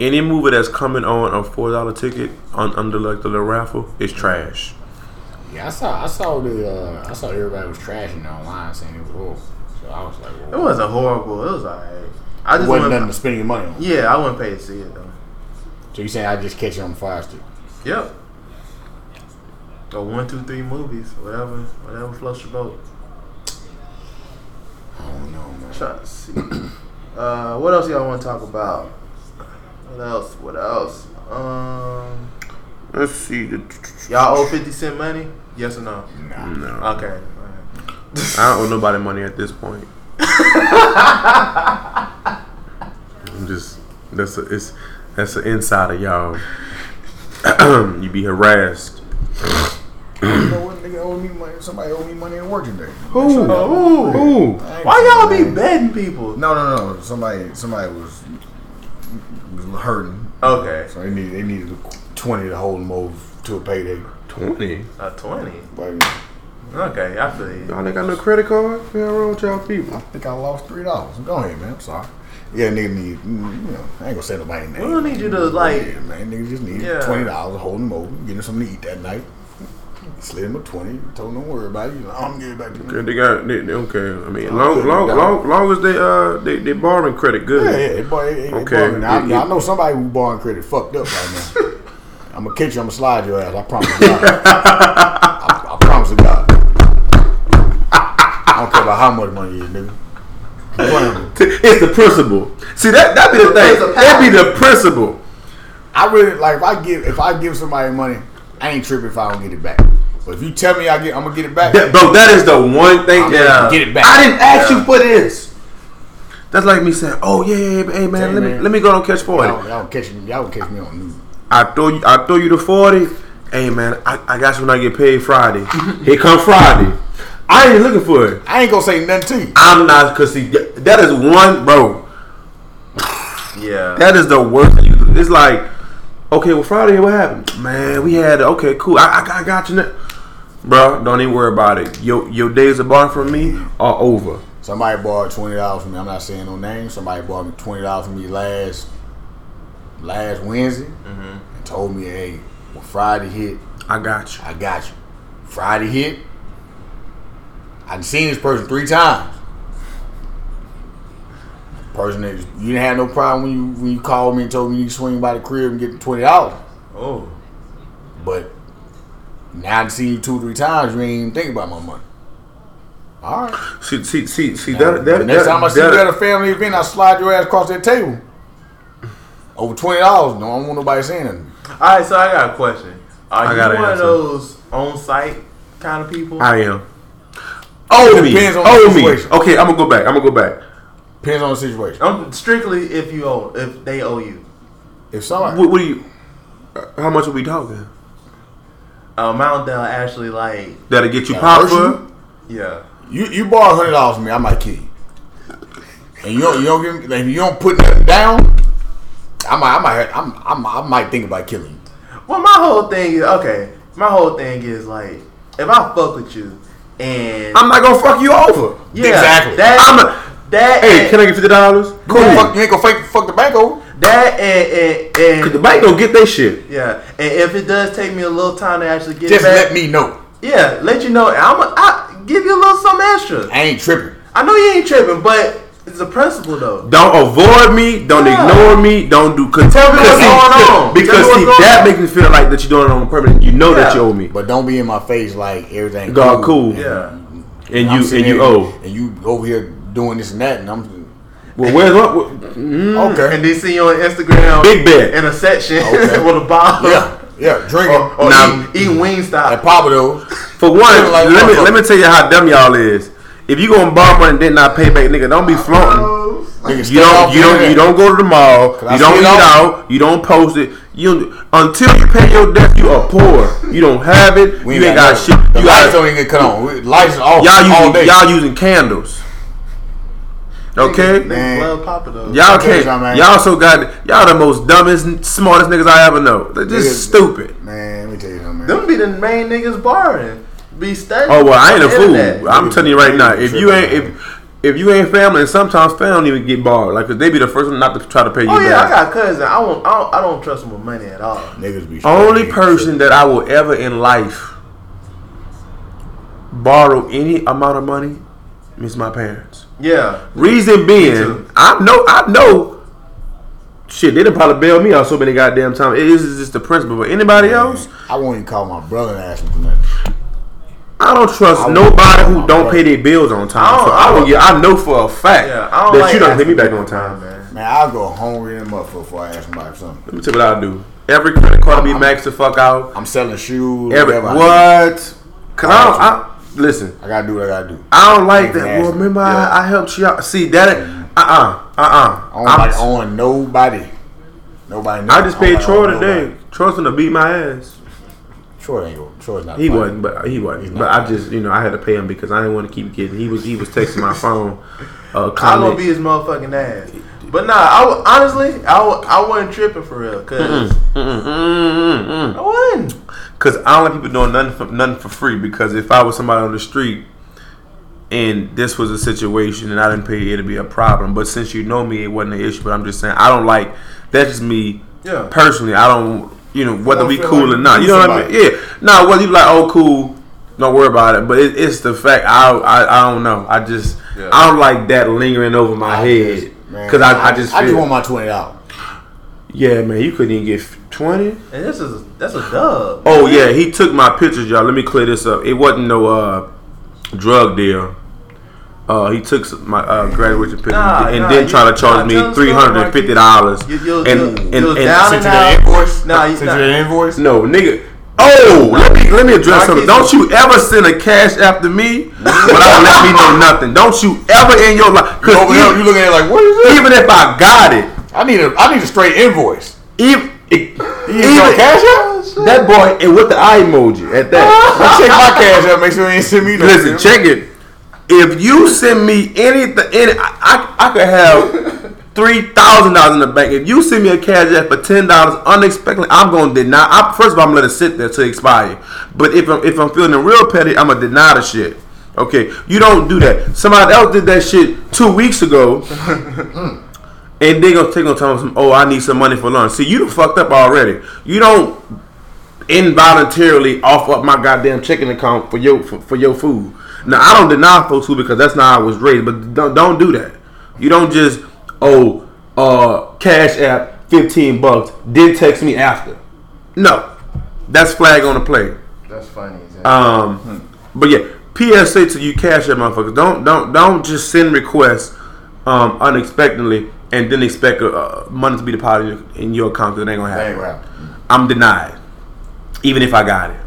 B: Any movie that's coming on a four dollar ticket on under like the little raffle is trash.
C: Yeah, I saw. I saw the. Uh, I saw everybody was trashing it online saying it was horrible. So I was like,
A: It
C: well,
A: wasn't horrible. It was alright. I
C: it
A: just
C: wasn't
A: wouldn't.
C: nothing to spend your money on.
A: yeah, I wouldn't pay to see it though.
C: So you saying I just catch it on the fire stick?
A: Yep. Or one, two, three movies, whatever, whatever floats your boat.
C: I don't know, man.
A: Trying to
B: (coughs)
A: see. Uh, what else y'all want to talk about? What else? What else? Um,
B: Let's see. The
A: y'all owe Fifty Cent money? Yes or no?
C: Nah.
B: no.
A: Okay. alright.
B: I don't owe nobody money at this (laughs) point. I'm just that's a, it's that's an insider, y'all. (clears throat) you be harassed.
D: You know what? Nigga owe me money. Somebody owe me money at work today.
B: Who? Who?
A: Why y'all be betting people?
D: No, no, no. Somebody, somebody was was hurting,
A: Okay,
D: so they needed they needed twenty to hold them over to a payday.
B: Twenty.
A: a uh, twenty.
D: Like,
A: Okay, I feel you.
B: Y'all ain't got no credit card. Yeah, wrong with y'all
D: I
B: people.
D: think I lost three dollars. Go ahead, man. I'm sorry. Yeah, nigga need. mm, You know, I ain't gonna say nobody name.
A: We don't need you to, like-
D: Yeah, man, nigga just need
A: Yeah.
D: twenty dollars, hold them over, get him something to eat that night. Slid him a twenty. Told him don't worry about it. You know, I'm getting back to
B: Yeah,
D: you.
B: They got they, they- okay. I mean, long, long, long, long as they uh they, they borrowing credit good.
D: Yeah, yeah, boy. It, it,
B: Okay.
D: okay. I,
B: It-
D: I know somebody who borrowing credit fucked up right
B: (laughs)
D: now. I'm gonna catch you. I'm gonna slide your ass. I promise to God. I, I promise to God. I don't care about how much money it is, nigga. Whatever.
B: (laughs) It's the principle. See that that be the thing. That be the principle.
D: I really like if I give if I give somebody money, I ain't tripping if I don't get it back. But if you tell me I get, I'm gonna get it back.
B: That, bro, that is the one thing.
A: Yeah.
B: that
D: Get it back.
B: I didn't ask you for this. That's like me saying, "Oh yeah, yeah, yeah hey man,
D: Hey,
B: let me
D: man.
B: let me go on catch
D: y'all,
B: forty.
D: y'all catch me. Y'all catch me on news.
B: I throw you, I throw you the forty. Hey man, I, I got you when I get paid Friday. Here come Friday. I ain't looking for it.
D: I ain't gonna say nothing to you.
B: I'm not cause see that is one bro.
A: Yeah.
B: That is the worst. thing you could- It's like, okay, well, Friday, what happened? Man, we had okay, cool. I, I, got- I got you, now. bro. Don't even worry about it. Your your days of borrowing from me are over.
D: Somebody borrowed twenty dollars from me. I'm not saying no names. Somebody borrowed me twenty dollars from me last last Wednesday and told me, hey, when Friday hit,
B: I got you.
D: I got you. Friday hit. I done seen this person three times. Person that you didn't have no problem when you when you called me and told me you swing by the crib and get the twenty dollars.
A: Oh.
D: But now I see you two three times, you ain't even think about my money. All right.
B: See, see, see, see that that
D: Next
B: that-
D: time I see
B: that-
D: you at a family event, I slide your ass across that table. Over twenty dollars. No, I don't want nobody saying nothing.
A: All right, so I got a question. Are
B: I
A: you
B: got
A: one
B: an
A: of
B: answer.
A: those on-site kind of people?
B: I am. Owe me.
D: Depends on the
B: Owe me.
D: situation.
B: Okay, I'm gonna go back. I'm gonna go back.
D: Depends on the situation.
A: I'm strictly if you owe, if they owe you
D: If somebody
B: What, what do you? uh, How much are we talking?
A: a amount that actually like,
B: That'll get you
D: personal?
B: proper.
A: yeah,
D: You you borrow hundred dollars from me, I might kill you. And you don't you don't give me if you don't put nothing down, I might I might I'm, I'm I might think about killing you.
A: Well, my whole thing is okay. My whole thing is like, if I fuck with you, and
B: I'm not gonna fuck you over.
A: yeah,
D: exactly.
A: That,
B: I'm a-
A: that,
B: Hey,
A: and-
B: can I get fifty dollars?
D: You
B: Cool.
D: ain't fuck, you ain't gonna fake, fuck the bank over.
A: that, and, and, and
B: The bank don't get their shit.
A: yeah, and if it does take me a little time to actually get
D: Just
A: it back,
D: let me know.
A: yeah, let you know, I'm a, I give you a little something extra.
D: I ain't tripping.
A: I know you ain't tripping, but it's a principle though.
B: Don't avoid me. Don't
A: Yeah.
B: ignore me. Don't do. Cause
A: Tell me what's
B: see,
A: going on.
B: Because
A: Tell me
B: see,
A: what's
B: that
A: going
B: makes me feel like that you're doing it on purpose. You know that
A: Yeah.
B: you owe me,
D: But don't be in my face like everything
B: God, cool.
A: Yeah.
B: and
D: I'm
B: you and
D: sitting
B: you
D: here
B: owe.
D: And you over here doing this and that and I'm
B: Well, where's what? what- mm,
D: Okay.
A: And they see you on Instagram,
B: Big bet.
A: in a section (laughs)
D: Okay.
A: with a bottle,
D: yeah. Yeah. Drinking.
B: Oh,
A: or, or
B: Nah.
A: eat, eating oh, Wingstop.
D: At Pablo.
B: For one,
D: Feeling like
B: let me
D: motherfucker.
B: let me tell you how dumb y'all is. If you gonna borrow money and then not pay back, nigga, don't be flaunting.
D: Nigga, stay
B: You
D: off
B: don't you
D: the
B: don't
D: internet.
B: you don't go to the mall.
D: I
B: You don't
D: see it
B: eat
D: all.
B: out. You don't post it. You until you pay your debt, you are poor. You don't have it.
D: We
B: you ain't got shit.
D: nothing. The
B: You
D: lights
B: got
D: don't even get cut on. We- Lights are off
B: Y'all
D: all day.
B: using y'all using candles. Okay,
A: Niggas
D: Man.
A: love Papa though.
B: y'all
D: Okay,
B: can't.
D: man.
B: Y'all so got y'all the most dumbest, n- smartest niggas I ever know. They're just
D: Niggas-
B: stupid.
D: Man, let me tell you something, man.
A: Them be the main niggas borrowing. Be studying.
B: Oh well, I ain't a
A: on the internet.
B: fool. I'm
D: Niggas
B: telling you right
D: tripping,
B: now, if you ain't
D: tripping, man.
B: if if you ain't family, and sometimes family don't even get borrowed, like 'cause they be the first one not to try to pay you
A: Oh yeah, I
B: back.
A: got a cousin. I won't. I don't, I don't trust him with money at all.
D: Niggas be
B: Only
D: straight,
B: person
D: niggas
B: that I will ever in life borrow any amount of money is my parents.
A: Yeah,
B: Reason being,
A: too.
B: I know, I know. Shit, they done probably bail me out so many goddamn times. It is just the principle. But anybody else,
D: Man, I won't even call my brother and ask him for nothing.
B: I don't trust
D: I would-
B: nobody who
D: I
B: don't
D: would.
B: pay their bills on time.
A: I don't-
B: so I
A: I
B: don't
A: would-
B: get. I know for a fact
A: yeah. I don't
B: that
A: like
B: you don't
A: asking
B: pay me back
A: people
B: on time, man.
A: man.
D: Man, I'll go hungry and motherfucker before I ask somebody for something.
B: Let me tell you what I do. Every credit card be maxed the fuck out.
D: I'm selling shoes.
B: Every
D: whatever. I do.
B: what? Cause I don't. I, listen,
D: I gotta do what I gotta do.
B: I don't like
D: Ain't
B: that. Well,
D: nasty.
B: remember
A: Yeah.
B: I, I helped you out. See that? Uh uh-uh, uh uh
D: I don't like on nobody. Nobody.
B: I just
D: don't
B: paid
D: like
B: Troy
D: owing
B: today.
D: nobody.
B: Troy's gonna beat my ass.
D: Troy ain't. gonna- Troy's not.
B: He
D: fighting.
B: wasn't, but he wasn't.
D: He's
B: But
D: not.
B: I just, you know, I had to pay him because I didn't want to keep getting. He was, he was texting my phone.
A: I'm
B: Uh,
A: gonna
B: comment.
A: be his motherfucking ass. But nah, I w- honestly, I, w- I wasn't tripping for real, cause
B: Mm, mm, mm, mm.
A: I wasn't.
B: Cause I don't like people doing nothing for nothing for free. Because if I was somebody on the street and this was a situation and I didn't pay, it'd be a problem. But since you know me, it wasn't an issue. But I'm just saying, I don't like. That's just me
A: Yeah.
B: personally. I don't. You know whether
D: don't
B: we
D: feel
B: cool
D: like
B: or not. You know what I mean?
D: somebody.
B: Yeah. No, whether you like oh cool, don't worry about it. But it, it's the fact I, I I don't know. I just
A: Yeah.
B: I don't like that lingering over my
D: I
B: head
D: just- man,
B: because I, I just
D: I just
B: feel-
D: want my twenty dollars.
B: yeah man. You couldn't even get twenty.
A: And this is that's a dub.
B: Oh yeah, he took my pictures, y'all. Let me clear this up. It wasn't no uh, drug deal. Uh, he took some- my uh, graduation pictures
A: Nah,
B: and
A: nah,
B: then
A: you-
B: tried to
A: nah,
B: charge
A: tell
B: me
A: the story,
B: three hundred and fifty dollars.
A: You- you-
B: And
A: you-
B: and,
A: you was
B: and-
A: down
D: Sent you
A: Nah.
D: the invoice.
A: Nah, you-
D: sent
A: nah.
D: you the invoice.
B: no nigga. Oh, let me let me address
A: Marquis-
B: something. Don't you ever send a cash app to me without letting me know nothing. Don't you ever in your life?
D: You
B: Cause
D: over there, you
B: even,
D: looking at it like what is this?
B: even if I got it,
D: I need a I need a straight invoice.
B: even,
D: You need your
B: even
D: cash out.
B: that boy and with the eye emoji at that.
D: I
B: (laughs)
D: check my cash out. Make sure you ain't send me no.
B: Listen, check it. If you send me anything, any, I, I, I could have three thousand dollars in the bank. If you send me a cash app for ten dollars unexpectedly, I'm gonna deny. I, first of all, I'm gonna let it sit there till it expire. But if I'm if I'm feeling real petty, I'm gonna deny the shit. Okay, you don't do that. Somebody else did that shit two weeks ago, and they gonna take on time. Some, oh, I need some money for lunch. See, you done fucked up already. You don't involuntarily off up my goddamn checking account for your for, for your food. Now I don't deny folks food because that's not how I was raised, but don't don't do that. You don't just oh uh cash app fifteen bucks, then text me after. No. That's flag on the play.
F: That's funny. Zach.
B: Um but yeah, PSA to you cash app motherfuckers. Don't don't don't just send requests um unexpectedly and then expect uh, money to be deposited in your account because it ain't gonna happen.
F: Hey, rap.
B: I'm denied, even if I got it.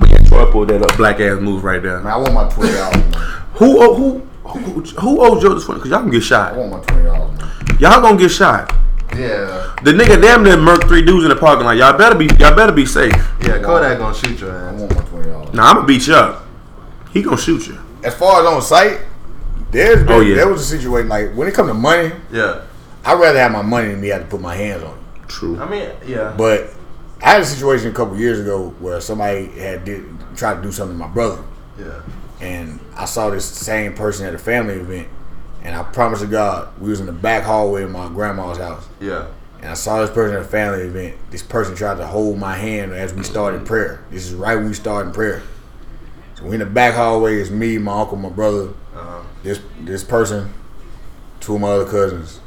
B: But yeah, Troy pulled that up, black ass move right there.
D: Man, I want my twenty dollars. man.
B: Who owe- who who, who owes Joe this one? Cause y'all can get
D: I
B: shot.
D: want my twenty dollars. man.
B: Y'all gonna get shot.
F: Yeah,
B: The nigga damn near murked three dudes in the parking lot. Y'all better be y'all better be safe.
F: yeah. Kodak gonna shoot your
D: I
F: ass.
D: want my twenty dollars.
B: Now I'ma beat you up. He gonna shoot you.
D: As far as on site, there's been,
B: Oh, yeah.
D: there was a situation like when it comes to money,
A: Yeah.
D: I'd rather have my money than me have to put my hands on it.
B: True.
A: I mean, yeah.
D: But I had a situation a couple years ago where somebody had did, tried to do something to my brother,
A: Yeah.
D: and I saw this same person at a family event, and I promise to God, we was in the back hallway of my grandma's house,
A: Yeah.
D: and I saw this person at a family event. This person tried to hold my hand as we started prayer. This is right when we started prayer. So we in the back hallway. It's me, my uncle, my brother,
A: Uh-huh.
D: this this person, two of my other cousins,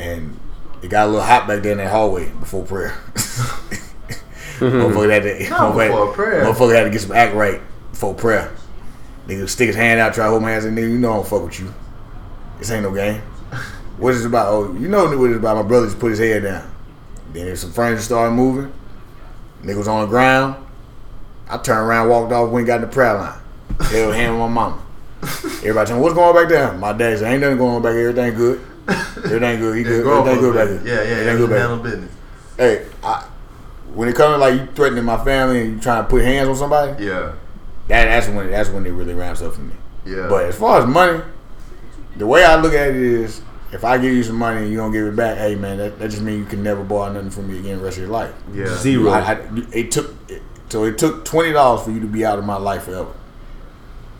D: and it got a little hot back there in that hallway before prayer. (laughs) motherfucker had
A: (laughs)
D: to,
A: Not
D: motherfucker-
A: before prayer.
D: Motherfucker had to get some act right before prayer. Nigga stick his hand out, try to hold my hands, and nigga, you know I don't fuck with you. This ain't no
A: (laughs)
D: game. What is it about? Oh, you know what it's about. My brother just put his head down. Then there's some friends started moving. Nigga was on the ground. I turned around, walked off, went and got in the prayer line. Held hand with my mama. Everybody tell me, what's going on back there? My dad said, ain't nothing going on back here. Everything good. Everything good. He good.
A: Grow up
D: Everything
A: a
D: good
A: little
D: back
A: bit.
D: here.
A: Yeah, yeah,
D: Everything
A: yeah.
D: good back
A: Handle
D: here.
A: business.
D: Hey, I, when it comes to like you threatening my family and you trying to put hands on somebody,
F: Yeah,
D: that, that's when that's when it really ramps up for me.
F: yeah.
D: But as far as money, the way I look at it is, if I give you some money and you don't give it back, hey man, that, that just means you can never borrow nothing from me again the rest of your life.
F: yeah.
B: Zero.
D: I, I, it took it, so it took twenty dollars for you to be out of my life forever.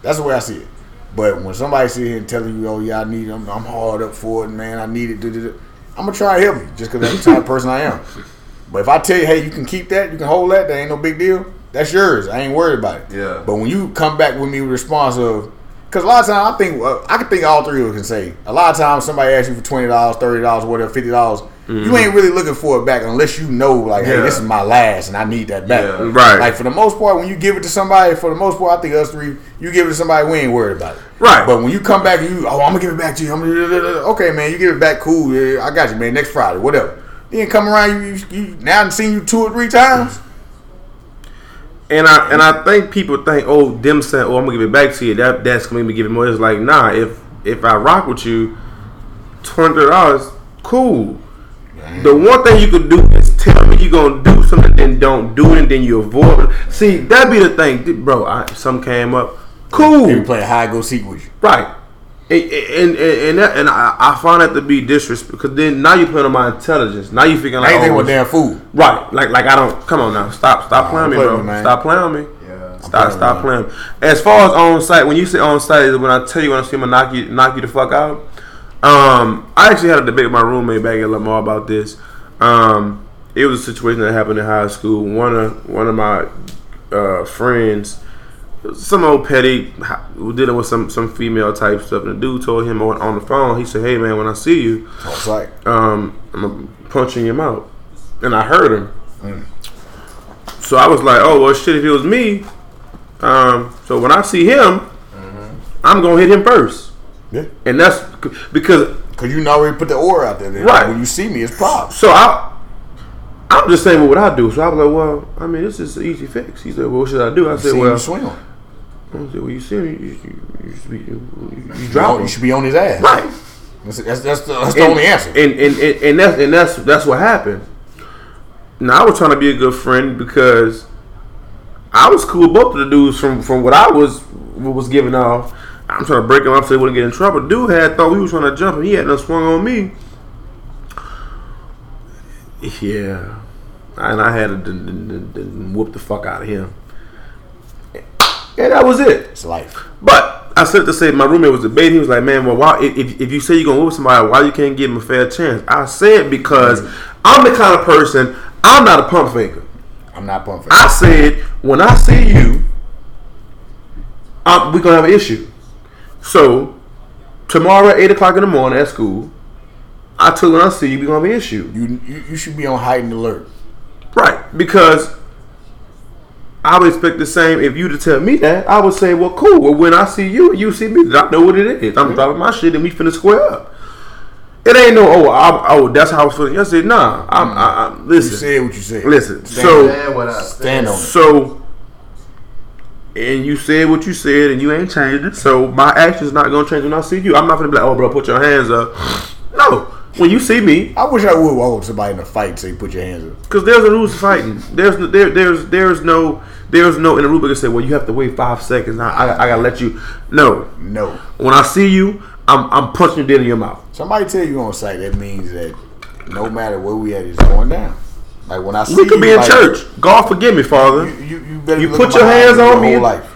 D: That's the way I see it. But when somebody sit here and telling you, "Oh yeah, I need, I'm, I'm hard up for it, man. I need it." duh, duh, duh," I'm gonna try to help you just because that's the type of person I am. But if I tell you, "Hey, you can keep that, you can hold that, that ain't no big deal. That's yours. I ain't worried about it."
F: Yeah.
D: But when you come back with me with a response of, because a lot of times I think uh, I can think all three of us can say. A lot of times somebody asks you for twenty dollars, thirty dollars, whatever, fifty dollars.
B: Mm-hmm.
D: You ain't really looking for it back unless you know, like, hey,
F: Yeah.
D: this is my last and I need that back.
F: Yeah.
B: Right.
D: Like for the most part, when you give it to somebody, for the most part, I think us three, you give it to somebody, we ain't worried about it.
B: Right.
D: But when you come back, you oh, I'm gonna give it back to you. I'm gonna, okay, man, you give it back, cool. Yeah, I got you, man. Next Friday, whatever. Then come around, you, you, you now I've seen you two or three times.
B: And I and I think people think, oh, them saying, oh, I'm gonna give it back to you. That that's gonna make me give it more. It's like, nah. If if I rock with you, twenty dollars, cool. The one thing you could do is tell me you're gonna do something, then don't do it, and then you avoid it. See, that be the thing, Th- bro. I, some came up, cool,
C: They be playing hide go seek with you.
B: right? And and and, and, that, and I, I find that to be disrespectful because then now you're playing on my intelligence. Now you thinking
C: I
B: like,
C: ain't thinking
B: oh,
C: about damn food.
B: right? Like like I don't. Come on now, stop stop playing me,
C: play with
B: bro.
C: me, man.
B: Stop playing me.
A: Yeah.
B: Stop, stop playing. As far as on site, when you say on site, is when I tell you when I see him knock you, knock you the fuck out. Um, I actually had a debate with my roommate back at Lamar about this. Um, it was a situation that happened in high school. One of one of my uh, friends, some old petty, hi- dealing with some some female type stuff, and the dude told him on, on the phone. He said, "Hey man, when I see you,
C: It's like
B: um, I'm gonna punch you in your mouth. And I heard him.
C: Mm.
B: So I was like, oh, well, shit, if it was me, um, so when I see him, I'm going to hit him first.
C: Mm-hmm. yeah,
B: And that's c- because,
C: because you already put the aura out there. Then
B: Right.
C: When you see me, it's props.
B: so I, I'm just saying what I do. So I was like, well, I mean, this is an easy fix. He said, well, what should I do? I said,
C: See
B: well,
C: you swing on.
B: I said, well, you see him, you, you, you, should be- you, you
C: You,
B: drop
C: know, you
B: him.
C: should be on his ass.
B: Right.
C: That's that's, that's the, that's the only answer.
B: And and, and, and that's and that's that's what happened. Now I was trying to be a good friend because I was cool with both of the dudes from from what I was what was giving off. I'm trying to break them up so they wouldn't get in trouble. Dude had thought we was trying to jump and he had done swung on me. Yeah. And I had to d- d- d- d- whoop the fuck out of him. And that was it.
C: it's life.
B: But I said to say my roommate was debating. He was like, "Man, well, why if- if, if you say you're gonna whoop somebody, why you can't give him a fair chance?" I said because I'm the kind of person. I'm not a pump faker.
C: I'm not pumping.
B: I said when I see you, I'm, we gonna have an issue. So tomorrow at eight o'clock in the morning at school, I told when I see you, we gonna have an issue.
C: You, you you should be on heightened alert.
B: Right, because I would expect the same if you to tell me that. I would say, well, cool. Well, when I see you and you see me, then I know what it is. I'm dropping my shit and we finna square up. It ain't no, oh, I, oh that's how I was feeling yesterday. Nah, I'm, I, I'm
C: You
B: listen,
C: said what you said.
B: listen.
C: Stand-
B: So,
A: Said what I
C: stand on it.
B: so, and you said what you said and you ain't changing. So my action's not gonna change when I see you. I'm not gonna be like, oh, bro, put your hands up. No, when you see me,
C: I wish I would walk up to somebody in a fight and say, "Put your hands up."
B: Because there's a rules to fighting. There's no, there there's there's no there's no in the rule book that say, well, you have to wait five seconds. I, I I gotta let you. No,
C: No.
B: when I see you, I'm I'm punching you dead in your mouth.
C: Somebody tell you on site that means that no matter where we at, it's going down. Like when I see
B: We could
C: you,
B: be in
C: like,
B: church. God forgive me, Father.
C: You, you, you better
B: You
C: be
B: put
C: looking
B: your
C: behind
B: hands
C: you
B: on
C: your
B: me.
C: Whole life.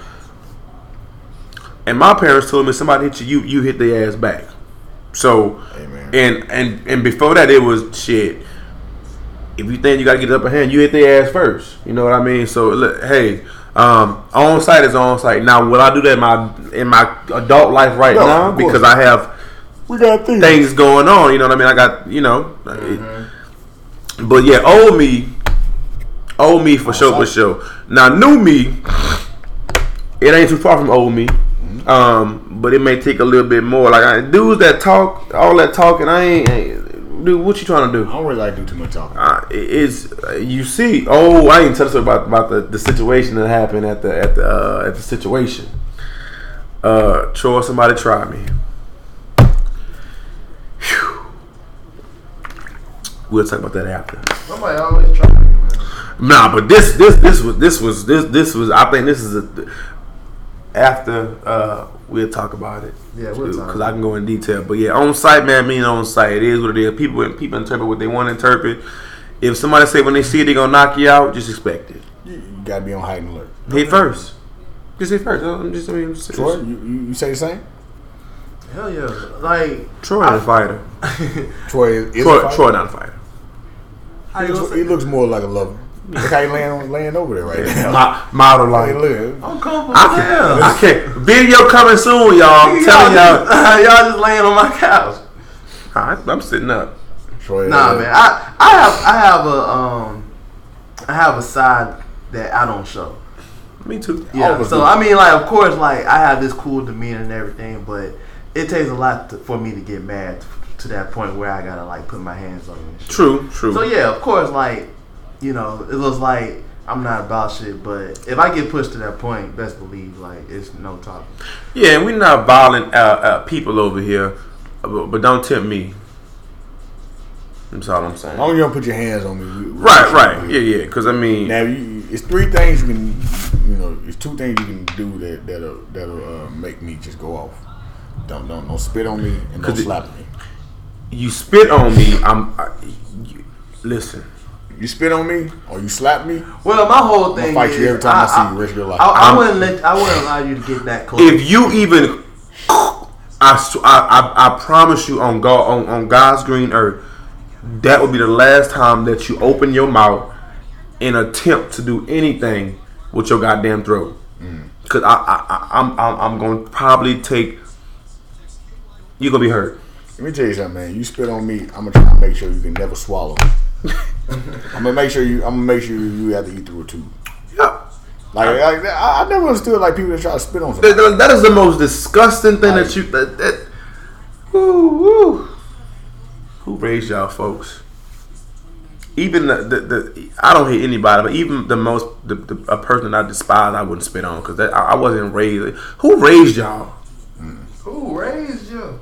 B: And my parents told me somebody hit you, you, you hit their ass back. So,
C: Amen.
B: and and and before that, it was shit. If you think you gotta get the upper hand, you hit their ass first. You know what I mean? So, look, hey, um, on site is on site. Now, will I do that in my in my adult life right
C: No,
B: now
C: of course.
B: because I have
C: We got things.
B: things going on. You know what I mean? I got you know, it-
C: Mm-hmm.
B: but yeah, old me, old me for sure, for sure. Now new me, it ain't too far from old me, um, but it may take a little bit more. Like I, dudes that talk, all that talking, I ain't, ain't- dude. What you trying to
C: I
B: do?
C: don't really like to do too much talking.
B: Uh, it's you see. Oh, I ain't tell us about about the, the situation that happened at the at the uh, at the situation. Uh, Troy, somebody tried me. Phew. We'll talk about that after.
A: Somebody always trying to, man.
B: Nah, but this this this was this was this this was. I think this is a, after uh, we'll talk about it.
A: Yeah, we'll talk.
B: because I can go in detail. But yeah, on site, man, mean on site. It is what it is. People people interpret what they want to interpret. If somebody say when they see it, they gonna knock you out. Just expect it.
C: You, you gotta be on heightened alert.
B: Hit first. Just hit first. I'm just I mean, I'm just,
C: Troy, you, you, you say the same?
A: Hell yeah. Like,
B: Troy not a fighter.
C: Troy is, is a
B: Troy,
C: fighter.
B: Troy not a fighter.
A: how
C: He
A: you
C: looks,
A: gonna
C: he
A: say-
C: looks more like a lover. Look how he laying, on, laying over there right
D: (laughs)
C: now.
B: My model
C: Hey,
B: life.
C: look.
A: I'm comfortable.
B: I
A: (laughs)
B: can't. I can't. Video coming soon, y'all. I'm telling y'all.
A: (laughs) y'all just laying on my couch.
B: I, I'm sitting up.
C: Troy,
A: Nah,
C: uh,
A: man. I I have I have a um I have a side that I don't show.
B: Me too.
A: Yeah.
C: of us
A: so
C: do.
A: I mean, like, of course, like I have this cool demeanor and everything, but it takes a lot to, for me to get mad to that point where I gotta like put my hands on it. And shit.
B: True. True.
A: So yeah, of course, like you know, it looks like I'm not about shit, but if I get pushed to that point, best believe like it's no talk.
B: Yeah, and we're not violent uh, uh, people over here, but, but don't tempt me. That's all I'm
C: As
B: saying.
D: Oh,
C: long as you don't put your hands on me, we,
B: Right, right. Yeah, yeah. Because I mean,
D: Now you, it's three things you can, you know, it's two things you can do that that'll that'll uh, make me just go off. Don't don't don't spit on me and don't
B: Could it-
D: slap me.
B: you spit on me. I'm. I, you, listen.
D: You spit on me or you slap me.
A: Well, my whole thing
D: fight
A: is
D: you every time I see
A: I,
D: you, risk your life.
A: I, I
B: I'm-
A: wouldn't let. I wouldn't allow you to get that close.
B: If you even, I, sw- I, I, I promise you on God on, on God's green earth, that would be the last time that you open your mouth and attempt to do anything with your goddamn throat. Cause I, I, I I'm, I'm, I'm gonna probably take. You're gonna be hurt.
D: Let me tell you something, man. You spit on me, I'm gonna try to make sure you can never swallow. I'm
A: (laughs)
D: gonna make sure you. I'm gonna make sure you have to eat through a tube.
B: Yeah.
D: Like, like I, I never understood like people that try to spit on
B: That-
D: somebody.
B: that- that is the most disgusting thing that you. That, that, woo, woo. Who raised y'all folks? Even the, the, the I don't hate anybody, but even the most the, the a person I despise, I wouldn't spit on because I, I wasn't raised. Who raised y'all?
A: Who raised you?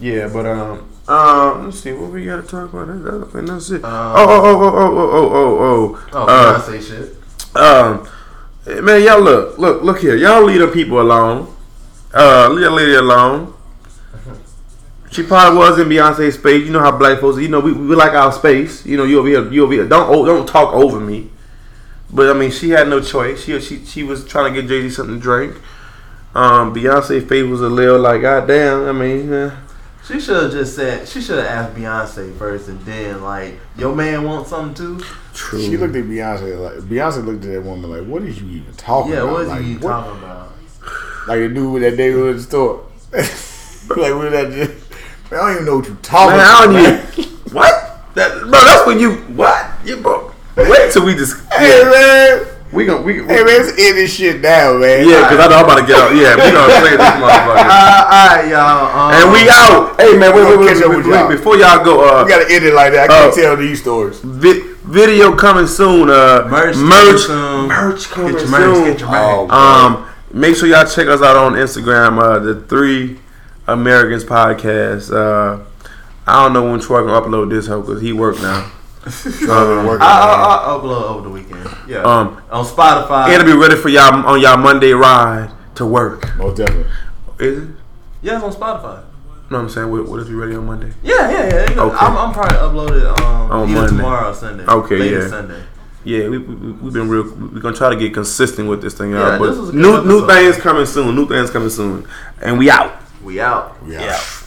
B: Yeah, but um, um, let's see what we gotta talk about. That's, that's, that's it. oh, oh, oh, oh, oh, oh, oh, oh.
A: Oh,
B: Uh,
A: can I say shit?
B: Um, man, y'all look, look, look here. Y'all leave them people alone. Uh, leave that lady alone. She probably was in Beyonce's space. You know how black folks, you know, we, we like our space. You know, you over here, you over here. Don't o- don't talk over me. But I mean, she had no choice. She she she was trying to get Jay Z something to drink. Um, Beyonce's face was a little like, God damn. I mean, eh.
A: She should have just said. She should have asked Beyonce first, and then like, your man wants something too.
B: true.
D: She looked at Beyonce like Beyonce looked at that woman like, "What are you even talking
A: Yeah,
D: about?"
A: what is
D: Oh, like,
A: he talking about?
D: Like the dude with that day was at the store. (laughs) like with that, man, I don't even know what you talking
B: Man, I
D: about.
B: don't
D: man.
B: even. What? That, bro, that's when you what? You bro. Wait till we just.
D: Hey man,
B: we gonna we.
D: hey man, it's in this shit now, man.
B: Yeah, because I know I'm about to get out. Yeah, we gonna play this
A: (laughs)
B: motherfucker.
A: Uh, all right, y'all. Um,
B: And we out. Hey man, wait, wait, wait,
D: Catch up
B: wait,
D: with
B: wait,
D: y'all.
B: before y'all go, uh,
D: we gotta end it like that. I can't
B: Oh.
D: tell these stories.
B: vi- video coming soon. Uh,
A: Merch coming
B: merch,
A: soon.
B: merch coming
A: Get your merch,
B: soon.
A: get your merch.
D: Oh,
B: Um, make sure y'all check us out on Instagram. Uh, the Three Americans podcast. Uh, I don't know when Troy can upload this hoe because he work now. Uh,
D: I've been working
A: I,
D: on it.
A: I, I'll upload over the weekend. Yeah.
B: Um,
A: on Spotify.
B: it'll be ready for y'all on y'all Monday ride to work.
D: Most definitely.
B: Is it?
A: yeah, it's on Spotify.
B: No, I'm saying, what, what if you ready on Monday?
A: Yeah, yeah, yeah.
B: Okay.
A: I'm, I'm probably uploaded um,
B: On
A: either
B: Monday.
A: tomorrow or Sunday.
B: Okay,
A: later
B: yeah.
A: Sunday.
B: Yeah, we, we we've been real. We're gonna try to get consistent with this thing, y'all.
A: Yeah,
B: but
A: this was a good
B: new new
A: episode.
B: things coming soon. New things coming soon, and we out.
A: We out.
D: We out.
B: Yeah.